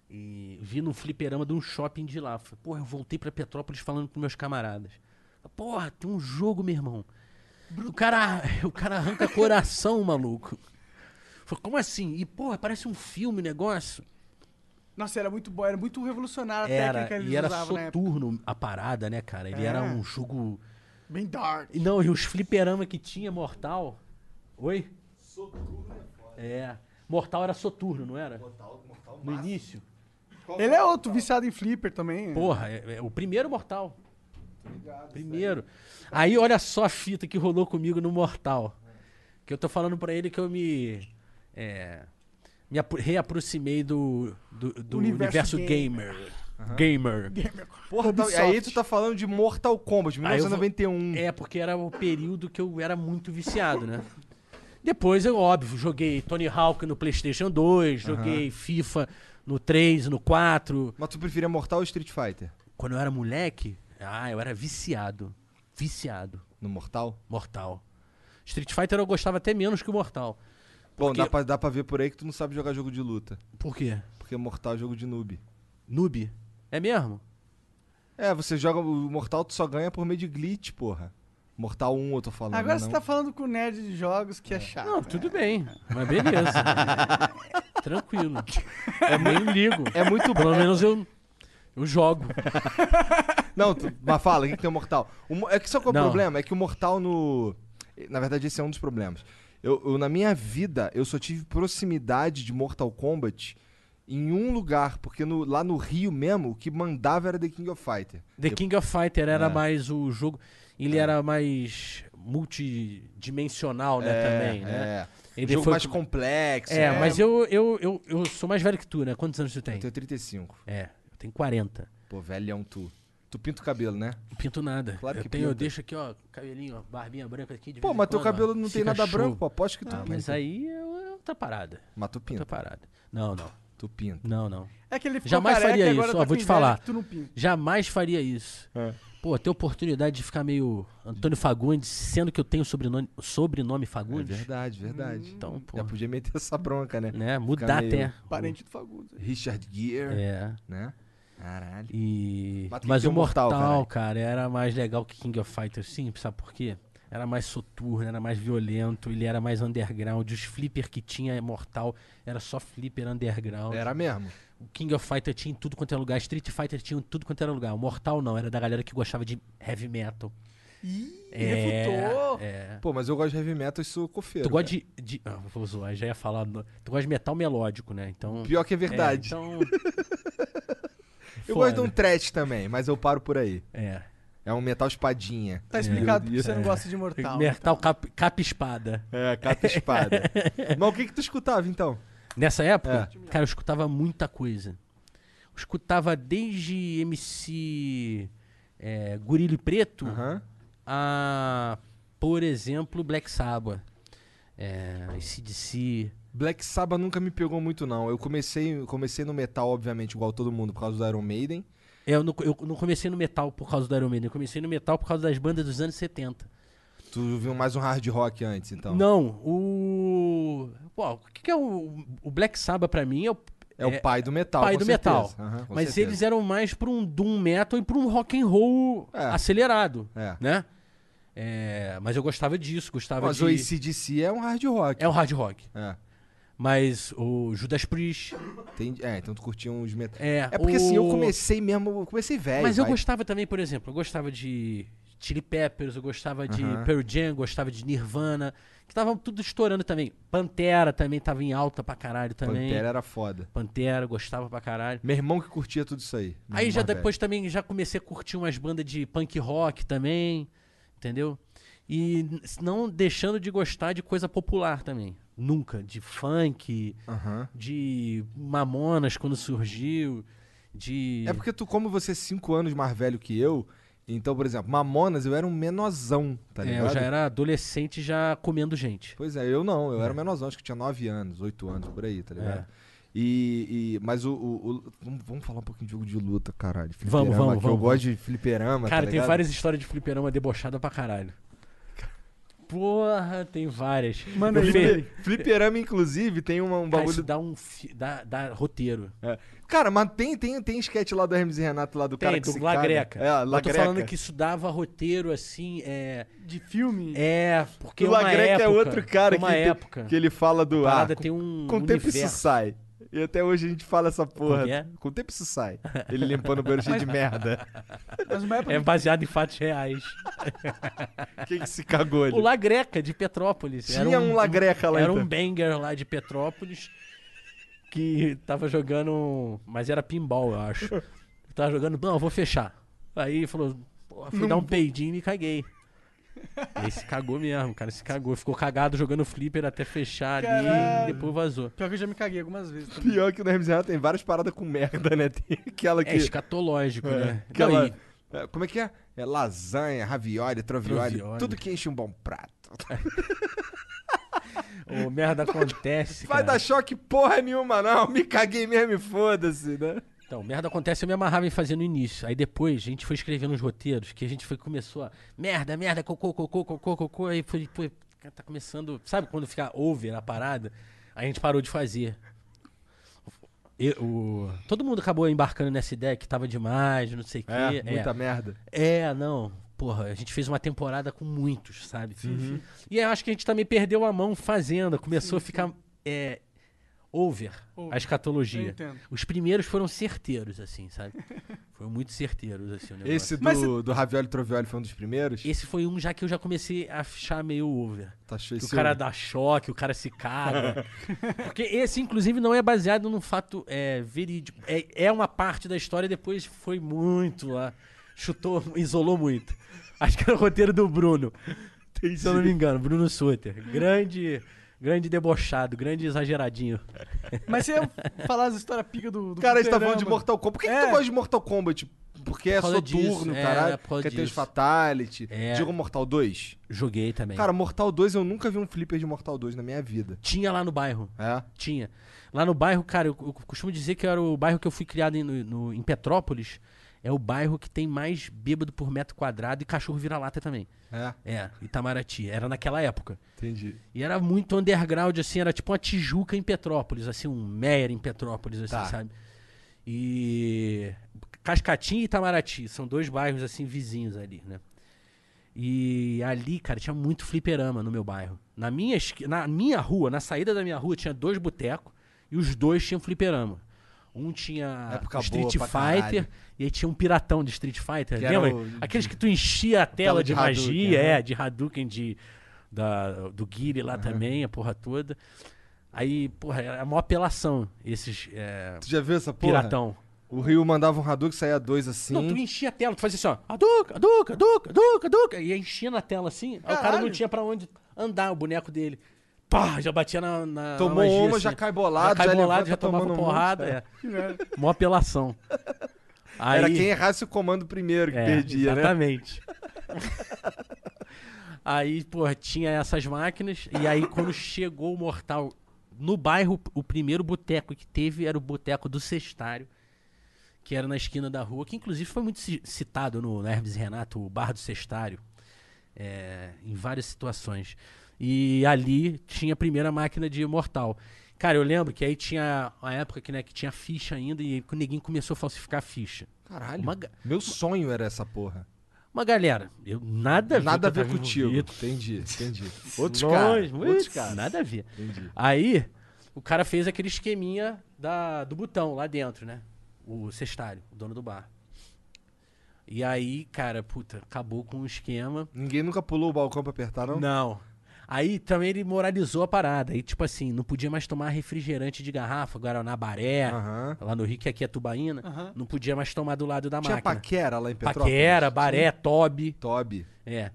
E vi no fliperama de um shopping de lá. Falei, porra, eu voltei pra Petrópolis falando com meus camaradas. Porra, tem um jogo, meu irmão. O cara, [LAUGHS] o cara arranca coração, maluco. Falei, como assim? E, porra, parece um filme o negócio.
Nossa, era muito bom, era muito revolucionária a técnica que
Era,
eles
e era
usavam na época.
soturno a parada, né, cara? Ele era
É.
um jogo.
Bem dark.
E Não, e os fliperama que tinha Mortal. Oi? É. Mortal era soturno, não era? No início.
Ele é outro viciado em flipper também.
Porra, é, é o primeiro Mortal. Primeiro. Aí olha só a fita que rolou comigo no Mortal. Que eu tô falando pra ele que eu me. É, me apro- reaproximei do, do, do
Universo
universo, gamer. Gamer.
Porra, tá-
Ubisoft.
aí tu tá falando de Mortal Kombat,
Aí eu vou-
1991.
É, porque era o período que eu era muito viciado, né? Depois, eu, óbvio, joguei Tony Hawk no PlayStation 2, joguei FIFA no 3, no 4.
Mas tu preferia Mortal ou Street Fighter?
Quando eu era moleque, ah, eu era viciado. Viciado.
No Mortal?
Mortal. Street Fighter eu gostava até menos que o Mortal.
Bom,
Porque-
dá pra, dá pra ver por aí que tu não sabe jogar jogo de luta.
Por quê?
Porque Mortal é jogo de noob.
Noob. É mesmo?
É, você joga. O Mortal tu só ganha por meio de glitch, porra. Mortal 1 eu tô falando.
Agora você
não.
tá falando com o nerd de jogos que é chato.
Não, tudo bem. Mas beleza. [LAUGHS] Tranquilo. É meio ligo.
É muito
Pelo
bom.
menos eu, eu jogo.
Não, tu, mas fala, o que, que tem o Mortal? O mo- é que só qual é o
Não.
problema? É que o Mortal no. Na verdade, esse é um dos problemas. Eu, eu, na minha vida, eu só tive proximidade de Mortal Kombat em um lugar, porque no- lá no Rio mesmo, o que mandava era The King of Fighter.
The King of Fighter era
É.
mais o jogo. Ele era mais multidimensional, né, também, né?
É.
Ele
jogo
foi-
mais complexo.
É, mas eu, eu, eu, eu sou mais velho que tu, né? Quantos anos tu tem?
Eu tenho 35.
É, eu tenho 40.
Pô, velhão tu. Tu pinta o cabelo, né?
Não pinto nada.
Claro
eu
que
tenho, eu
pinta.
deixo aqui, ó, cabelinho, ó, barbinha branca aqui. de
Pô,
vez em
mas teu
quando, ó,
cabelo não tem
fica
nada
é show.
branco, pô. Aposto que tu
Ah,
pinta.
mas aí é outra parada.
Mas tu
Outra
pinta.
parada. Não, não.
Tu pinta.
Não, não.
É que ele ficou
Jamais
careca
faria
e agora
isso,
tá
ó,
com
vou te
inveja
falar.
que Tu não pinta.
Jamais faria isso.
É.
Pô, ter oportunidade de ficar meio Antônio Fagundes, sendo que eu tenho sobrenome, sobrenome
É
Fagundes.
verdade, verdade.
Então, pô.
Já podia meter essa bronca, né?
né? Mudar
meio-
até.
Parente do Fagundes.
Richard Gere,
É.
né? Caralho.
E...
Mas tem que
Mas
ter
o
o Mortal, caralho.
Mortal, cara, era mais legal que King of Fighters, sim, sabe por quê? Era mais soturno, era mais violento, ele era mais underground. Os flipper que tinha é Mortal, era só flipper underground.
Era mesmo.
O King of Fighter tinha em tudo quanto era lugar, Street Fighter tinha em tudo quanto era lugar. O Mortal não, era da galera que gostava de heavy metal.
Ih,
É,
refutou.
É.
Pô, mas eu gosto de heavy metal e sou cofeiro.
Tu gosta de. de- ah, vou zoar, já ia falar. no- Tu gosta de metal melódico, né? Então.
Pior que é
é,
verdade.
então.
[LAUGHS] eu
Foda.
gosto de um trash também, mas eu paro por aí.
É.
É um metal espadinha.
Tá explicado porque você não gosta de mortal.
Metal cap, capa espada.
É, capa e espada. [LAUGHS] mas o que que tu escutava então?
Nessa época,
É.
cara, eu escutava muita coisa. Eu escutava desde MC é, Gurilho Preto
Aham.
a, por exemplo, Black Sabbath. É, CDC.
Black Sabbath nunca me pegou muito não. Eu comecei, comecei no metal obviamente igual todo mundo por causa do Iron Maiden.
É, Eu não, eu não comecei no metal por causa do Iron Maiden, eu comecei no metal por causa das bandas dos anos 70.
Tu viu mais um hard rock antes então?
Não, o. Pô, o que, que é o, o Black Sabbath pra mim? É o,
É, o pai do metal.
pai
com
do
certeza.
metal.
Aham, com
Mas
certeza.
eles eram mais pra um doom metal e pra um rock and roll
É.
acelerado,
É.
né? É, mas eu gostava disso, gostava
Mas
de
o ACDC é um hard rock.
é o hard rock,
É.
mas o Judas Priest
Entendi. É, então tu curtia uns metal.
é,
É porque assim, eu
o-
comecei mesmo, eu comecei velho.
Mas eu
É, vai.
gostava também, por exemplo, eu gostava de Chili Peppers, eu gostava de
Aham.
Pearl Jam, gostava de Nirvana, que estavam tudo estourando também. Pantera também tava em alta pra caralho também.
Pantera
Pantera,
era foda.
eu gostava pra caralho.
Meu irmão que curtia tudo isso aí. meu
Aí
irmão
já
mais velho.
depois também já comecei a curtir umas bandas de punk rock também, entendeu? E n- não deixando de gostar de coisa popular também. Nunca. De funk,
Aham.
de Mamonas quando surgiu, de.
É porque tu, como você é 5 anos mais velho que eu, então, por exemplo, Mamonas, eu era um menorzão, tá
É,
ligado?
eu já era adolescente já comendo gente.
Pois é, eu não, eu era menorzão, acho que eu tinha 9 anos, 8 anos, por aí, tá
É.
ligado? E, e- mas o, o- o- vamos, vamos falar um pouquinho de jogo de luta, caralho. Fliperama,
vamos,
que eu
vamos.
gosto de fliperama,
Cara,
tá
tem
ligado?
várias histórias de fliperama debochada pra caralho. Porra, tem várias.
Manda
Eu
aí,
fe-
manda aí.
Fliperama, inclusive, tem uma- um
Cara,
bagulho
isso dá um fi- dá, dá roteiro.
É. Cara, mas tem, tem, tem sketch lá do Hermes e Renato, lá do cara
Tem,
que
do
se
La
caga.
Greca.
É, La
Eu tô
Greca.
falando que isso dava roteiro, assim, é...
De filme.
É, porque
Hum. o
uma
La Greca
época,
é outro cara
uma
que, tem-
época,
que ele fala do
a
ah,
parada tem um
com o tempo isso
universo.
sai. E até hoje a gente fala essa porra.
que é?
Com o tempo isso sai. Ele limpando o banheiro cheio de merda.
Mas uma época
É baseado em É fatos reais.
Quem que se cagou ali?
[LAUGHS] O Lagreca, de Petrópolis.
Tinha um Lagreca lá,
Era
então.
um banger lá de Petrópolis que tava jogando... Mas era pinball, eu acho. [LAUGHS] Tava jogando... Não, eu vou fechar. Aí falou... "Pô, Fui dar um peidinho e me caguei. Aí se cagou mesmo, cara. Se cagou. Ficou cagado jogando flipper até fechar ali.
Caralho.
E depois vazou.
Pior que eu já me caguei algumas vezes também.
[LAUGHS] Pior que o Hermes Renato tem várias paradas com merda, né? Tem aquela que.
É escatológico,
é,
né?
aquela-
Não, e-
é, como é que é? É lasanha, ravioli, trovioli,
Trovioli.
tudo que enche um bom prato.
Ô,
[LAUGHS]
merda acontece,
Vai
cara.
dar choque porra nenhuma, não. [LAUGHS] Me caguei mesmo e foda-se, né?
Então, merda acontece, eu me amarrava em fazer no início. Aí depois a gente foi escrevendo os roteiros, que a gente foi começou a. Merda, merda, cocô, cocô, cocô, cocô. Aí foi, pô, cara, tá começando. Sabe quando fica over a parada? Aí a gente parou de fazer. E o- Todo mundo acabou embarcando nessa ideia que tava demais, não sei o quê.
É,
É.
muita merda.
É, não. Porra, a gente fez uma temporada com muitos, sabe? E eu acho que a gente também perdeu a mão fazendo. Começou a ficar é, over
Over.
a
Eu
escatologia.
entendo.
Os primeiros foram certeiros,
[LAUGHS]
assim, sabe? Foram muito certeiros, assim, o negócio.
Esse do,
Mas
do ravioli trovioli foi um dos primeiros?
Esse foi um já que eu já comecei a achar meio over.
Tá cheio
Que o
esse
cara
um.
dá choque, o cara
[LAUGHS]
se caga. Porque esse, inclusive, não é baseado num fato é, verídico. É, é uma parte da história e depois foi muito lá. Chutou, [LAUGHS] isolou muito. Acho que era o roteiro do Bruno. Se eu não me engano, Bruno Suter. Grande, grande debochado, grande exageradinho.
Mas você ia falar as histórias pica do, do
Cara, a gente tá falando de
fliperama.
Mortal Kombat. Por que, que
É.
tu gosta de Mortal Kombat? Porque é
Por causa
soturno,
disso, é,
caralho.
por causa
Porque tem os
disso.
Fatality.
É.
Digo Mortal 2.
Joguei também.
Cara, Mortal 2, eu nunca vi um flipper de Mortal 2 na minha vida.
tinha lá no bairro.
É?
Tinha. Lá no bairro, cara, eu, eu costumo dizer que era o bairro que eu fui criado em, no- no- em Petrópolis. É o bairro que tem mais bêbado por metro quadrado e cachorro vira-lata também.
É,
É, Itamaraty. Era naquela época.
entendi.
E era muito underground, assim, era tipo uma Tijuca em Petrópolis, assim, um Meyer em Petrópolis, assim,
Tá.
sabe? E. Cascatinha e Itamaraty, são dois bairros, assim, vizinhos ali, né? E ali, cara, tinha muito fliperama no meu bairro. Na minha, esqui- na minha rua, na saída da minha rua, tinha dois botecos e os dois tinham fliperama. Um tinha
Época
o Street
boa pra
Fighter
caralho.
e aí tinha um piratão de Street Fighter.
Que era
lembra?
o-
Aqueles que tu enchia a tela
Tela
de,
de Hadouken,
magia,
né?
é, de Hadouken, de, da, do Guile lá também, a porra toda. Aí, porra, era a maior apelação, esses é,
Tu já viu essa porra?
piratão.
O Ryu mandava um Hadouken, saía dois assim.
Não, tu enchia a tela, tu fazia assim, ó, Hadouken, Hadouken, Hadouken, Hadouken, Hadouken, e enchia na tela assim, aí o cara não
Caralho.
tinha pra onde andar o boneco dele. Pá, já batia na, na na
Tomou
magia, assim.
uma, já cai bolado,
já cai
já
bolado,
levanta
já tomava
tomando um
porrada,
monte,
é. Mó apelação. Aí,
Era quem errasse o comando primeiro que
É,
perdia, né?
exatamente. aí, porra, tinha essas máquinas. E aí, quando chegou o Mortal no bairro, o primeiro boteco que teve era o boteco do Cestário, que era na esquina da rua, que inclusive foi muito ci- citado no, no Hermes e Renato, o bar do Cestário, é, em várias situações. E ali tinha a primeira máquina de Mortal. Cara, eu lembro que aí tinha a época que, né, que tinha ficha ainda e o neguinho começou a falsificar a ficha.
Caralho.
Uma ga-
Meu sonho era essa porra.
mas galera, eu nada a ver
Nada a
com
ver
eu tava
contigo.
envolvido.
Entendi, entendi.
[LAUGHS]
Outros
Longe,
caras.
muito,
Outros caras.
Nada a ver.
Entendi.
Aí, o cara fez aquele esqueminha da, do botão lá dentro, né? O cestário, o dono do bar. E aí, cara, puta, acabou com o esquema.
Ninguém nunca pulou o balcão pra apertar, não?
Não. Aí também ele moralizou a parada. E tipo assim, não podia mais tomar refrigerante de garrafa, Guaranabaré,
Aham.
lá no Rio, que aqui é Tubaína.
Aham.
Não podia mais tomar do lado da
Tinha
máquina.
paquera lá em Petrópolis?
Paquera, Baré, Toby.
Toby.
É.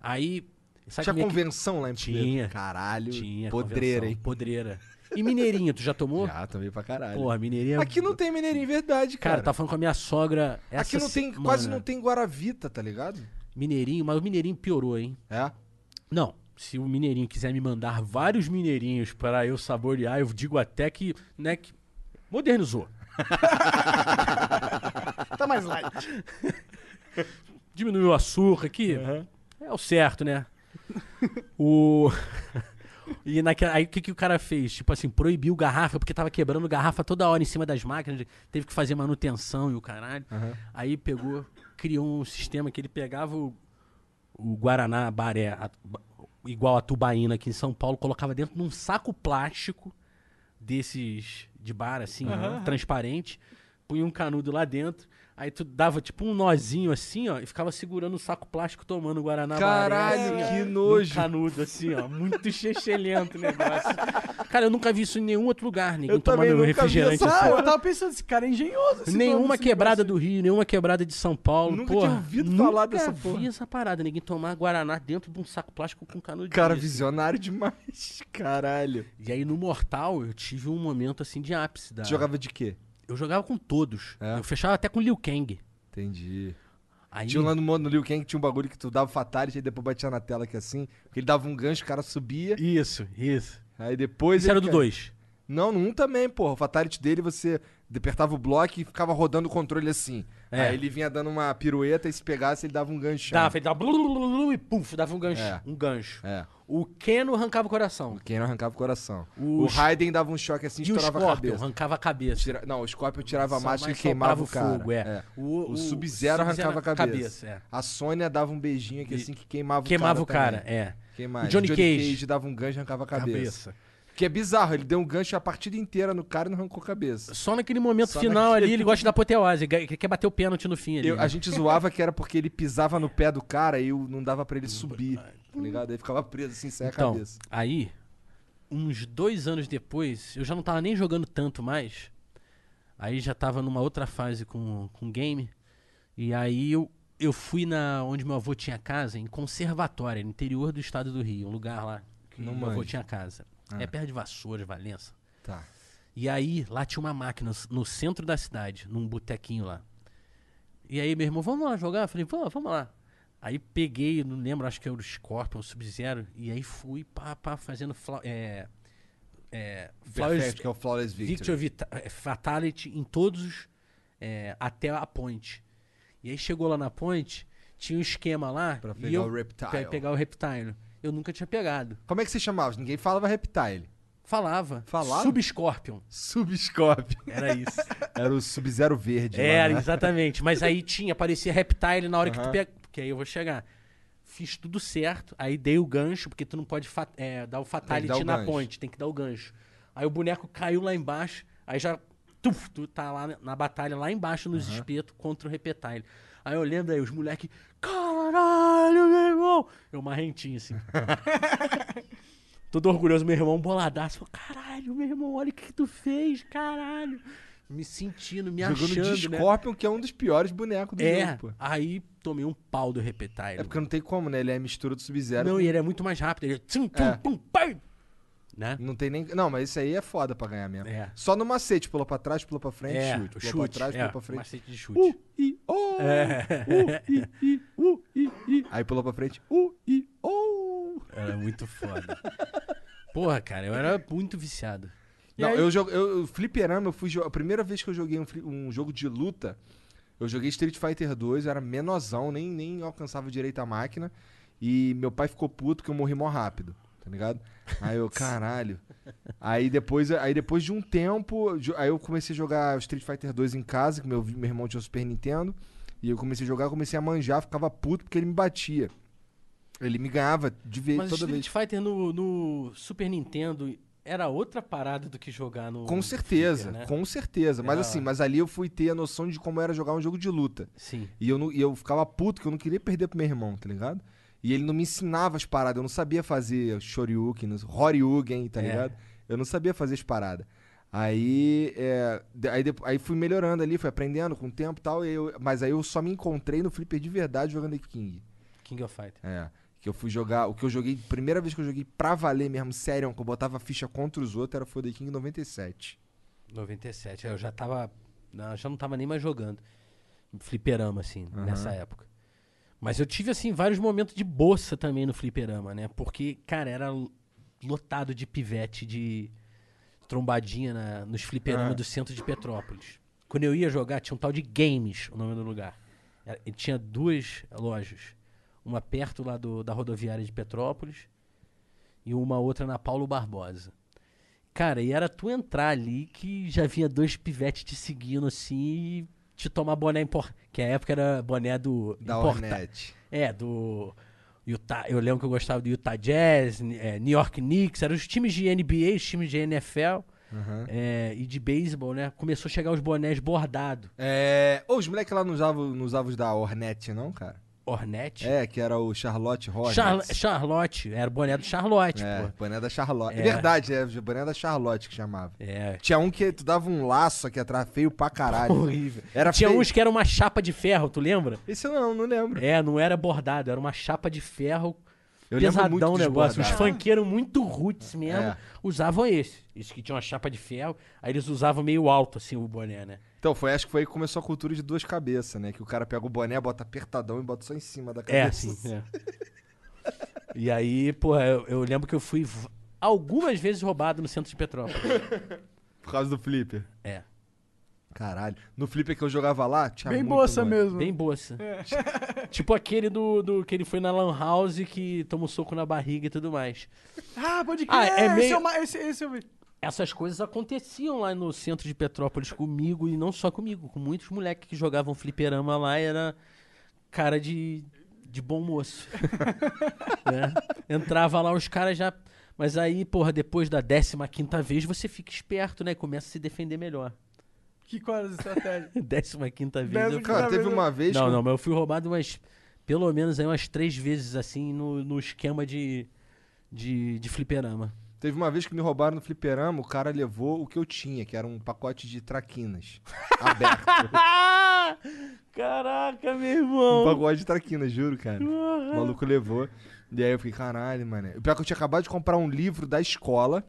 Aí. Sabe
Tinha
como é que-
convenção lá em
Tinha.
Petrópolis? Caralho.
Tinha.
Podreira,
convenção.
hein?
Podreira. E Mineirinho, tu já tomou?
Já, também pra caralho.
Porra, Mineirinho. é-
Aqui não tem mineirinho, verdade,
Cara,
cara.
tá falando com a minha sogra. Essa
Aqui não tem,
semana.
quase não tem Guaravita, tá ligado?
Mineirinho, mas o Mineirinho piorou, hein?
É?
Não. Se o Mineirinho quiser me mandar vários Mineirinhos para eu saborear, eu digo até que, né, que modernizou.
[LAUGHS] Tá mais light.
Diminuiu o açúcar aqui. É o certo, né? o. [LAUGHS] E naquela, aí o que, que o cara fez? Tipo assim, proibiu garrafa, porque tava quebrando garrafa toda hora em cima das máquinas, teve que fazer manutenção e o caralho. Aí pegou, criou um sistema que ele pegava o, o Guaraná Baré, a- ba- igual a tubaína aqui em São Paulo, colocava dentro de um saco plástico desses de bar, assim, transparente, punha um canudo lá dentro, Aí tu dava tipo um nozinho assim, ó, e ficava segurando o saco plástico tomando Guaraná
Caralho,
amarelo, assim, ó,
que
num
nojo.
canudo assim, ó. Muito chechelento o negócio.
[LAUGHS]
Cara, eu nunca vi isso em nenhum outro lugar, ninguém
Eu também nunca
tomando
vi
refrigerante
essa
assim.
Ah, eu tava pensando, esse cara é engenhoso. esse dono
Nenhuma
desse
quebrada
negócio.
do Rio, nenhuma quebrada de São Paulo.
Nunca
porra,
tinha ouvido
nunca
falar dessa
vi
porra.
essa parada, ninguém tomar Guaraná dentro de um saco plástico com canudinho.
Cara,
assim.
visionário demais. [LAUGHS] Caralho.
E aí no Mortal eu tive um momento assim de ápice. Da...
Tu jogava de quê?
Eu jogava com todos.
É?
Eu fechava até com Liu Kang.
Entendi.
Aí...
Tinha um lá no Mono Liu Kang que tinha um bagulho que tu dava fatality, aí depois batia na tela aqui assim, porque ele dava um gancho, o cara subia,
Isso, isso.
aí depois...
Isso era
ele
do
ca-
2.
Não, no 1 também, porra. O fatality dele, você apertava o bloco e ficava rodando o controle assim.
É.
Aí ele vinha dando uma pirueta e se pegasse, ele dava um ganchão.
Dava, ele dava blu, blu, blu, blu, e puf, dava um gancho.
É.
Um gancho.
É.
O Keno arrancava o coração.
Quem não arrancava o coração. O
Os-
Raiden dava um choque assim,
E o
estourava a
Scorpion
cabeça.
arrancava a cabeça.
Tira- Não, o Scorpion tirava a
Só
máscara e
mais
queimava
soprava
o cara.
fogo, é.
O,
O- o
Sub-Zero arrancava a
Sub-Zero
cabeça.
cabeça, é.
A Sônia dava um beijinho aqui
E-
assim que queimava,
Queimava
o
o
cara.
cara,
também.
é.
Quem mais?
O Johnny Cage.
dava um gancho e arrancava a cabeça. Que é bizarro, ele deu um gancho a partida inteira no cara e não arrancou a cabeça.
Só naquele momento
Só
final
naquele-
ali, ele gosta da apoteose. Ele quer bater o pênalti no fim ali.
Eu-
né?
a gente zoava que era porque ele pisava no pé do cara e eu- não dava pra ele subir, tá ligado? Aí ficava preso assim, sem a
Então,
cabeça.
aí, uns dois anos depois, eu já não tava nem jogando tanto mais. Aí já tava numa outra fase com, com game. E aí eu, eu fui na onde meu avô tinha casa, em Conservatória, no interior do estado do Rio, um lugar lá que
Não Ah.
meu avô
manjo.
tinha casa. É perto de Vassouras, Valença.
Tá.
E aí, lá tinha uma máquina s- no centro da cidade, num botequinho lá. E aí, meu irmão, vamos lá jogar? Eu falei, vamos, vamos lá. Aí peguei, não lembro, acho que era o Scorpion, o Sub-Zero. E aí fui, pá, pá, fazendo. fla- É, é, Flowers
Perfect, que é o Flawless
Victor
Victory.
Vita- eh, Fatality em todos os. é, até a ponte. E aí chegou lá na ponte, tinha um esquema lá.
Pra
e
pegar
eu
o Reptile.
pe- pegar o Reptile. Eu nunca tinha pegado.
Como é que você chamava? Ninguém falava Reptile.
Falava.
Falava?
Sub-Scorpion.
Subscorp.
[LAUGHS] Era isso.
[LAUGHS] Era o Sub-Zero Verde. lá,
Era,
né?
É, exatamente. Mas aí tinha, aparecia reptile na hora que
Aham.
tu pega. Porque aí eu vou chegar. Fiz tudo certo, aí dei o gancho, porque tu não pode fa- é, dar o fatality
dar o
na
gancho.
ponte, tem que dar o gancho. Aí o boneco caiu lá embaixo, aí já. Tuf, tu tá lá na- na batalha, lá embaixo nos espetos contra o reptile. Aí eu lembro aí, os moleques. Caralho, meu irmão! Eu marrentinho
[LAUGHS]
assim. Todo orgulhoso, meu irmão boladaço. Falou, Caralho, meu irmão, olha o que, que tu fez, caralho. Me sentindo, me
Jogando
achando.
de
né?
Scorpion, que é um dos piores bonecos do
É,
jogo, pô.
aí tomei um pau do Repetile.
É porque não tem como, né? Ele é a mistura do Sub-Zero.
Não,
com-
e ele é muito mais rápido. Ele é tsum, tum,
É.
pum, pai! Né?
Não tem nem. Não, mas isso aí é foda pra ganhar mesmo.
É.
Só no macete, pula pra trás, pula pra frente,
é,
chute.
o
Pula pra
chute,
trás,
é,
pula pra frente.
macete de chute.
Uh, i, oh! Uh, i, i, uh, i, i. Aí pula pra frente. Uh, i, oh!
Era muito foda. Porra, cara, eu era muito viciado. E
Não,
aí-
eu jogo. Eu, eu- fliperama, eu fui. jo- A primeira vez que eu joguei um, fli- um jogo de luta, eu joguei Street Fighter 2, eu era menosão, nem, nem alcançava direito a máquina. E meu pai ficou puto que eu morri mó rápido, tá ligado? Aí
[LAUGHS]
eu, caralho. Aí depois, aí depois de um tempo, jo- aí eu comecei a jogar Street Fighter 2 em casa, que meu, vi- meu irmão tinha o Super Nintendo. E eu comecei a jogar, comecei a manjar, ficava puto porque ele me batia. Ele me ganhava de vez
Mas o
toda
Street
vez.
Fighter no, no Super Nintendo era outra parada do que jogar no.
Com
no
certeza,
Flipper, Tipo, né? é.
com certeza. Mas
Era-
assim, mas ali eu fui ter a noção de como era jogar um jogo de luta.
Sim.
E eu, não- e eu ficava puto que eu não queria perder pro meu irmão, tá ligado? E ele não me ensinava as paradas, eu não sabia fazer Shoryuken, não- Horyugen, tá
É.
ligado? Eu não sabia fazer as paradas. Aí, é, de- aí, depo- aí fui melhorando ali, fui aprendendo com o tempo e tal, e eu, mas aí eu só me encontrei no Flipper de verdade jogando The King.
King of Fighter.
É. Que eu fui jogar, o que eu joguei, primeira vez que eu joguei pra valer mesmo, sério, que eu botava ficha contra os outros, era foi The King 97.
97. É, Eu já tava. não, eu já não tava nem mais jogando. Fliperama, assim, nessa época. Mas eu tive, assim, vários momentos de bolsa também no fliperama, né? Porque, cara, era l- lotado de pivete, de trombadinha na- nos fliperamas
Ah.
do centro de Petrópolis. Quando eu ia jogar, tinha um tal de Games, o nome do lugar. Era- e tinha duas lojas. Uma perto lá do- da rodoviária de Petrópolis e uma outra na Paulo Barbosa. Cara, e era tu entrar ali que já vinha dois pivetes te seguindo assim e te tomar boné import... Que a época era boné do.
Da
importa-
Hornet.
É, do. Utah, eu lembro que eu gostava do Utah Jazz, Ni- é, New York Knicks, eram os times de NBA, os times de NFL. É, e de beisebol, né? Começou a chegar os bonés bordado.
É... Ô, os moleques lá nos usavam, não usavam os da Hornet, não, cara?
Hornet.
É, que era o Charlotte Hornet.
Charla- Charlotte. Era o boné do Charlotte,
É,
pô.
boné da Charlotte.
É.
É. Verdade, é o boné da Charlotte que chamava.
É.
Tinha um que tu dava um laço aqui atrás, feio pra caralho.
Horrível.
Era
Tinha
feio.
uns que era uma chapa de ferro, tu lembra?
Esse eu não, não lembro.
É, não era bordado, era uma chapa de ferro.
Eu lembro muito
pesadão o
dos
negócio. Os
bordados.
funkeiros muito roots mesmo
É.
usavam esse. Esse que tinha uma chapa de ferro. Aí eles usavam meio alto, assim, o boné, né?
Então, foi, acho que foi aí que começou a cultura de duas cabeças, né? Que o cara pega o boné, bota apertadão e bota só em cima da
É,
cabeça.
assim. é. E aí, porra, eu, eu lembro que eu fui v- algumas vezes roubado no centro de Petrópolis.
Por causa do flipper.
É.
Caralho. No flipper que eu jogava lá,
Tá
tinha
Bem
muito
moça
nome.
mesmo.
Bem bolsa. Tipo aquele do, do que ele foi na Lan House que tomou soco na barriga e tudo mais.
Ah, pode crer.
Ah, é
esse,
meio-
é uma- esse, esse eu vi.
Essas coisas aconteciam lá no centro de Petrópolis comigo e não só comigo, com muitos moleques que jogavam fliperama lá e era cara de, de bom moço. [LAUGHS] né? Entrava lá os caras já. Mas aí, porra, depois da 15 quinta vez você fica esperto, né? Começa a se defender melhor. [LAUGHS]
Que qual é era as estratégias?
15 quinta vez.
Décima
eu-
Cara, teve uma vez que
Não,
eu-
não, mas eu fui roubado umas. Pelo menos aí umas três vezes, assim, no, no esquema de, de, de fliperama.
Teve uma vez que me roubaram no fliperama, o cara levou o que eu tinha, que era um pacote de traquinas. aberto.
Caraca, meu
Um
irmão!
pacote de traquinas, juro, cara. O maluco levou. E aí eu fiquei, caralho, mano. O pior é que eu tinha acabado de comprar um livro da escola.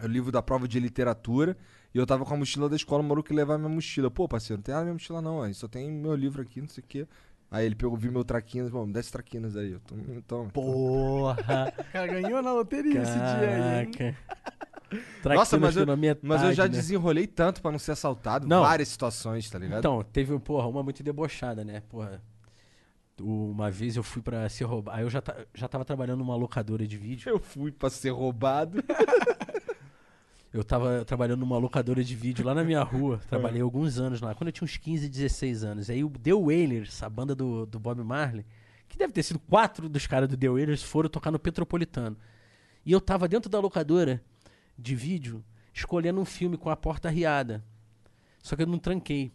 É o livro da prova de literatura. E eu tava com a mochila da escola, o maluco ia levar minha mochila. Pô, parceiro, não tem nada na minha mochila, não. Aí só tem meu livro aqui, não sei o quê. Aí ele pegou, viu meu traquinas, pô, me dá esse traquinas aí. Eu tô, então. [LAUGHS]
Porra!
O cara ganhou na loteria esse dia aí. hein?
Caraca.
Nossa, mas eu,
Traquinas pela
mas eu já
metade, né?
desenrolei tanto pra não ser assaltado.
Não.
Várias situações, tá ligado?
Então, teve porra, uma muito debochada, né? Porra. O- Uma vez eu fui pra ser roubado. Aí eu já, ta- já tava trabalhando numa locadora de vídeo.
Eu fui pra ser roubado.
Eu tava trabalhando numa locadora de vídeo lá na
[LAUGHS]
minha rua. Trabalhei alguns anos lá, quando eu tinha uns 15, 16 anos. Aí o The Wailers, a banda do, do Bob Marley, que deve ter sido quatro dos caras do The Wailers, foram tocar no Petropolitano. E eu tava dentro da locadora de vídeo, escolhendo um filme com a porta riada. Só que eu não tranquei.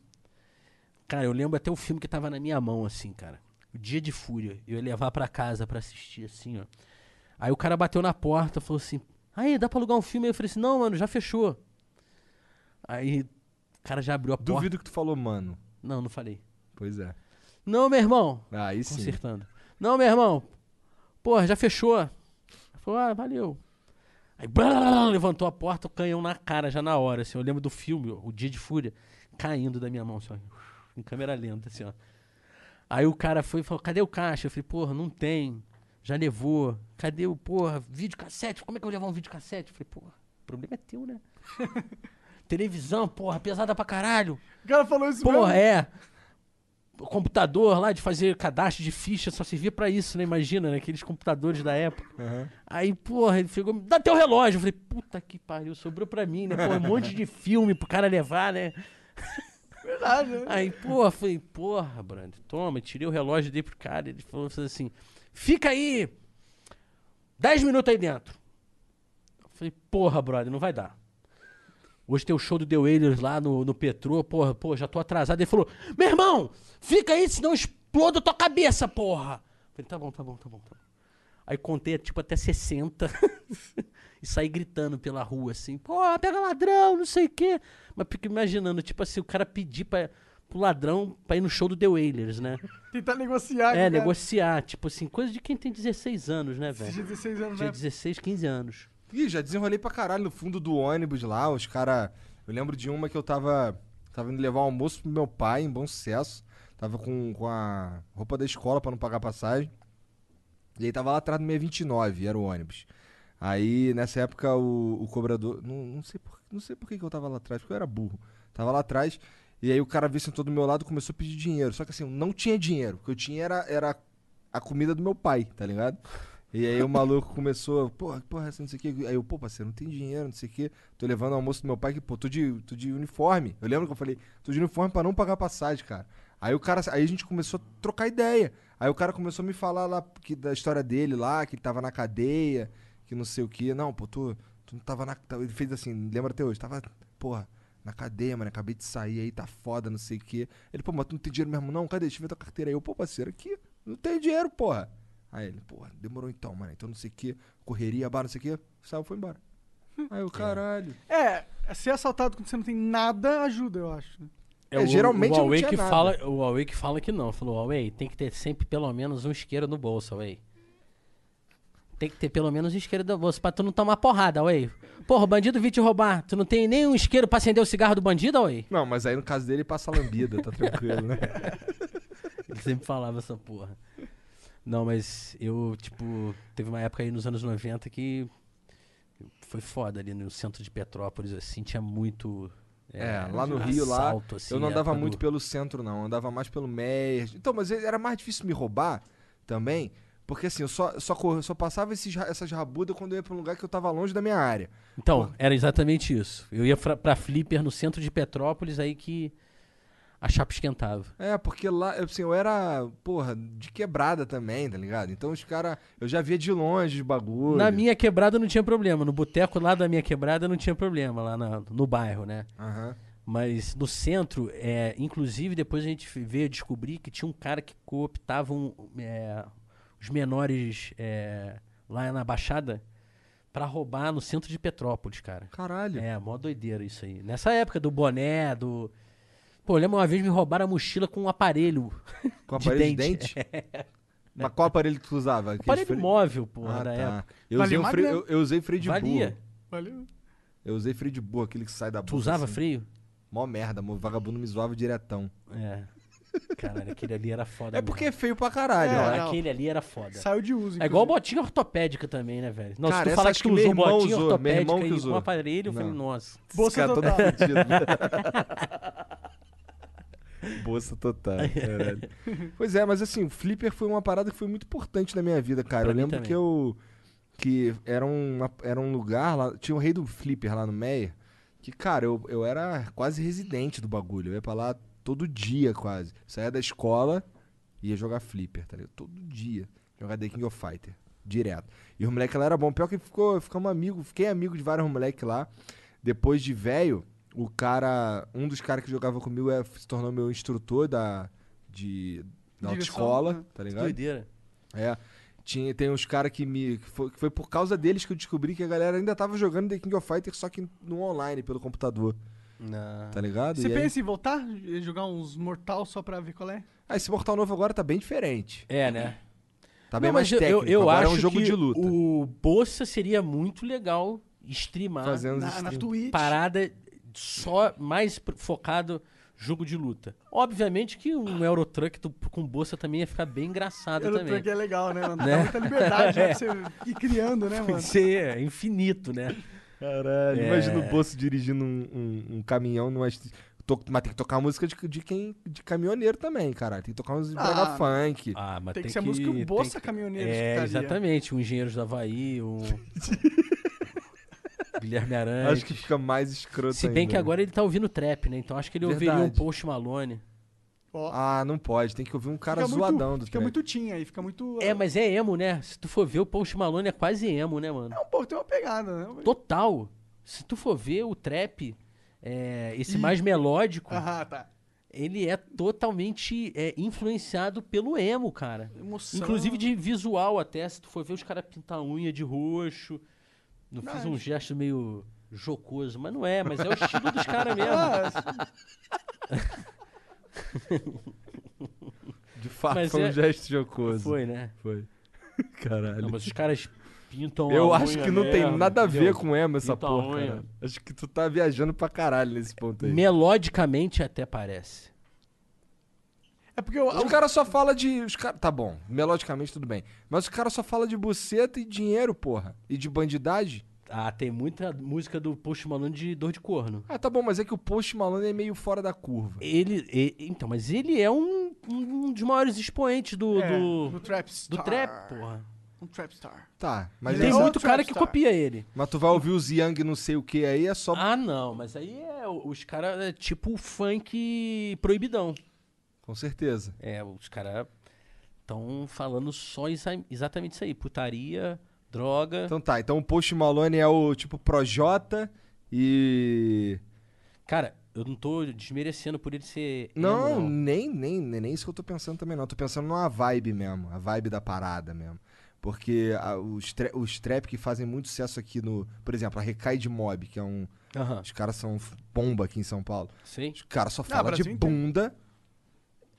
Cara, eu lembro até o filme que tava na minha mão, assim, cara. O Dia de Fúria. Eu ia levar pra casa pra assistir, assim, ó. Aí o cara bateu na porta, falou assim: Aí, dá pra alugar um filme? Aí eu falei assim: Não, mano, já fechou. Aí o cara já abriu a porta.
Duvido que tu falou, mano.
Não, não falei.
Pois é. Ah,
Não, meu irmão.
Aí sim.
Consertando. Não, meu irmão. Porra, já fechou. Falou, ah, valeu. Aí blá, levantou a porta, o canhão na cara já na hora, assim. Eu lembro do filme, ó, O Dia de Fúria, caindo da minha mão, assim, ó, em câmera lenta, assim, ó. Aí o cara foi e falou, cadê o caixa? Eu falei, porra, não tem. Já levou. Cadê o, porra, videocassete? Como é que eu vou levar um videocassete? Eu falei, porra, o problema é teu, né? [LAUGHS] Televisão, porra, pesada pra caralho.
O cara falou isso
Porra,
mesmo.
é. O computador lá de fazer cadastro de ficha só servia pra isso, né? Imagina, né? Aqueles computadores da época. Aí, porra, ele ficou. Dá teu relógio. Eu falei, puta que pariu, sobrou pra mim, né? Porra, um monte de filme pro cara levar, né?
Verdade, né?
Aí, porra, falei, porra, Brando, toma, tirei o relógio e dei pro cara. Ele falou assim: fica aí 10 minutos aí dentro. Eu falei, porra, brother, não vai dar. Hoje tem o show do The Wailers lá no, no Petrô, porra, pô, já tô atrasado. Ele falou, meu irmão, fica aí, senão eu explodo a tua cabeça, porra. Eu falei, tá bom, tá bom, tá bom, tá bom. Aí contei, tipo, até 60 [LAUGHS] e saí gritando pela rua, assim, pô, pega ladrão, não sei o quê. Mas fico imaginando, tipo assim, o cara pedir pra, pro ladrão pra ir no show do The Wailers, né?
Tentar negociar.
É,
né?
negociar, tipo assim, coisa de quem tem 16 anos, né,
Tinha
velho?
16 anos, né?
Tinha 16, 15 anos.
Ih, já desenrolei pra caralho no fundo do ônibus lá, os cara... Eu lembro de uma que eu tava... Tava indo levar o almoço pro meu pai, em bom sucesso. Tava com, com a roupa da escola pra não pagar passagem. E aí tava lá atrás do 629, era o ônibus. Aí, nessa época, o, o cobrador... Não, não sei por, não sei por que, que eu tava lá atrás, porque eu era burro. Tava lá atrás, e aí o cara veio, sentou do meu lado e começou a pedir dinheiro. Só que assim, eu não tinha dinheiro. O que eu tinha era, era a comida do meu pai, tá ligado? E aí o maluco começou, porra, que porra, é essa, não sei o quê. Aí eu, pô, parceiro, não tem dinheiro, não sei o quê. Tô levando o almoço do meu pai, que, pô, tô de, tô de uniforme. Eu lembro que eu falei, tô de uniforme pra não pagar passagem, cara. Aí o cara, aí a gente começou a trocar ideia. Aí o cara começou a me falar lá que, da história dele lá, que ele tava na cadeia, que não sei o quê. Não, pô, tô, Tu não tava na. Ele fez assim, lembra até hoje, tava, porra, na cadeia, mano, acabei de sair aí, tá foda, não sei o quê. Ele, pô, mas tu não tem dinheiro mesmo, não? Cadê? Deixa eu ver tua carteira aí. Eu, pô, parceiro, aqui, não tem dinheiro, porra. Aí ele, porra, demorou então, mano. Então não sei o quê, correria, bar, não sei o quê. Saiu, foi embora. Aí eu, caralho.
É, ser assaltado quando você não tem nada ajuda, eu acho. né?
É, geralmente
o
eu não
Huawei
tinha
que
nada.
fala, o Huawei que fala que não, falou Huawei, tem que ter sempre pelo menos um isqueiro no bolso, Huawei. Tem que ter pelo menos um isqueiro no bolso pra tu não tomar porrada, Huawei. Porra, o bandido vir te roubar, tu não tem nem um isqueiro pra acender o cigarro do bandido, Huawei? [LAUGHS]
Não, mas aí no caso dele passa lambida, tá tranquilo, né?
Ele sempre falava essa porra. Não, mas eu, tipo, teve uma época aí nos anos 90 que foi foda ali no centro de Petrópolis, assim, tinha muito.
É, lá no Rio, lá.
assalto, assim,
eu não
época
andava muito
do-
pelo centro, não. Eu andava mais pelo Meyer. Então, mas era mais difícil me roubar também. Porque assim, eu só, só, cor- só passava esses, ra- essas rabudas quando eu ia pra um lugar que eu tava longe da minha área.
Então, era exatamente isso. Eu ia pra, pra Flipper no centro de Petrópolis, aí que a chapa esquentava.
É, porque lá, eu, assim, eu era, porra, de quebrada também, tá ligado? Então os caras, eu já via de longe os bagulho.
Na minha quebrada não tinha problema. No boteco lá da minha quebrada não tinha problema, lá na- no bairro, né?
Aham.
Mas no centro, é, inclusive, depois a gente veio descobrir que tinha um cara que cooptava um, é, os menores é, lá na Baixada pra roubar no centro de Petrópolis, cara.
Caralho.
É, mó doideira isso aí. Nessa época do boné, do. Pô, eu lembro uma vez me roubaram a mochila com um aparelho.
Com
de
aparelho de
dente.
dente?
[LAUGHS]
Mas qual aparelho que tu usava? Aqueles
Aparelho
fre-
móvel, pô,
Ah,
da
tá.
época.
Eu usei,
Valia
um
mais
freio,
mesmo.
eu, eu usei freio de
Valia.
burro.
Valeu.
Eu usei freio de burro, aquele que sai da boca.
Tu usava
assim.
freio?
Mó merda, o vagabundo me zoava diretão.
É. Caralho, aquele ali era
É
foda. mesmo.
porque é feio pra caralho.
É,
ó.
Não,
não.
aquele ali era foda.
Saiu de uso.
É igual
inclusive.
botinha ortopédica também, né, velho? Não,
Cara,
se tu
essa
falar
acho que
que tu
meu
usou
irmão
botinha
usou, meu irmão que
ortopédica e
usou.
com aparelho, eu falei,
Não.
nossa.
Bolsa
Bolsa
cara é todo
total.
fudido. Bolsa total, caralho. Pois é, mas assim, o Flipper foi uma parada que foi muito importante na minha vida, cara.
Pra
eu
mim
lembro
também.
que eu. Que era, uma, era um lugar lá. Tinha o rei do Flipper lá no Meyer. Que, cara, eu, eu era quase residente do bagulho. Eu ia pra lá todo dia, quase. Saía da escola e ia jogar Flipper, tá ligado? Todo dia. Jogar The King of Fighter. Direto. E os moleques lá era bom. Pior que ficou, ficamos amigos. Fiquei amigo de vários moleques lá. Depois de velho, o cara. Um dos caras que jogava comigo é- se tornou meu instrutor da. De. Da
Direção,
autoescola,
né?
tá
Que
ligado?
doideira.
É. Tinha, tem uns caras que me. Que foi, que foi por causa deles que eu descobri que a galera ainda tava jogando The King of Fighter, só que no online, pelo computador,
Não.
tá ligado?
Você
E aí,
pensa em voltar? Jogar uns mortal só pra ver qual é?
ah, esse Mortal Novo agora tá bem diferente.
É, né?
Tá bem
Não,
mais
mas eu-
técnico.
Eu, eu
agora
acho
é um jogo
que
de luta.
o Bolsa seria muito legal streamar
Fazendo os
Na, na
stream.
Twitch.
parada só mais pro- focado jogo de luta. Obviamente que um Eurotruck do- com Bolsa também ia ficar bem engraçado
Eu não
também. É.
que é legal, né? Mano? Dá muita liberdade
[LAUGHS]
né, pra você ir criando, né, mano?
Ser
[LAUGHS]
infinito, né?
Caralho,
É.
imagina o Bolso dirigindo um, um- um caminhão numa. est- to- Mas tem que tocar música de, de quem. de caminhoneiro também, caralho. Tem que tocar uns brega funk.
Ah, mas
Tem, que ser a música que o
tem
Bolsa
que-
Caminhoneiro
É,
escutaria.
exatamente. Um Engenheiros do
[LAUGHS]
Havaí, um... Guilherme Arantes.
Acho que fica mais escroto
é Se bem
ainda,
que
né?
agora ele tá ouvindo trap, né? Então acho que ele ouviria um
Verdade.
Post Malone.
Ó,
Ah, não pode. Tem que ouvir um cara
fica
zoadão
muito,
do
Fica
trap.
muito teen aí, fica muito...
É, mas é emo, né? Se tu for ver, o Post Malone é quase emo, né, mano?
É um pouco, tem uma pegada, né?
Total. Se tu for ver, o trap, é, esse mais melódico,
Ah, tá.
ele é totalmente é, influenciado pelo emo, cara.
Emoção.
Inclusive de visual até, se tu for ver os caras pintar unha de roxo. Não fiz um
Verdade.
gesto meio jocoso, mas não é, mas é o estilo dos caras mesmo.
Ah,
De fato,
Mas
foi um
é-
gesto jocoso.
Foi, né?
Foi. [LAUGHS] Caralho.
Não, mas os caras pintam a
Eu
unha
acho que não tem
mesmo,
nada a ver
entendeu?
com emo essa
Então,
porra,
é.
cara. Acho que tu tá viajando pra caralho nesse ponto aí.
Melodicamente até parece.
é porque eu...
Os caras só fala de. Os cara... Tá bom, melodicamente tudo bem. Mas os caras só fala de buceta e dinheiro, porra. E de bandidagem.
Ah, tem muita música do Post Malone de dor de corno.
Ah, tá bom, mas é que o Post Malone é meio fora da curva.
Ele, e- então, mas ele é um, um dos maiores expoentes do
É, do
do, do,
Trap Star.
trap, porra.
Um Trap Star.
Tá, mas,
Ele
tem
é
essa-
outro
muito cara que
trapstar.
copia ele.
mas tu vai ouvir os Young não sei o que aí, é só.
Ah, não, mas aí é o- os caras é tipo o funk proibidão.
Com certeza.
É, os caras estão falando só exa- exatamente isso aí, putaria, Droga.
Então tá, então o Post Malone é o tipo Projota e.
Cara, eu não tô desmerecendo por ele é ser. emo,
Não, nem, nem, nem, nem isso que eu tô pensando também, não. Eu tô pensando numa vibe mesmo, a vibe da parada mesmo. Porque a- os, tra- os trap que fazem muito sucesso aqui no. Por exemplo, a Recai de Mob, que é um.
Aham.
Os caras são f- bomba aqui em São Paulo.
Sei.
Os caras só falam de
Brasil inteiro.
bunda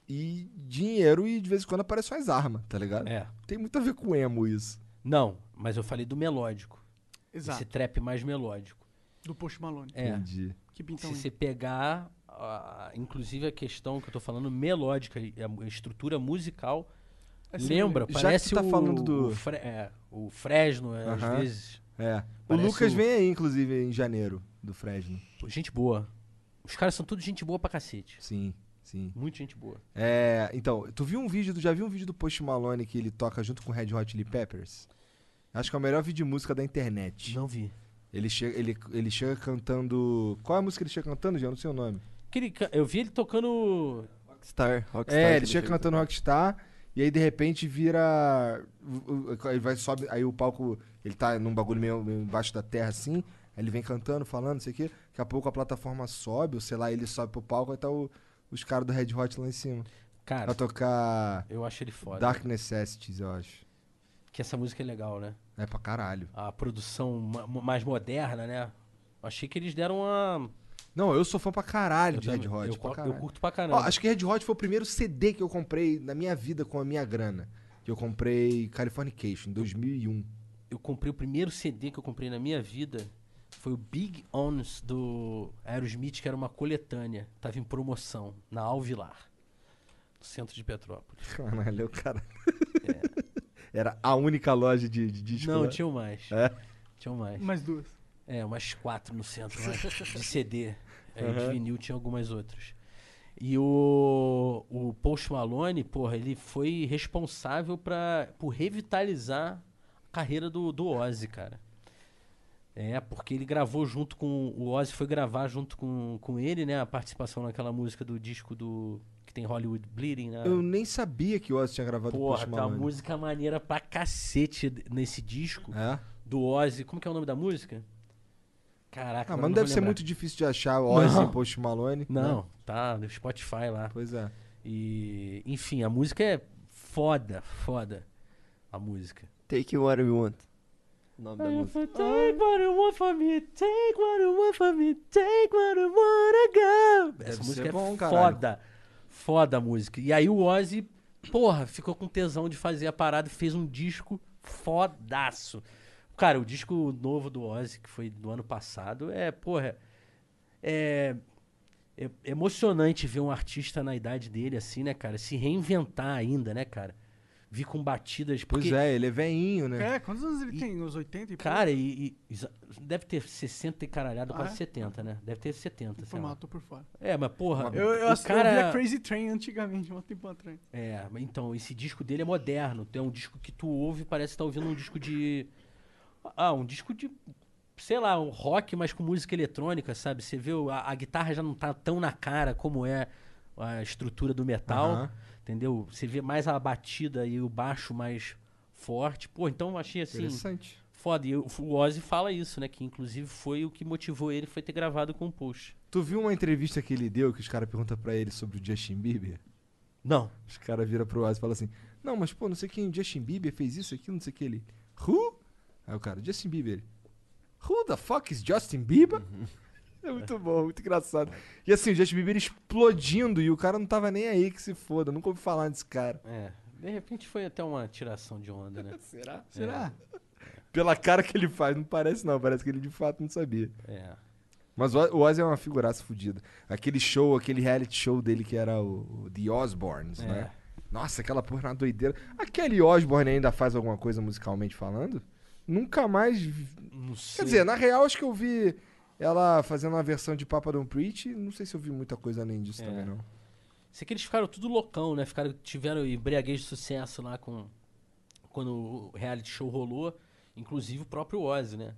e dinheiro e de vez em quando aparecem as armas, tá ligado?
É.
Tem muito a ver com emo isso.
Não, mas eu falei do melódico. Esse
Exato.
trap mais melódico.
Do Post Malone.
É.
Entendi.
Que pintão.
é.
Se você pegar, ah, inclusive a questão que eu tô falando melódica, e a estrutura musical,
é
lembra,
É, Já que
parece
tu tá
o,
falando do-
o, Fre- é, o Fresno, é, às
Aham.
vezes.
É.
Parece
o Lucas
o-
vem aí, inclusive, em janeiro, do Fresno.
Pô, Gente boa. Os caras são tudo gente boa pra cacete.
Sim, sim.
Muito gente boa.
É, então, tu viu um vídeo, do- já viu um vídeo do Post Malone que ele toca junto com o Red Hot Chili Peppers? Acho que é o melhor vídeo de música da internet.
Não vi.
Ele chega, ele, ele chega cantando. Qual é a música que ele chega cantando, já? Não sei o nome.
Aquele ca- eu vi ele tocando.
Rockstar, Rockstar.
é,
que
ele chega
fez.
cantando Rockstar e aí de repente vira. o- o- Ele vai sobe, aí o palco. Ele tá num bagulho meio, meio embaixo da terra assim. Aí ele vem cantando, falando, não sei o quê. Daqui a pouco a plataforma sobe, ou sei lá, ele sobe pro palco e tá o- os caras do Red Hot lá em cima.
Cara,
Pra tocar
eu acho ele foda.
Dark Necessities, eu acho.
Que essa música é legal, né?
É pra caralho.
A produção ma- ma- mais moderna, né? Achei que eles deram uma.
Não, eu sou fã pra caralho
Eu,
é de Red
também-
Hot.
eu,
pra
co- eu
caralho.
curto pra
Ó,
caramba.
acho que Red Hot foi o primeiro CD que eu comprei na minha vida com a minha grana. Que eu comprei Californication, em 2001.
Eu comprei o primeiro CD que eu comprei na minha vida. Foi o Big Ons do Aerosmith, que era uma coletânea. Tava em promoção, na Alvilar, no centro de Petrópolis.
Caralho, o cara. [LAUGHS] Era a única loja de, de disco.
Não,
lá.
tinham mais.
É?
Tinham mais.
Mais duas.
É, umas quatro no centro, né? De CD. Aí de vinil tinha algumas outras. E o, o Post Malone, porra, ele foi responsável pra, por revitalizar a carreira do, do Ozzy, cara. É, porque ele gravou junto com. O Ozzy foi gravar junto com, com ele, né? A participação naquela música do disco do. que tem Hollywood Bleeding, né?
Eu nem sabia que o Ozzy tinha gravado
Porra, tá
Post
tem uma
Malone.
música maneira pra cacete nesse disco
É?
do Ozzy. Como que é o nome da música? Caraca,
Ah,
agora
mas não
vou
deve ser
lembrar.
muito difícil de achar o Ozzy
Não.
e Post Malone.
Não,
né?
tá no Spotify lá.
Pois é.
E, enfim, a música é foda, foda. A música.
Take What You Want. O nome da música.
Take what you want from me, take what you want from me, take what you wanna go. Essa
Deve
música
ser
é
bom, caralho.
foda. Foda a música. E aí o Ozzy, porra, ficou com tesão de fazer a parada e fez um disco fodaço. Cara, o disco novo do Ozzy, que foi do ano passado, é, porra, é, é emocionante ver um artista na idade dele assim, né, cara? Se reinventar ainda, né, cara? Vir com batidas.
Pois
porque-
é, ele é veinho, né?
É, quantos anos ele tem? Uns 80 e pouco?
Cara, e, e- exa- deve ter 60 e caralhada,
Ah,
quase
é?
70, né? Deve ter 70, sei
Foi mal,
lá.
tô por fora.
É, mas porra,
Eu, eu,
o
assisti- eu
cara...
via Crazy Train antigamente, um tempo atrás.
É, mas então, esse disco dele é moderno. É um disco que tu ouve e parece que tá ouvindo um disco de... Ah, um disco de, sei lá, um rock, mas com música eletrônica, sabe? Você vê, o- a, a guitarra já não tá tão na cara como é a estrutura do metal,
Aham.
entendeu? Você vê mais a batida e o baixo mais forte. Pô, então eu achei assim...
Interessante.
Foda, e o o Ozzy fala isso, né? Que inclusive foi o que motivou ele foi ter gravado com o Push.
Tu viu uma entrevista que ele deu que os caras perguntam pra ele sobre o Justin Bieber?
Não.
Os caras viram pro Ozzy e falam assim: Não, mas pô, não sei quem, Justin Bieber fez isso, aquilo, não sei o que. Ele, Who? Aí o cara, Justin Bieber. Who the fuck is Justin Bieber? É muito bom, muito engraçado. E assim, o Justin Bieber explodindo e o cara não tava nem aí que se foda, nunca ouvi falar desse cara.
É. De repente foi até uma tiração de onda, né?
Será?
Será?
Pela cara que ele faz, não parece não, parece que ele de fato não sabia.
É.
Mas o o Ozzy é uma figuraça fodida. Aquele show, aquele reality show dele que era o, o The Osbournes,
É.
né? Nossa, aquela porra era uma doideira. Aquele Osbourne ainda faz alguma coisa musicalmente falando? Nunca mais. vi-
Não sei.
Quer dizer, na real, acho que eu vi ela fazendo uma versão de Papa Don't Preach. Não sei se eu vi muita coisa além disso
É.
também, não.
sei que eles ficaram tudo loucão, né? Ficaram, tiveram embriaguez de sucesso lá com. Quando o reality show rolou. Inclusive o próprio Ozzy, né?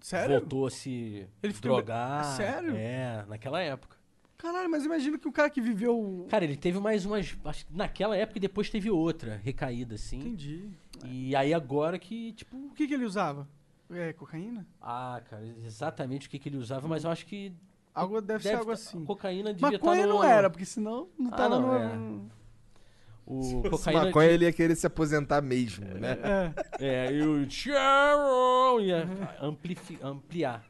Sério?
Voltou a se
Ele ficou-
drogar.
Sério?
É, naquela época.
Caralho, mas imagina que o cara que viveu.
Cara, ele teve mais umas. Acho que naquela época e depois teve outra recaída, assim.
Entendi.
E aí agora que, tipo.
O que, que ele usava? É, cocaína?
Ah, cara, exatamente o que, que ele usava, mas eu acho que.
Algo, deve, ser
deve
algo
tá-
assim.
A cocaína devia
Maconha
tá no...
não era, porque senão não
Ah,
tava
não,
no.
O
Se
cocaína.
maconha, ele ia querer se aposentar mesmo, né?
É.
É, e o Cheryl ia amplifi- ampliar.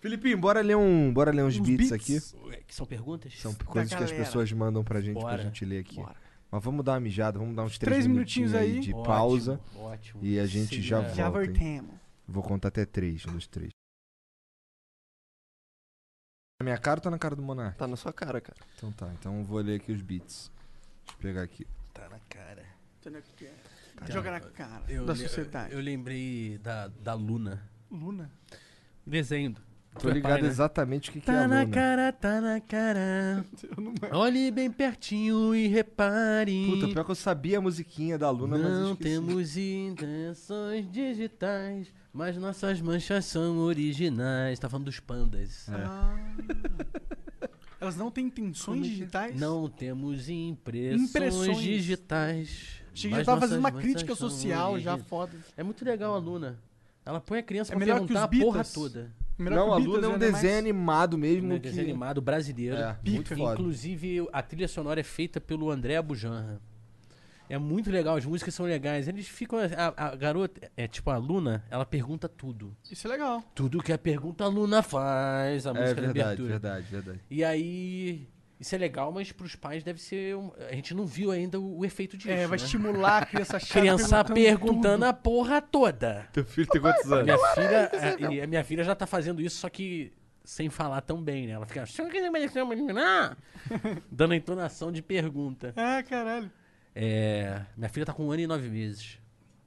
Filipinho, bora ler, um, bora ler uns,
Uns
beats,
beats?
aqui.
Ué, Que são perguntas?
São coisas que as
galera.
pessoas mandam pra gente,
Bora,
pra gente ler aqui.
bora.
Mas vamos dar uma mijada, vamos dar uns três,
Três minutinhos aí.
de
Ótimo,
pausa.
Ótimo.
e a gente já
né?
Já
volta, hein?
voltemos.
Vou contar até três, um, dois, três. Na minha cara ou tá na cara do Monark?
Tá na sua cara, cara.
Então tá, então eu vou ler aqui os beats. Deixa eu pegar aqui.
Tá na cara.
Entendeu o que que é? Joga na cara da
le-
sociedade.
Eu lembrei da, da Luna.
Luna.
Desenho.
Tô ligado exatamente o que, que é a Luna.
cara, né? tá na cara.
Eu não
Olhe bem pertinho e repare.
Puta, pior que eu sabia a musiquinha da Luna, mas eu
Não
esqueci.
temos intenções digitais, mas nossas manchas são originais. Tá falando dos pandas.
É.
Elas não têm
é
intenções digitais?
Não temos impressões,
Impressões.
digitais.
Achei que já
mas
tava fazendo
nossas
uma crítica
manchas são
social, já
origi-
foda.
É muito legal a Luna. Ela põe a criança
É
pra
melhor que
perguntar a
os
porra
Beatles.
toda.
Melhor
Não,
que
a
Beatles
Luna é
e
um
animais.
desenho animado mesmo.
Um
que...
desenho animado brasileiro.
É, muito foda.
Inclusive, a trilha sonora é feita pelo André Abujanra. É muito legal, as músicas são legais. Eles ficam. A, a garota, é tipo a Luna, ela pergunta tudo.
Isso é legal.
Tudo que a pergunta a Luna faz, a
É
música da
verdade,
abertura.
verdade, verdade.
E aí. Isso é legal, mas pros pais deve ser. um- A gente não viu ainda o, o efeito disso.
É, vai
né?
estimular a
[LAUGHS]
criança chata
Criança perguntando,
tudo.
a porra toda.
Teu filho tem [LAUGHS] quantos
A minha filha, a- e a minha filha já tá fazendo isso, só que sem falar tão bem, né? Ela fica.
[LAUGHS]
Dando a entonação de pergunta.
É, caralho.
É, minha filha tá com um ano e nove meses.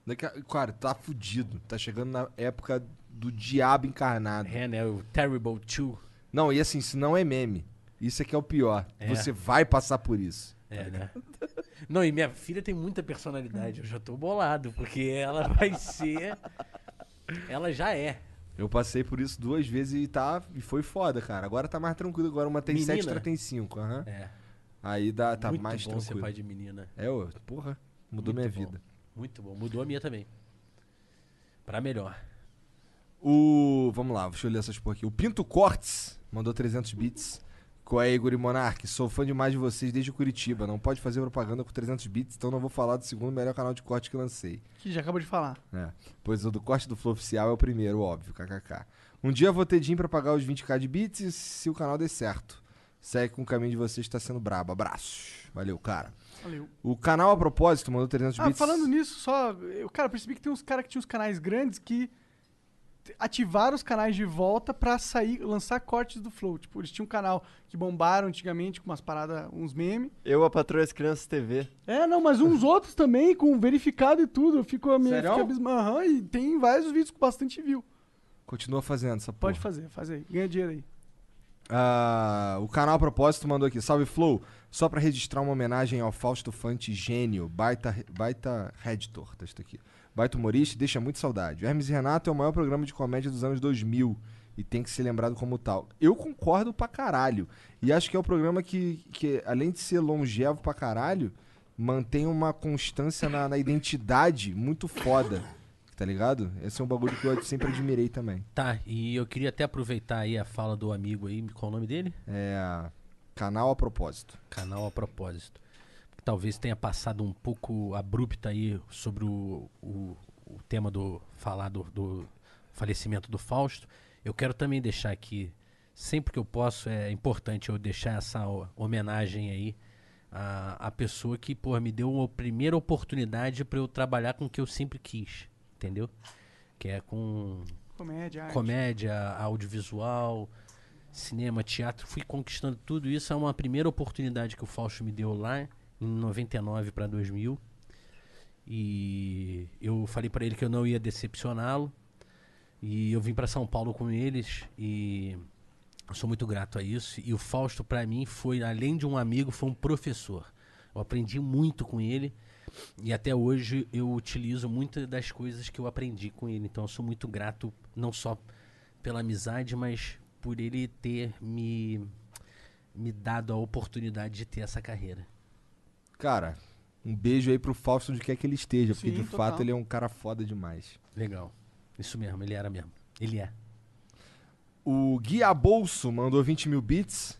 Daqui a- Cara, tá fudido. Tá chegando na época do diabo encarnado.
É, né? O Terrible Two.
Não, e assim, se não é meme. Isso é que é o pior.
É.
Você vai passar por isso.
É, né? Não, e minha filha tem muita personalidade. Eu já tô bolado, porque ela vai ser. Ela já é.
Eu passei por isso duas vezes e tá. E foi foda, cara. Agora tá mais tranquilo. Agora uma tem sete,
Menina?
outra tem cinco. aham.
É.
Aí dá, tá
muito
mais
bom ser
tranquilo.
pai de menina.
É, ô, porra, mudou
Muito
minha
bom.
vida.
Muito bom. Mudou a minha também. Pra melhor.
O. Vamos lá, deixa eu ler essas porra aqui. O Pinto Cortes mandou 300 bits. Qual é, Igor e Monark? Sou fã demais de vocês desde Curitiba. Não pode fazer propaganda com 300 bits, então não vou falar do segundo melhor canal de corte que lancei.
Que já acabou de falar.
É, pois o do corte do Flow Oficial é o primeiro, óbvio, kkk. Um dia vou ter din pra pagar os 20k de bits e se o canal der certo. Segue com o caminho de vocês, tá sendo brabo. Abraços. Valeu, cara.
Valeu.
O canal, a propósito, mandou 300
Ah,
bits.
falando nisso, só. Eu, cara, percebi que tem uns caras que tinham uns canais grandes que t- ativaram os canais de volta pra sair, lançar cortes do Flow. Tipo, eles tinham um canal que bombaram antigamente com umas paradas, uns memes.
Eu, a Patroa e as Crianças TV.
É, não, mas [LAUGHS] uns outros também, com verificado e tudo. Eu fico a minha
Sério?
fiquei abismado. Aham, e tem vários vídeos com bastante view.
Continua fazendo essa porra.
Pode fazer, fazer. Ganha dinheiro aí.
Ah, o canal a propósito mandou aqui, salve Flow, só pra registrar uma homenagem ao Fausto Fante gênio, baita, baita redditor, tá escrito aqui. Baita humorista, e deixa muito saudade. O Hermes e Renato é o maior programa de comédia dos anos 2000 e tem que ser lembrado como tal. Eu concordo pra caralho. E acho que é o programa que, que além de ser longevo pra caralho, mantém uma constância na, na identidade muito foda. Tá ligado? Esse é um bagulho que eu sempre admirei também.
Tá, e eu queria até aproveitar aí a fala do amigo aí, qual o nome dele?
É. Canal a propósito.
Canal a propósito. Que talvez tenha passado um pouco abrupta aí sobre o, o, o tema do falar do, do falecimento do Fausto. Eu quero também deixar aqui, sempre que eu posso, é importante eu deixar essa ho- homenagem aí à, à pessoa que, pô, me deu a primeira oportunidade para eu trabalhar com o que eu sempre quis, entendeu? Que é com
Comédia, arte.
comédia, audiovisual, cinema, teatro, fui conquistando tudo isso. É uma primeira oportunidade que o Fausto me deu lá em 99 para 2000. E eu falei para ele que eu não ia decepcioná-lo. E eu vim para São Paulo com eles e eu sou muito grato a isso. E o Fausto para mim foi além de um amigo, foi um professor. Eu aprendi muito com ele. E até hoje eu utilizo muitas das coisas que eu aprendi com ele. Então eu sou muito grato, não só pela amizade, mas por ele ter me, me dado a oportunidade de ter essa carreira.
Cara, um beijo aí pro Fausto onde quer que ele esteja, porque
Sim,
de
total.
fato ele é um cara foda demais.
Legal. Isso mesmo, ele era mesmo. Ele é.
O Gui Abolso mandou 20 mil bits.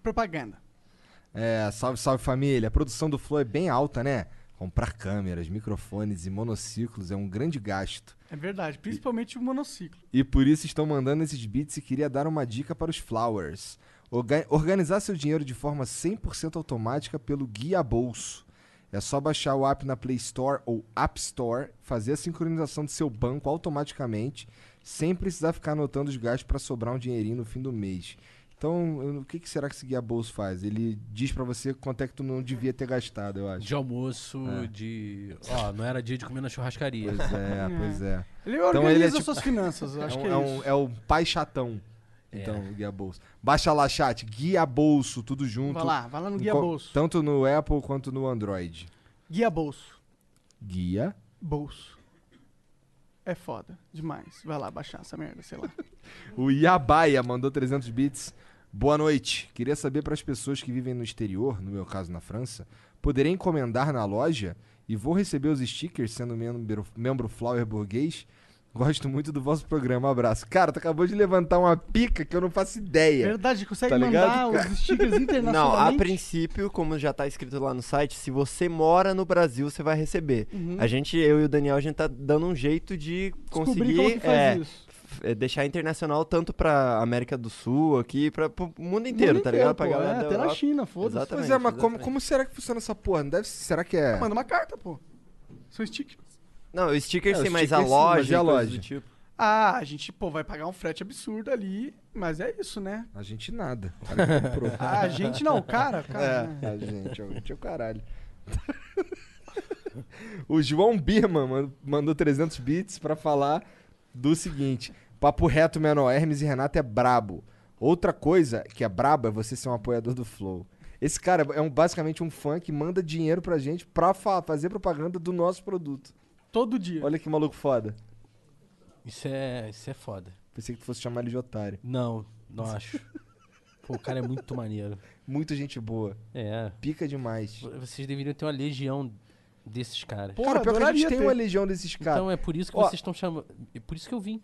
Propaganda.
É, salve, salve família. A produção do Flow é bem alta, né? Comprar câmeras, microfones e monociclos é um grande gasto.
É verdade. Principalmente o monociclo.
E por isso estão mandando esses beats e queria dar uma dica para os Flowers. Orga- organizar seu dinheiro de forma 100% automática pelo Guia Bolso. É só baixar o app na Play Store ou App Store, fazer a sincronização do seu banco automaticamente, sem precisar ficar anotando os gastos para sobrar um dinheirinho no fim do mês. Então, eu- o que, que será que esse Guia Bolso faz? Ele diz para você quanto é que tu não devia ter gastado, eu
[LAUGHS]
acho.
De almoço, de. Ó, não era dia de comer na churrascaria.
Pois é, pois é.
Ele
ele é
organiza
tipo-
suas finanças, eu
[LAUGHS] É
acho
um,
que é,
é
isso. É.
um- é um pai chatão. Então, o Guia Bolso. Baixa lá, chat. Guia Bolso, tudo junto.
Vai lá, vai lá no
Em então-
Guia
co-
Bolso.
Tanto no Apple quanto no Android.
Guia Bolso.
Guia
Bolso. É foda. Demais. Vai lá baixar essa merda, sei lá. Hum.
O Yabaia mandou 300 bits. Boa noite. Queria saber para as pessoas que vivem no exterior, no meu caso na França, poderem encomendar na loja e vou receber os stickers sendo membro, membro Flower Burguês. Gosto muito do vosso programa. Abraço. Cara, tu acabou de levantar uma pica que eu não faço ideia.
Verdade, consegue
Tá
mandar
ligado, cara?
os stickers
Não, a
internacionalmente?
princípio, como já tá escrito lá no site, se você mora no Brasil, você vai receber. A gente, eu e o Daniel, a gente tá dando um jeito de
Uhum. Descobrir como que
conseguir
faz
é,
isso.
f- é, deixar internacional tanto pra América do Sul aqui, pra pro mundo inteiro, tá ligado? Pra
pô,
galera
é,
da
até na
Europa.
China, foda-se.
Exatamente,
Pois é, mas como,
exatamente.
como será que funciona essa porra? Não deve ser- Será que é.
Manda uma carta, pô. São stickers.
Não, o sticker
É, o
sim, mas a
sticker sim, mas
loja,
e a
e coisa
loja?
do tipo.
Ah, a gente, pô, vai pagar um frete absurdo ali, mas é isso, né?
[LAUGHS] A gente nada. O cara que
[LAUGHS]
comprou.
Ah, a gente não, o cara, o cara. né?
É, a gente, a gente é o caralho. [LAUGHS] o João Birman man- mandou 300 bits pra falar do seguinte: Papo reto menor, Hermes e Renato é brabo. Outra coisa que é brabo é você ser um apoiador do Flow. Esse cara é um, basicamente um fã que manda dinheiro pra gente pra fa- fazer propaganda do nosso produto.
Todo dia.
Olha que maluco foda.
Isso é, isso é foda.
Pensei que tu fosse chamar ele de otário.
Não, não acho. Pô, o cara é muito maneiro.
Muita gente boa.
É.
Pica demais.
v- Vocês deveriam ter uma legião desses caras.
Pô,
cara, pior que a gente
adoraria
tem um
ter.
uma legião desses caras.
então é por isso que
ó.
vocês estão chamando. É por isso que eu vim.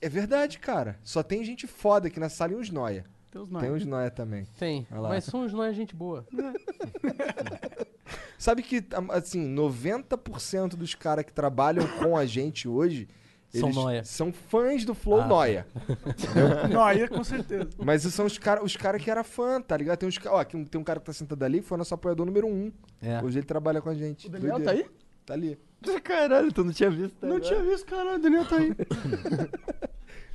É verdade, cara. Só tem gente foda aqui na sala e uns noia.
Deus não.
Tem um uns noia também.
Tem.
Vai lá.
Mas somos nós gente boa.
Sabe que, am- assim, 90% dos caras que trabalham com a gente hoje...
São
eles
nóia.
São fãs do Flow
Ah.
Noia.
[LAUGHS] Não, aí é com certeza.
Mas são os caras os cara que era fã, tá ligado? Tem, uns, ca- ó, aqui um- tem um cara que tá sentado ali, foi nosso apoiador número um.
É.
Hoje ele trabalha com a gente.
O Daniel tá
Doideira.
aí?
Tá ali.
Caralho, tu não tinha visto.
né?
Não tinha visto, caralho, o Daniel tá aí.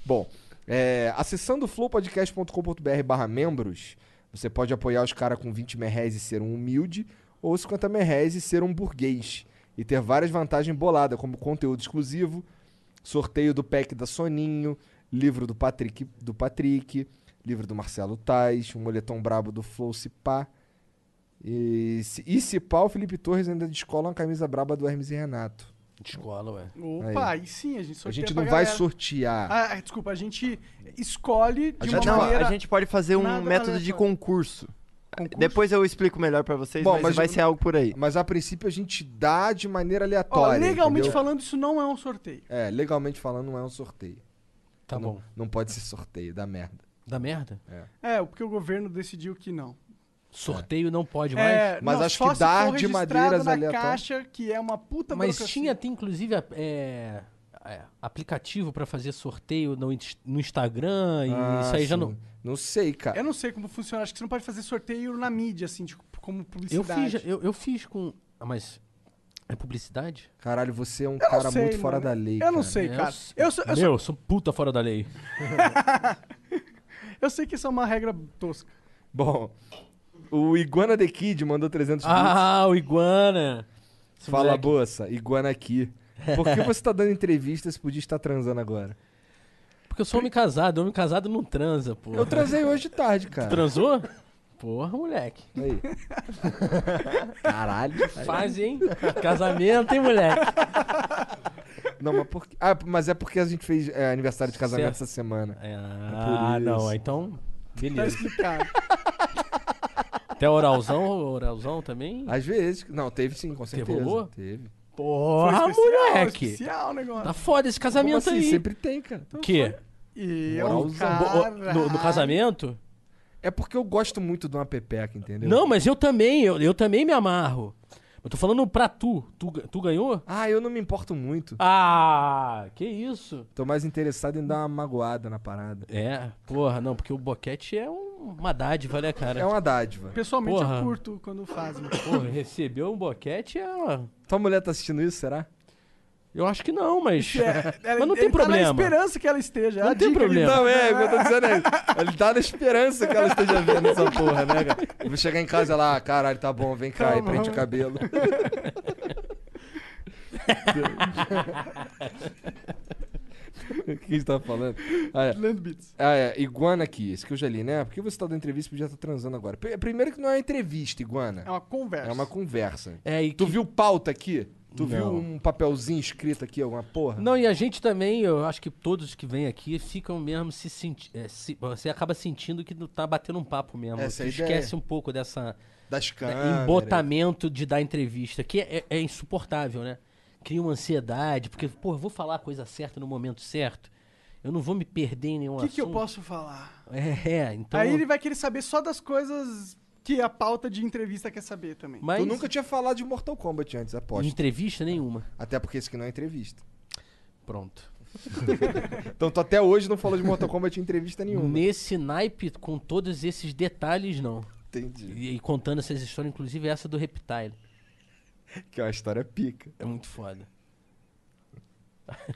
Bom, é, acessando flowpodcast.com.br barra membros, você pode apoiar os caras com 20 merréis e ser um humilde, ou 50 merréis e ser um burguês. E ter várias vantagens boladas, como conteúdo exclusivo, sorteio do pack da Soninho, livro do Patrick, do Patrick livro do Marcelo Tais, um moletom brabo do Flow Cipá. E se, e se pá, o Felipe Torres ainda descola uma camisa braba do Hermes e Renato.
De escola, ué.
Opa, aí sim, a gente
A
sorteia
gente
pra
não vai
galera.
sortear.
Ah, desculpa, a gente escolhe de
gente
uma
Não,
maneira...
a gente pode fazer
nada
um método de
aleatória.
concurso. Depois eu explico melhor pra vocês,
Bom,
mas,
mas
vai
eu-
ser algo por aí.
Mas a princípio a gente dá de maneira
Ó,
aleatória.
legalmente
entendeu?
falando, isso não é um sorteio.
É, legalmente falando não é um sorteio.
Tá
não,
bom.
Não pode ser sorteio, dá merda.
Da merda?
É, porque o governo decidiu que não.
Sorteio não pode mais.
É,
Mas
não,
acho
só
que
se
dá
for
de
registrado
maneiras
na
aleatórias.
caixa, que é uma puta
Mas
burocracia.
tinha até, inclusive, a- é, é, aplicativo pra fazer sorteio no, ins- no Instagram e
Ah,
isso aí já
sim.
não.
Não sei, cara.
Eu não sei como funciona, acho que você não pode fazer sorteio na mídia, assim, tipo, como
Eu
publicidade.
fiz, eu, eu fiz com. Ah, mas. É publicidade?
Caralho, você é um
Eu não
cara
sei,
muito fora
mano.
da lei.
Eu
cara.
não sei,
É,
cara.
s-
Eu, sou- eu, sou-
Meu, sou puta fora da lei.
eu sei que isso é uma regra tosca.
Bom, o Iguana The Kid mandou 300 bits.
Ah, o Iguana! Esse
Fala,
moleque.
moça, Iguana aqui. Por que você tá dando entrevista se podia estar tá transando agora?
Porque eu sou homem casado, homem casado não transa, pô.
Eu transei hoje de tarde, cara.
Transou? Porra, moleque.
Aí. [LAUGHS] Caralho.
Faz, hein? Casamento, hein, moleque?
Não, mas por quê? Ah, mas é porque a gente fez é, aniversário de casamento
Certo.
essa semana.
Ah,
por
não.
isso.
Então,
Tá
beleza.
explicado.
Até oralzão, oralzão também.
Às vezes. Não, teve sim, com certeza.
rolou?
Teve.
Porra,
Foi especial,
moleque.
Especial o negócio.
Tá foda esse
Como
casamento
assim?
aí.
Sempre tem, cara.
Que?
E eu,
Moralzão.
Bo-
cara...
o- No, no casamento?
É porque eu gosto muito de uma pepeca, entendeu?
Não, mas eu também, eu, eu também me amarro. Eu tô falando pra tu. Tu, ga- tu ganhou?
Ah, eu não me importo muito.
Ah, que isso?
Tô mais interessado em dar uma magoada na parada.
É, porra, não, porque o boquete é um- uma dádiva, né, cara?
É uma dádiva.
Pessoalmente
Porra.
eu curto quando fazem.
[LAUGHS] Porra, receber um boquete é. uma-
Tua mulher tá assistindo isso, será?
Eu acho que
[LAUGHS]
não, mas.
Ela-
mas não tem
ele Tá
problema.
na esperança que ela esteja.
Não
A
tem
dica ali-
problema.
Não, é, o que eu tô dizendo é isso. Ele tá na esperança que ela esteja vendo essa porra, né, cara? Eu vou chegar em casa e ela, ah, caralho, tá bom, vem cá e
Calma.
prende o cabelo. [LAUGHS] O que a gente tava falando? Ah, é.
Land Beats.
Ah, é, iguana aqui, esse que eu já li, né? Por que você tá dando entrevista e podia estar transando agora? P- Primeiro que não é uma entrevista, iguana.
É uma conversa.
É uma conversa.
É, e
Tu viu pauta aqui? Tu viu
Não.
um papelzinho escrito aqui, alguma porra?
Não, e a gente também, eu acho que todos que vêm aqui ficam mesmo se sentindo. você acaba sentindo que não tá batendo um papo mesmo.
Essa é a
Tu
ideia.
esquece um pouco dessa
Das
da-
câmeras.
embotamento de dar entrevista, que é, é insuportável, né? Cria uma ansiedade, porque, pô, eu vou falar a coisa certa no momento certo. Eu não vou me perder em nenhum
O que, que eu posso falar?
É, é, então.
Aí ele vai querer saber só das coisas que a pauta de entrevista quer saber também.
Mas
Tu nunca tinha falado de Mortal Kombat antes, aposto.
entrevista nenhuma.
Até porque isso aqui não é entrevista.
Pronto.
Então tu até hoje não falou de
[LAUGHS]
Mortal Kombat em entrevista nenhuma.
Nesse naipe, com todos esses detalhes, não.
Entendi.
E, e contando essas histórias, inclusive essa do Reptile.
Que é uma história pica.
É muito foda.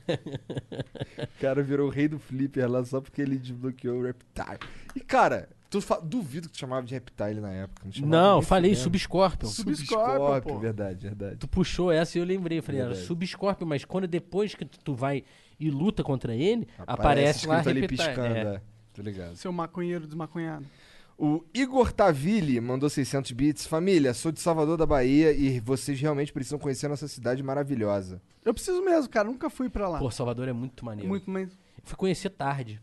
O cara virou o rei do flipper lá só porque ele desbloqueou o Reptile. E cara, tu fa- duvido que tu chamava de Reptile na época. Não, chamava
Não,
nem
falei
fudendo.
Subscorpion.
Subscorpion,
Subscorpion,
pô.
verdade, verdade.
Tu puxou essa e eu lembrei. Falei, era
Verdade.
Subscorpion, mas quando depois que tu tu vai e luta contra ele, aparece,
Aparece,
lá
escrito ali
Reptile.
piscando,
É.
é. Tá ligado.
Seu maconheiro desmaconhado.
O Igor Tavili mandou 600 bits. Família, sou de Salvador da Bahia e vocês realmente precisam conhecer nossa cidade maravilhosa.
Eu preciso mesmo, cara. Nunca fui pra lá.
Pô, Salvador é muito maneiro.
Muito, mas...
Eu fui conhecer tarde.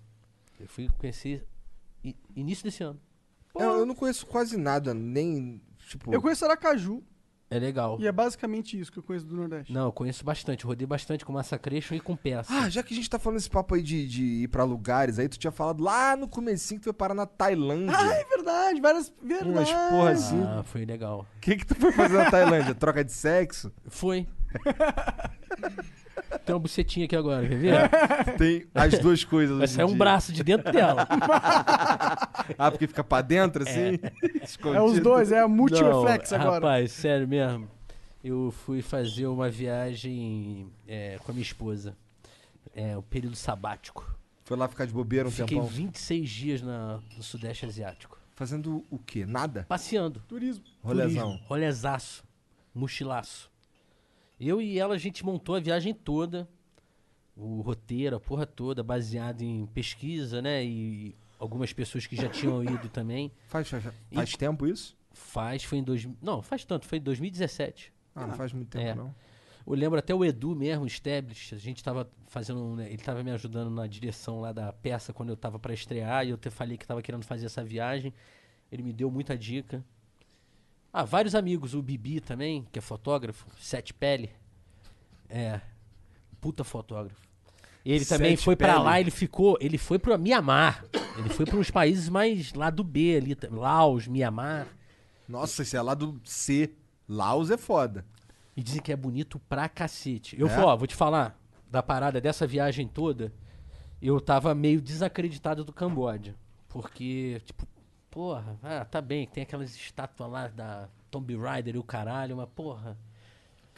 Eu fui conhecer i- início desse ano.
É, Eu, eu não conheço quase nada, nem. Tipo,
Eu conheço Aracaju
É legal.
e é basicamente isso que eu conheço do Nordeste.
Não, eu conheço bastante. Rodei bastante com Massacration e com Peça.
Ah, já que a gente tá falando esse papo aí de, de ir pra lugares, aí tu tinha falado lá no comecinho que tu foi parar na Tailândia.
Ah, é verdade. Várias...
Umas
Verdade.
porra assim.
Ah, foi legal.
O que que tu foi fazer na Tailândia? Troca de sexo?
Foi. Tem uma bucetinha aqui agora, quer ver?
Tem as duas coisas.
Vai
hoje em
sair um
dia.
braço de dentro dela.
Ah, porque fica pra dentro assim? [LAUGHS]
É os dois, é a multi-reflex
Não,
agora.
Rapaz, sério mesmo. Eu fui fazer uma viagem é, com a minha esposa. É, o período sabático.
Foi lá ficar de bobeira um
Fiquei
tempão.
26 dias na- no Sudeste Asiático.
Fazendo o quê? Nada?
Passeando.
Turismo.
Rolezão.
Turismo, Rolezaço. Mochilaço. Eu e ela, a gente montou a viagem toda. O roteiro, a porra toda, baseado em pesquisa, né? E algumas pessoas que já tinham ido também.
Faz, faz, faz tempo isso?
Faz, foi em dois... Não, faz tanto. Foi em 2017.
Ah, não faz muito tempo,
É.
não.
Eu lembro até o Edu mesmo, o Stablish, a gente tava fazendo, um- né, ele tava me ajudando na direção lá da peça quando eu tava pra estrear e eu te falei que tava querendo fazer essa viagem. Ele me deu muita dica. Ah, vários amigos, o Bibi também, que é fotógrafo, Sete Pele. É, puta fotógrafo. Ele também
Sete
foi pra
Pele.
lá, ele ficou, ele foi pro Mianmar. Ele foi para uns países mais lá do B ali, tá- Laos, Mianmar.
Nossa, esse é lá do C. Laos é foda.
E dizem que é bonito pra cacete. Eu
É?
vou, ó, vou te falar, da parada dessa viagem toda, eu tava meio desacreditado do Camboja. Porque, tipo, porra, ah, tá bem, tem aquelas estátuas lá da Tomb Raider e o caralho, mas porra.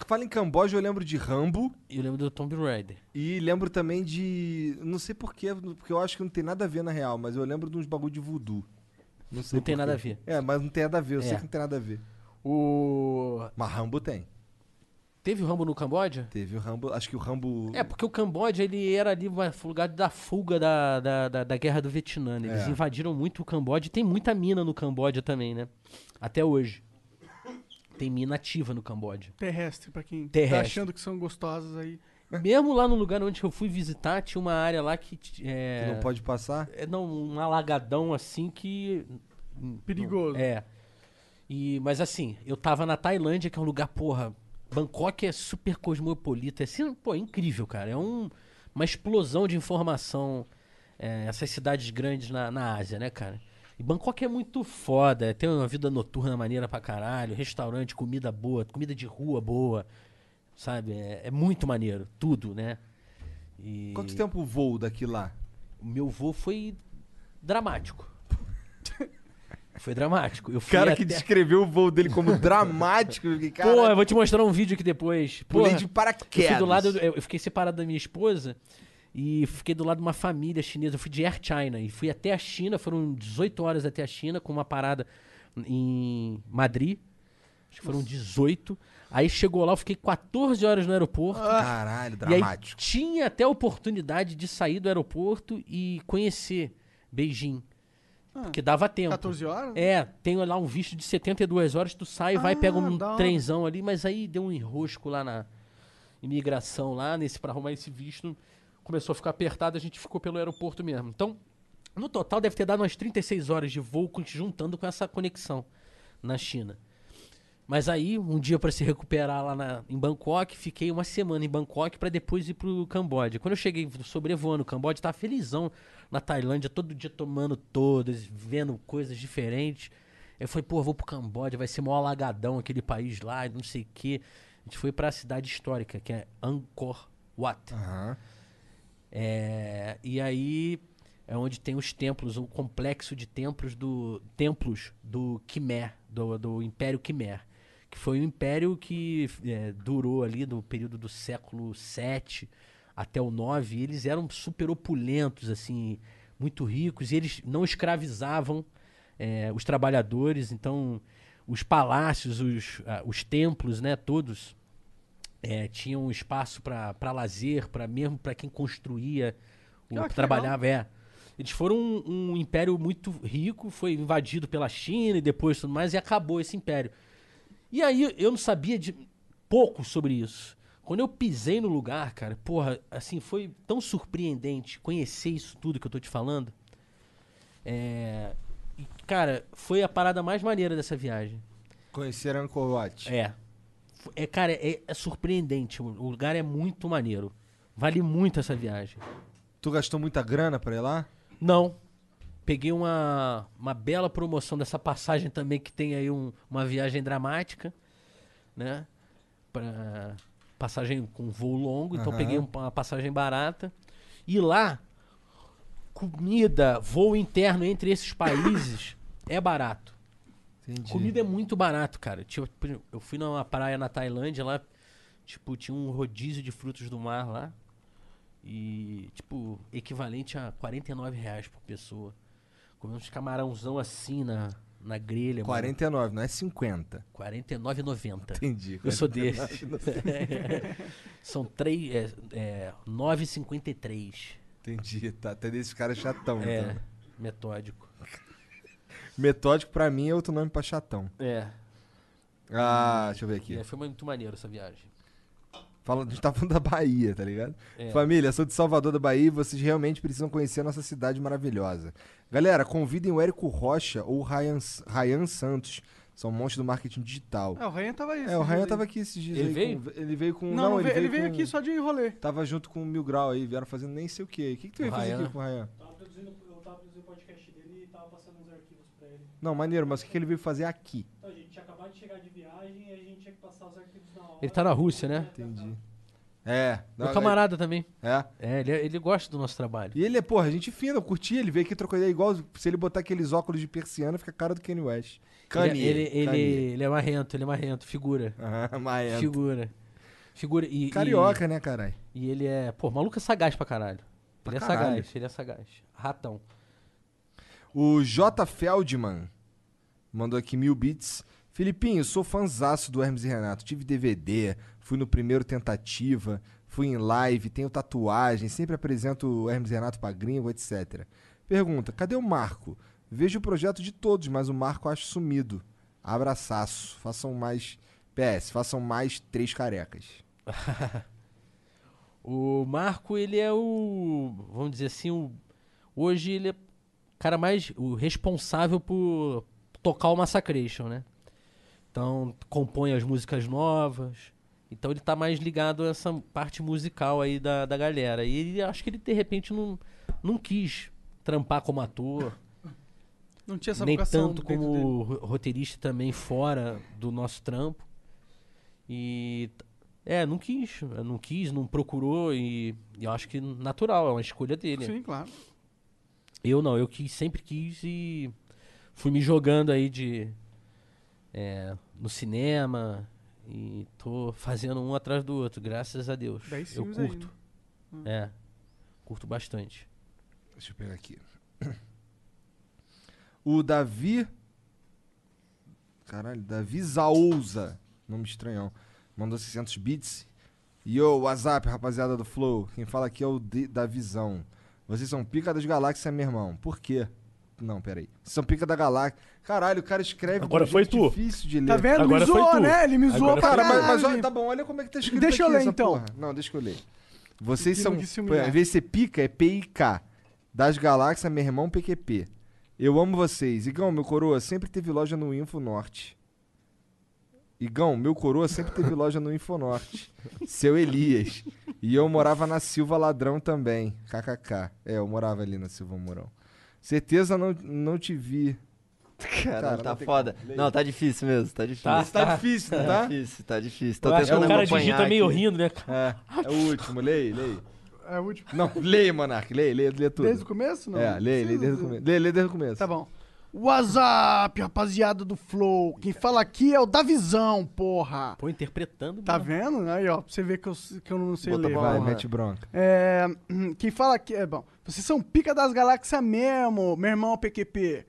Fala em Camboja, eu lembro de Rambo
Eu lembro do Tomb Raider.
e lembro também de. Não sei porquê, porque eu acho que não tem nada a ver na real, mas eu lembro de uns bagulho de voodoo. Não sei
Não
porquê.
tem nada a ver.
É, mas não tem nada a ver, eu
É.
sei que não tem nada a ver.
O.
Mas Rambo tem.
Teve o Rambo no Camboja?
Teve o Rambo, acho que o Rambo.
É, porque o Camboja, ele era ali uma- o lugar da fuga da, da, da, da guerra do Vietnã. né? Eles
É.
invadiram muito o Camboja. e Tem muita mina no Camboja também, né? Até hoje. Tem mina ativa no Camboja.
Terrestre, pra quem tá
Terrestre.
achando que são gostosas aí.
É.
Mesmo lá no lugar onde eu fui visitar, tinha uma área lá que. t- É,
Que não pode passar.
é, não, um alagadão assim que.
Perigoso.
É. E, mas assim, eu tava na Tailândia, que é um lugar, porra. Bangkok é super cosmopolita. É assim, pô, é incrível, cara. É um, uma explosão de informação. é, essas cidades grandes na, na Ásia, né, cara? E Bangkok é muito foda. Tem uma vida noturna maneira pra caralho. Restaurante, comida boa, comida de rua boa. Sabe? É, é muito maneiro. Tudo, né? E
Quanto tempo o voo daqui lá?
o meu voo foi dramático. foi dramático. Eu
O
fui
cara que
até...
descreveu o voo dele
[LAUGHS]
como dramático. eu fiquei, cara,
Pô, eu vou te mostrar um vídeo aqui depois. Pô,
pulei de
eu
paraquedas.
fui do lado, eu eu fiquei separado da minha esposa e fiquei do lado de uma família chinesa. Eu fui de Air China e fui até a China, foram 18 horas até a China com uma parada em Madrid. Acho que foram 18. Aí chegou lá, eu fiquei 14 horas no aeroporto.
Caralho,
E aí
Ah, dramático.
tinha até a oportunidade de sair do aeroporto e conhecer Beijing.
Ah,
Porque dava tempo.
14 horas?
um É, tem lá um visto de 72 horas, tu sai, vai,
Ah,
pega um
da hora.
trenzão ali, mas aí deu um enrosco lá na imigração, lá nesse para arrumar esse visto. Começou a ficar apertado, a gente ficou pelo aeroporto mesmo. Então, no total deve ter dado umas 36 horas de voo com- juntando com essa conexão na China. Mas aí, um dia para se recuperar lá na- em Bangkok, fiquei uma semana em Bangkok para depois ir pro Camboja. Quando eu cheguei sobrevoando o Camboja, tava felizão na Tailândia, todo dia tomando todas, vendo coisas diferentes. Eu falei, pô, vou pro Camboja, vai ser maior alagadão aquele país lá, não sei o quê. A gente foi pra cidade histórica, que é Angkor Wat.
Aham.
É, e aí é onde tem os templos, o complexo de templos do templos do Quimer, do, do Império Quimer, que foi um império que é, durou ali do período do século VII até o IX. E eles eram super opulentos, assim, muito ricos. E eles não escravizavam é, os trabalhadores. Então, os palácios, os, ah, os templos, né, todos é, tinha um espaço para lazer, para mesmo para quem construía, o,
Ah, que
trabalhava. É. Eles foram um, um império muito rico, foi invadido pela China e depois tudo mais, e acabou esse império. E aí eu não sabia de pouco sobre isso. Quando eu pisei no lugar, cara, porra, assim, foi tão surpreendente conhecer isso tudo que eu tô te falando. É, e, cara, foi a parada mais maneira dessa viagem.
Conheceram Angkor Wat.
É. F- é cara, é, é surpreendente. O o lugar é muito maneiro. Vale muito essa viagem.
Tu gastou muita grana pra ir lá?
Não. Peguei uma, uma bela promoção dessa passagem também, que tem aí um- uma viagem dramática, né? Pra passagem com voo longo, então
Aham.
peguei um- uma passagem barata. E lá, comida, voo interno entre esses países é barato.
Entendi.
Comida é muito barato, cara. Tipo, por exemplo, eu fui numa praia na Tailândia lá, tipo, tinha um rodízio de frutos do mar lá. E, tipo, equivalente a 49 reais por pessoa. Comemos camarãozão assim na, na grelha. mano.
49, não é 50.
49,90.
Entendi.
Eu sou desse. [LAUGHS] São três é, é, 9,53.
Entendi. Tá até desse cara chatão.
É,
então.
metódico.
Metódico pra mim é outro nome pra chatão.
É.
Ah,
Uhum.
deixa eu ver aqui.
E aí é, foi muito maneiro essa viagem.
Fala, a gente tá falando da Bahia, tá ligado?
É.
Família, sou de Salvador da Bahia e vocês realmente precisam conhecer a nossa cidade maravilhosa. Galera, convidem o Érico Rocha ou o Ryan, Ryan Santos. São monstros do marketing digital.
É, o Ryan tava aí.
É, o Ryan
Ryan
tava aqui esses dias.
Ele
aí
veio?
com- ele veio com.
Não, não,
ele
veio- ele veio
com-
aqui só de rolê.
Tava junto com o Mil Grau aí, vieram fazendo nem sei o quê. O que, que tu
O
veio fazer
Ryan.
aqui com o Ryan?
Tava produzindo, eu tava produzindo o podcast dele e tava passando uns arquivos pra ele.
Não, maneiro, mas o que, que ele veio fazer aqui?
Então, a gente tinha acabado de chegar de viagem e a gente tinha que passar os arquivos na hora.
Ele tá né? na Rússia, né?
Entendi. É. não,
Meu camarada também.
É.
É, ele, ele gosta do nosso trabalho.
E ele é, porra, gente fina, eu curti, ele veio aqui trocou ideia igual. Se ele botar aqueles óculos de persiana, fica a cara do Kanye West. Kanye.
é- ele, ele, ele,
Kanye.
ele é marrento, ele é marrento. Figura.
Aham, [LAUGHS] maento.
Figura. Figura. E, e-
Carioca, né, caralho?
E, ele é. Pô, o maluco é sagaz pra caralho.
Pra
ele é
caralho.
sagaz, ele é sagaz. Ratão.
O J. Feldman mandou aqui mil bits. Filipinho, sou fanzaço do Hermes e Renato. Tive DVD, fui no primeiro tentativa, fui em live, tenho tatuagem, sempre apresento o Hermes e Renato pra gringo, etc. Pergunta, cadê o Marco? Vejo o projeto de todos, mas o Marco acho sumido. Abraçaço. Façam mais... PS, façam mais três carecas.
O Marco, ele é o. Vamos dizer assim, o, hoje ele é o cara mais. o responsável por tocar o Massacration, né? Então, compõe as músicas novas. Então, ele tá mais ligado a essa parte musical aí da, da galera. E ele, acho que ele, de repente, não, não quis trampar como ator.
Não tinha essa
nem
vocação
tanto
dentro
como
dele.
ro- roteirista também fora do nosso trampo. E t- é, não quis, eh, não quis, não procurou e, e eu acho que natural, é uma escolha dele.
Sim, claro.
Eu não, eu quis, sempre quis e fui me jogando aí de eh, no cinema e tô fazendo um atrás do outro, graças a Deus.
Dez
eu
filmes aí,
curto. É. Curto bastante.
Deixa eu pegar aqui. [CLEARS THROAT] O Davi. Caralho, Davi Zaouza. Nome estranhão. Mandou 600 bits. Yo, WhatsApp, rapaziada do Flow. Quem fala aqui é o D da Visão. Vocês são pica das galáxias, meu irmão. Por quê? Não, peraí. Vocês são pica da galáxia. Caralho, o cara escreve. de um
Agora foi
jeito
tu.
Difícil de ler.
Tá vendo?
Agora
me zoou,
foi tu.
né? Ele me zoou
Agora
pra
foi
Cara,
tu.
caralho.
mas, mas olha, tá bom, olha como é que tá escrito
Deixa eu
aqui
ler,
essa
então.
porra. Não, deixa eu ler. Vocês
Eu
são...
quis se
Pô,
humilhar.
Em vez de ser pica, é PIK. Das Galáxias, meu irmão PQP. Eu amo vocês. Igão, meu coroa, sempre teve loja no Info Norte. Igão, meu coroa sempre
[LAUGHS]
teve loja no Infonorte. Seu Elias. E eu morava na Silva Ladrão também. KKK. É, eu morava ali na Silva Mourão. Certeza não, não te vi.
Cara,
Cara, não
tá
tem
foda.
como. Leia.
Não, tá difícil mesmo, tá difícil.
Tá,
Isso tá difícil, não
Tá
tá?
difícil, tá difícil. Tô
Eu acho que
tentando
o cara
acompanhar
digita
aqui.
meio rindo, né?
É, é o último. Leia, leia.
É o último.
Não, leia, Monark. Leia, leia, leia tudo.
Desde o começo? Não.
É, leia, leia
Precisa
desde o
dizer.
começo. Leia, leia desde o começo.
Tá bom. WhatsApp, rapaziada do Flow. Quem fala aqui é o da visão, porra.
Pô, interpretando.
Tá
mano.
vendo? Aí, ó, pra você ver que eu, s- que eu não sei
Bota
ler.
pra
Vai,
Porra.
mete bronca.
É, [CLEARS THROAT] hum, quem fala aqui é bom. Vocês são pica das galáxias mesmo, meu irmão PQP.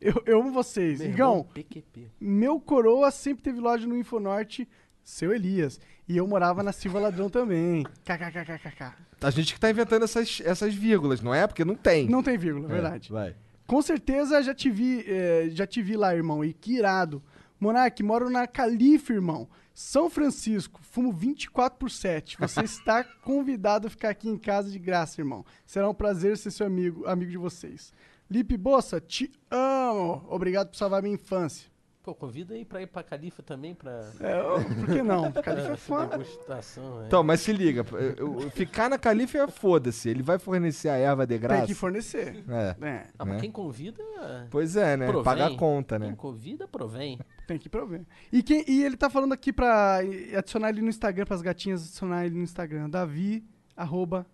Eu, eu amo vocês.
Meu
Igão,
irmão, PQP.
meu coroa sempre teve loja no Infonorte, seu Elias. E eu morava na Silva Ladrão também. KKKKK.
A gente que tá inventando essas, essas vírgulas, não é? Porque não tem.
Não tem vírgula,
É,
verdade.
Vai.
Com certeza já te vi, eh, já te vi lá, irmão. E que irado. Monark, moro na Califa, irmão. São Francisco, fumo 24 por 7. [LAUGHS] Você está convidado a ficar aqui em casa de graça, irmão. Será um prazer ser seu amigo, amigo de vocês. Lipe Bossa, te amo. Obrigado por salvar minha infância.
Pô, convida aí pra ir pra Califa também, pra
É, ô, por que não? Califa é
essa
foda.
degustação. é. aí.
Então, mas se liga. eu- eu- ficar na califa é foda-se. Ele vai fornecer a erva de graça.
Tem que fornecer.
É.
É,
Ah, mas
né?
quem convida,
Pois é, né?
Provém.
Pagar a conta,
quem
né?
convida, provém.
tem que prover. E, quem, e ele tá falando aqui pra eh, adicionar ele no Instagram, pras gatinhas adicionar ele no Instagram. Davi, arroba,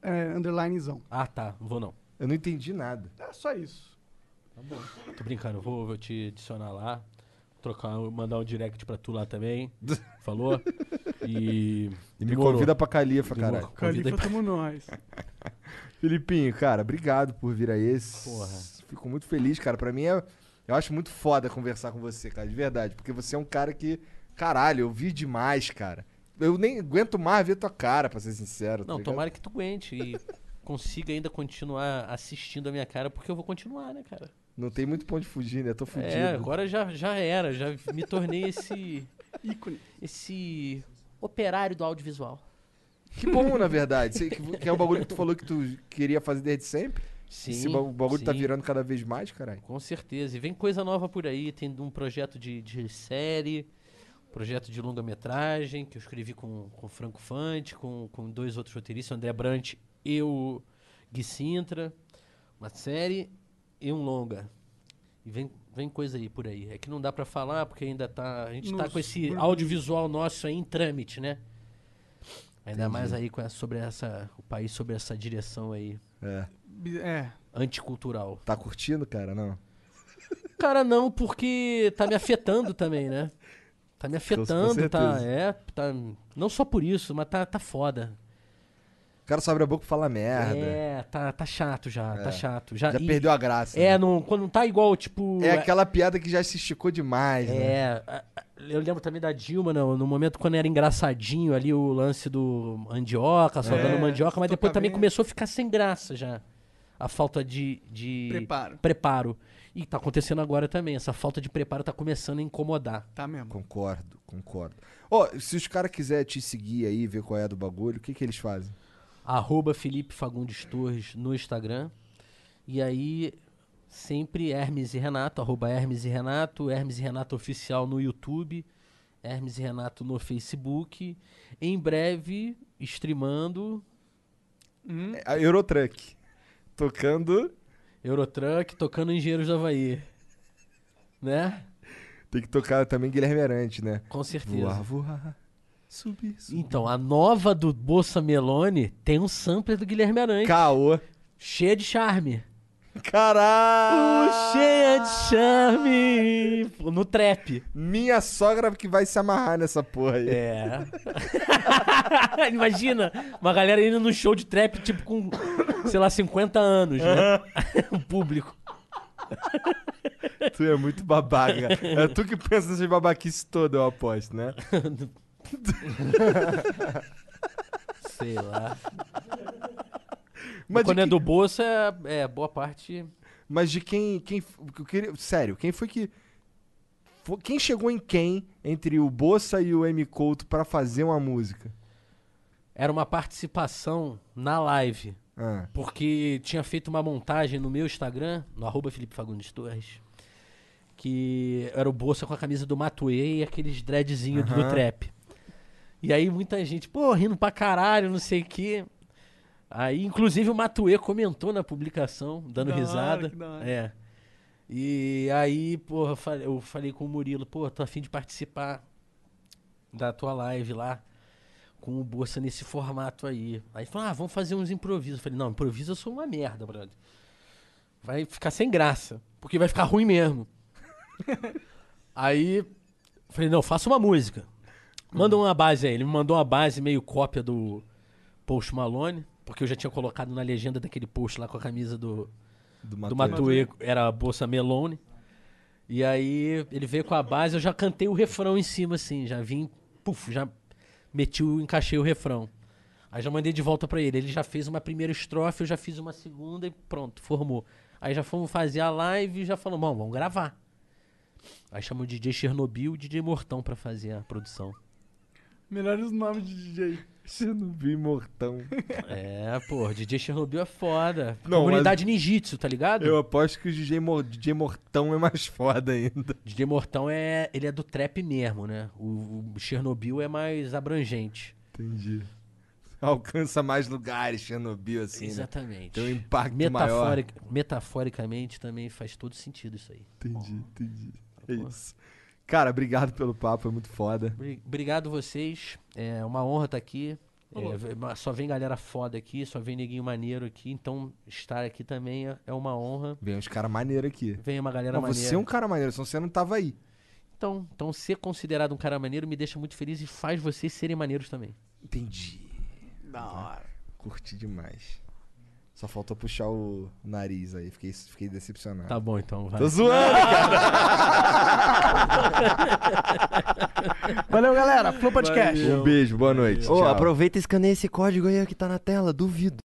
eh, underlinezão.
Ah, tá, não vou não.
Eu não entendi nada.
É só isso.
Tô brincando, eu vou, vou te adicionar lá. Trocar, mandar um direct pra tu
[LAUGHS]
lá também. Falou? E.
E me convida pra califa,
Demorou.
caralho.
Convida aí
Califa
pra-
tamo nós.
Filipinho, cara, obrigado por vir a esse.
Porra.
Fico muito feliz, cara. Pra mim é. Eu acho muito foda conversar com você, cara, de verdade. Porque você é um cara que. Caralho, eu vi demais, cara. Eu nem aguento mais ver tua cara, pra ser sincero. tá
Não,
ligado?
tomara que tu aguente e consiga ainda continuar assistindo a minha cara, porque eu vou continuar, né, cara?
Não tem muito ponto de fugir, né? Tô fudido.
É, agora já, já era, já me tornei esse.
Ícone.
esse. operário do audiovisual.
Que bom, na verdade. Você- que, que é o bagulho que tu falou que tu queria fazer desde sempre.
Sim.
Esse ba- o bagulho tá
sim.
virando cada vez mais, caralho.
Com certeza. E vem coisa nova por aí. Tem um projeto de, de série, um projeto de longa-metragem que eu escrevi com, com o Franco Fante, com, com dois outros roteiristas, o André Brant e o Gui Sintra. Uma série e um longa. E vem, vem coisa aí por aí. É que não dá pra falar porque ainda tá. A gente tá
Nos
com esse
grupos.
audiovisual nosso aí em trâmite, né? Ainda mais aí com a- sobre essa. O país sobre essa direção aí
É.
Bi- É.
anticultural.
Tá curtindo, cara? Não.
Cara, não, porque tá me afetando também, né? Tá me
com
afetando, tá,
certeza.
é, tá, não só por isso, mas tá, tá foda.
O cara só abre a boca e fala merda.
É, tá, tá chato já,
É.
tá chato. Já,
Já
e-
perdeu a graça.
É,
né?
não, quando não tá igual, tipo...
É aquela piada que já se esticou demais, né?
É, a- a- eu lembro também da Dilma, não, no momento quando era engraçadinho ali o lance do mandioca, só
É,
dando mandioca, mas depois também
tocavento.
começou a ficar sem graça já. A falta de, de
Preparo.
preparo. E tá acontecendo agora também. Essa falta de preparo tá começando a incomodar.
Tá mesmo.
Concordo, concordo. Ó, se os caras quiserem te seguir aí, ver qual é do bagulho, o que que eles fazem?
Arroba Felipe Fagundes Torres no Instagram. E aí, sempre Hermes e Renato, arroba Hermes e Renato, Hermes e Renato Oficial no YouTube, Hermes e Renato no Facebook. Em breve, streamando
É, A Eurotruck. Tocando.
Eurotruck, tocando Engenheiros do Havaí. Né?
Tem que tocar também Guilherme Arante, né?
Com certeza.
Voar, voar. Subir, subir.
Então, a nova do Bolsa Melone tem um sampler do Guilherme Arante.
Caô.
Cheia de charme.
Caralho!
Uh, cheia de charme. No trap.
Minha sogra que vai se amarrar nessa porra aí.
É. [LAUGHS] Imagina, uma galera indo num show de trap, tipo, com, sei lá, 50 anos, né? [LAUGHS] o público.
Tu é muito babaca. É tu que pensa nessas babaquice toda, eu aposto, né?
Sei lá.
Mas, de,
Quando é
que-
do bolso, é, é boa parte.
mas de quem. quem f- eu queria- sério, quem foi que. fo- Quem chegou em quem entre o Bossa e o M. Couto pra fazer uma música?
Era uma participação na live.
Ah,
Porque tinha feito uma montagem no meu Instagram, no arroba Felipe Fagundes Torres, que era o Bolsa com a camisa do Matuê e aqueles dreadzinhos do
Aham.
trap. E aí muita gente, pô, rindo pra caralho, não sei o quê. Aí, inclusive, o Matuê comentou na publicação, dando
Da hora,
risada.
que da hora.
É. E aí, porra, eu falei- eu falei com o Murilo, pô, tô afim de participar da tua live lá com o Bolsa nesse formato aí. Aí falou, ah, vamos fazer uns improvisos. Eu falei, não, improviso eu sou uma merda, brother. Vai ficar sem graça, porque vai ficar
[LAUGHS]
ruim mesmo. aí, falei, não, faça uma música. Manda uma base aí. Ele me mandou uma base meio cópia do Post Malone, porque eu já tinha colocado na legenda daquele post lá com a camisa do,
do Matuê.
do Matuê, era a Bolsa Melone. E aí ele veio com a base, eu já cantei o refrão em cima, assim, já vim, puf, já meti o, encaixei o refrão. Aí já mandei de volta pra ele. Ele já fez uma primeira estrofe, eu já fiz uma segunda e pronto, formou. Aí já fomos fazer a live e já falamos, bom, vamos gravar. Aí chamou o DJ Chernobyl e o DJ Mortão pra fazer a produção.
Melhores nomes de DJ.
Você não viu mortão.
É, pô, DJ Chernobyl é foda.
Não,
Comunidade ninjitsu, tá ligado?
Eu aposto que o DJ, Mor- DJ Mortão é mais foda ainda.
DJ Mortão é. Ele é do trap mesmo, né? O, o Chernobyl é mais abrangente.
Entendi. Alcança mais lugares, Chernobyl, assim. né?
Exatamente.
Tem um impacto
Metaforic- Metaforicamente também faz todo sentido isso aí.
Entendi, entendi. É isso. Cara, obrigado pelo papo, é muito foda.
Bri- Obrigado vocês. É uma honra estar aqui. É, v- ma- só vem galera foda aqui, só vem neguinho maneiro aqui. Então, estar aqui também é- é uma honra.
Vem uns caras maneiros aqui.
Vem uma galera
Não,
maneira.
você é um cara maneiro, senão você não tava aí.
então, então, ser considerado um cara maneiro me deixa muito feliz e faz vocês serem maneiros também.
Entendi. Da hora. Curti demais. Só faltou puxar o nariz aí, fiquei, fiquei decepcionado.
Tá bom, então. Vai. [LAUGHS]
Tô zoando, cara.
Valeu, galera. Flow Podcast.
Um beijo, boa noite.
Ô,
tchau.
aproveita e escaneia esse código aí que tá na tela, duvido.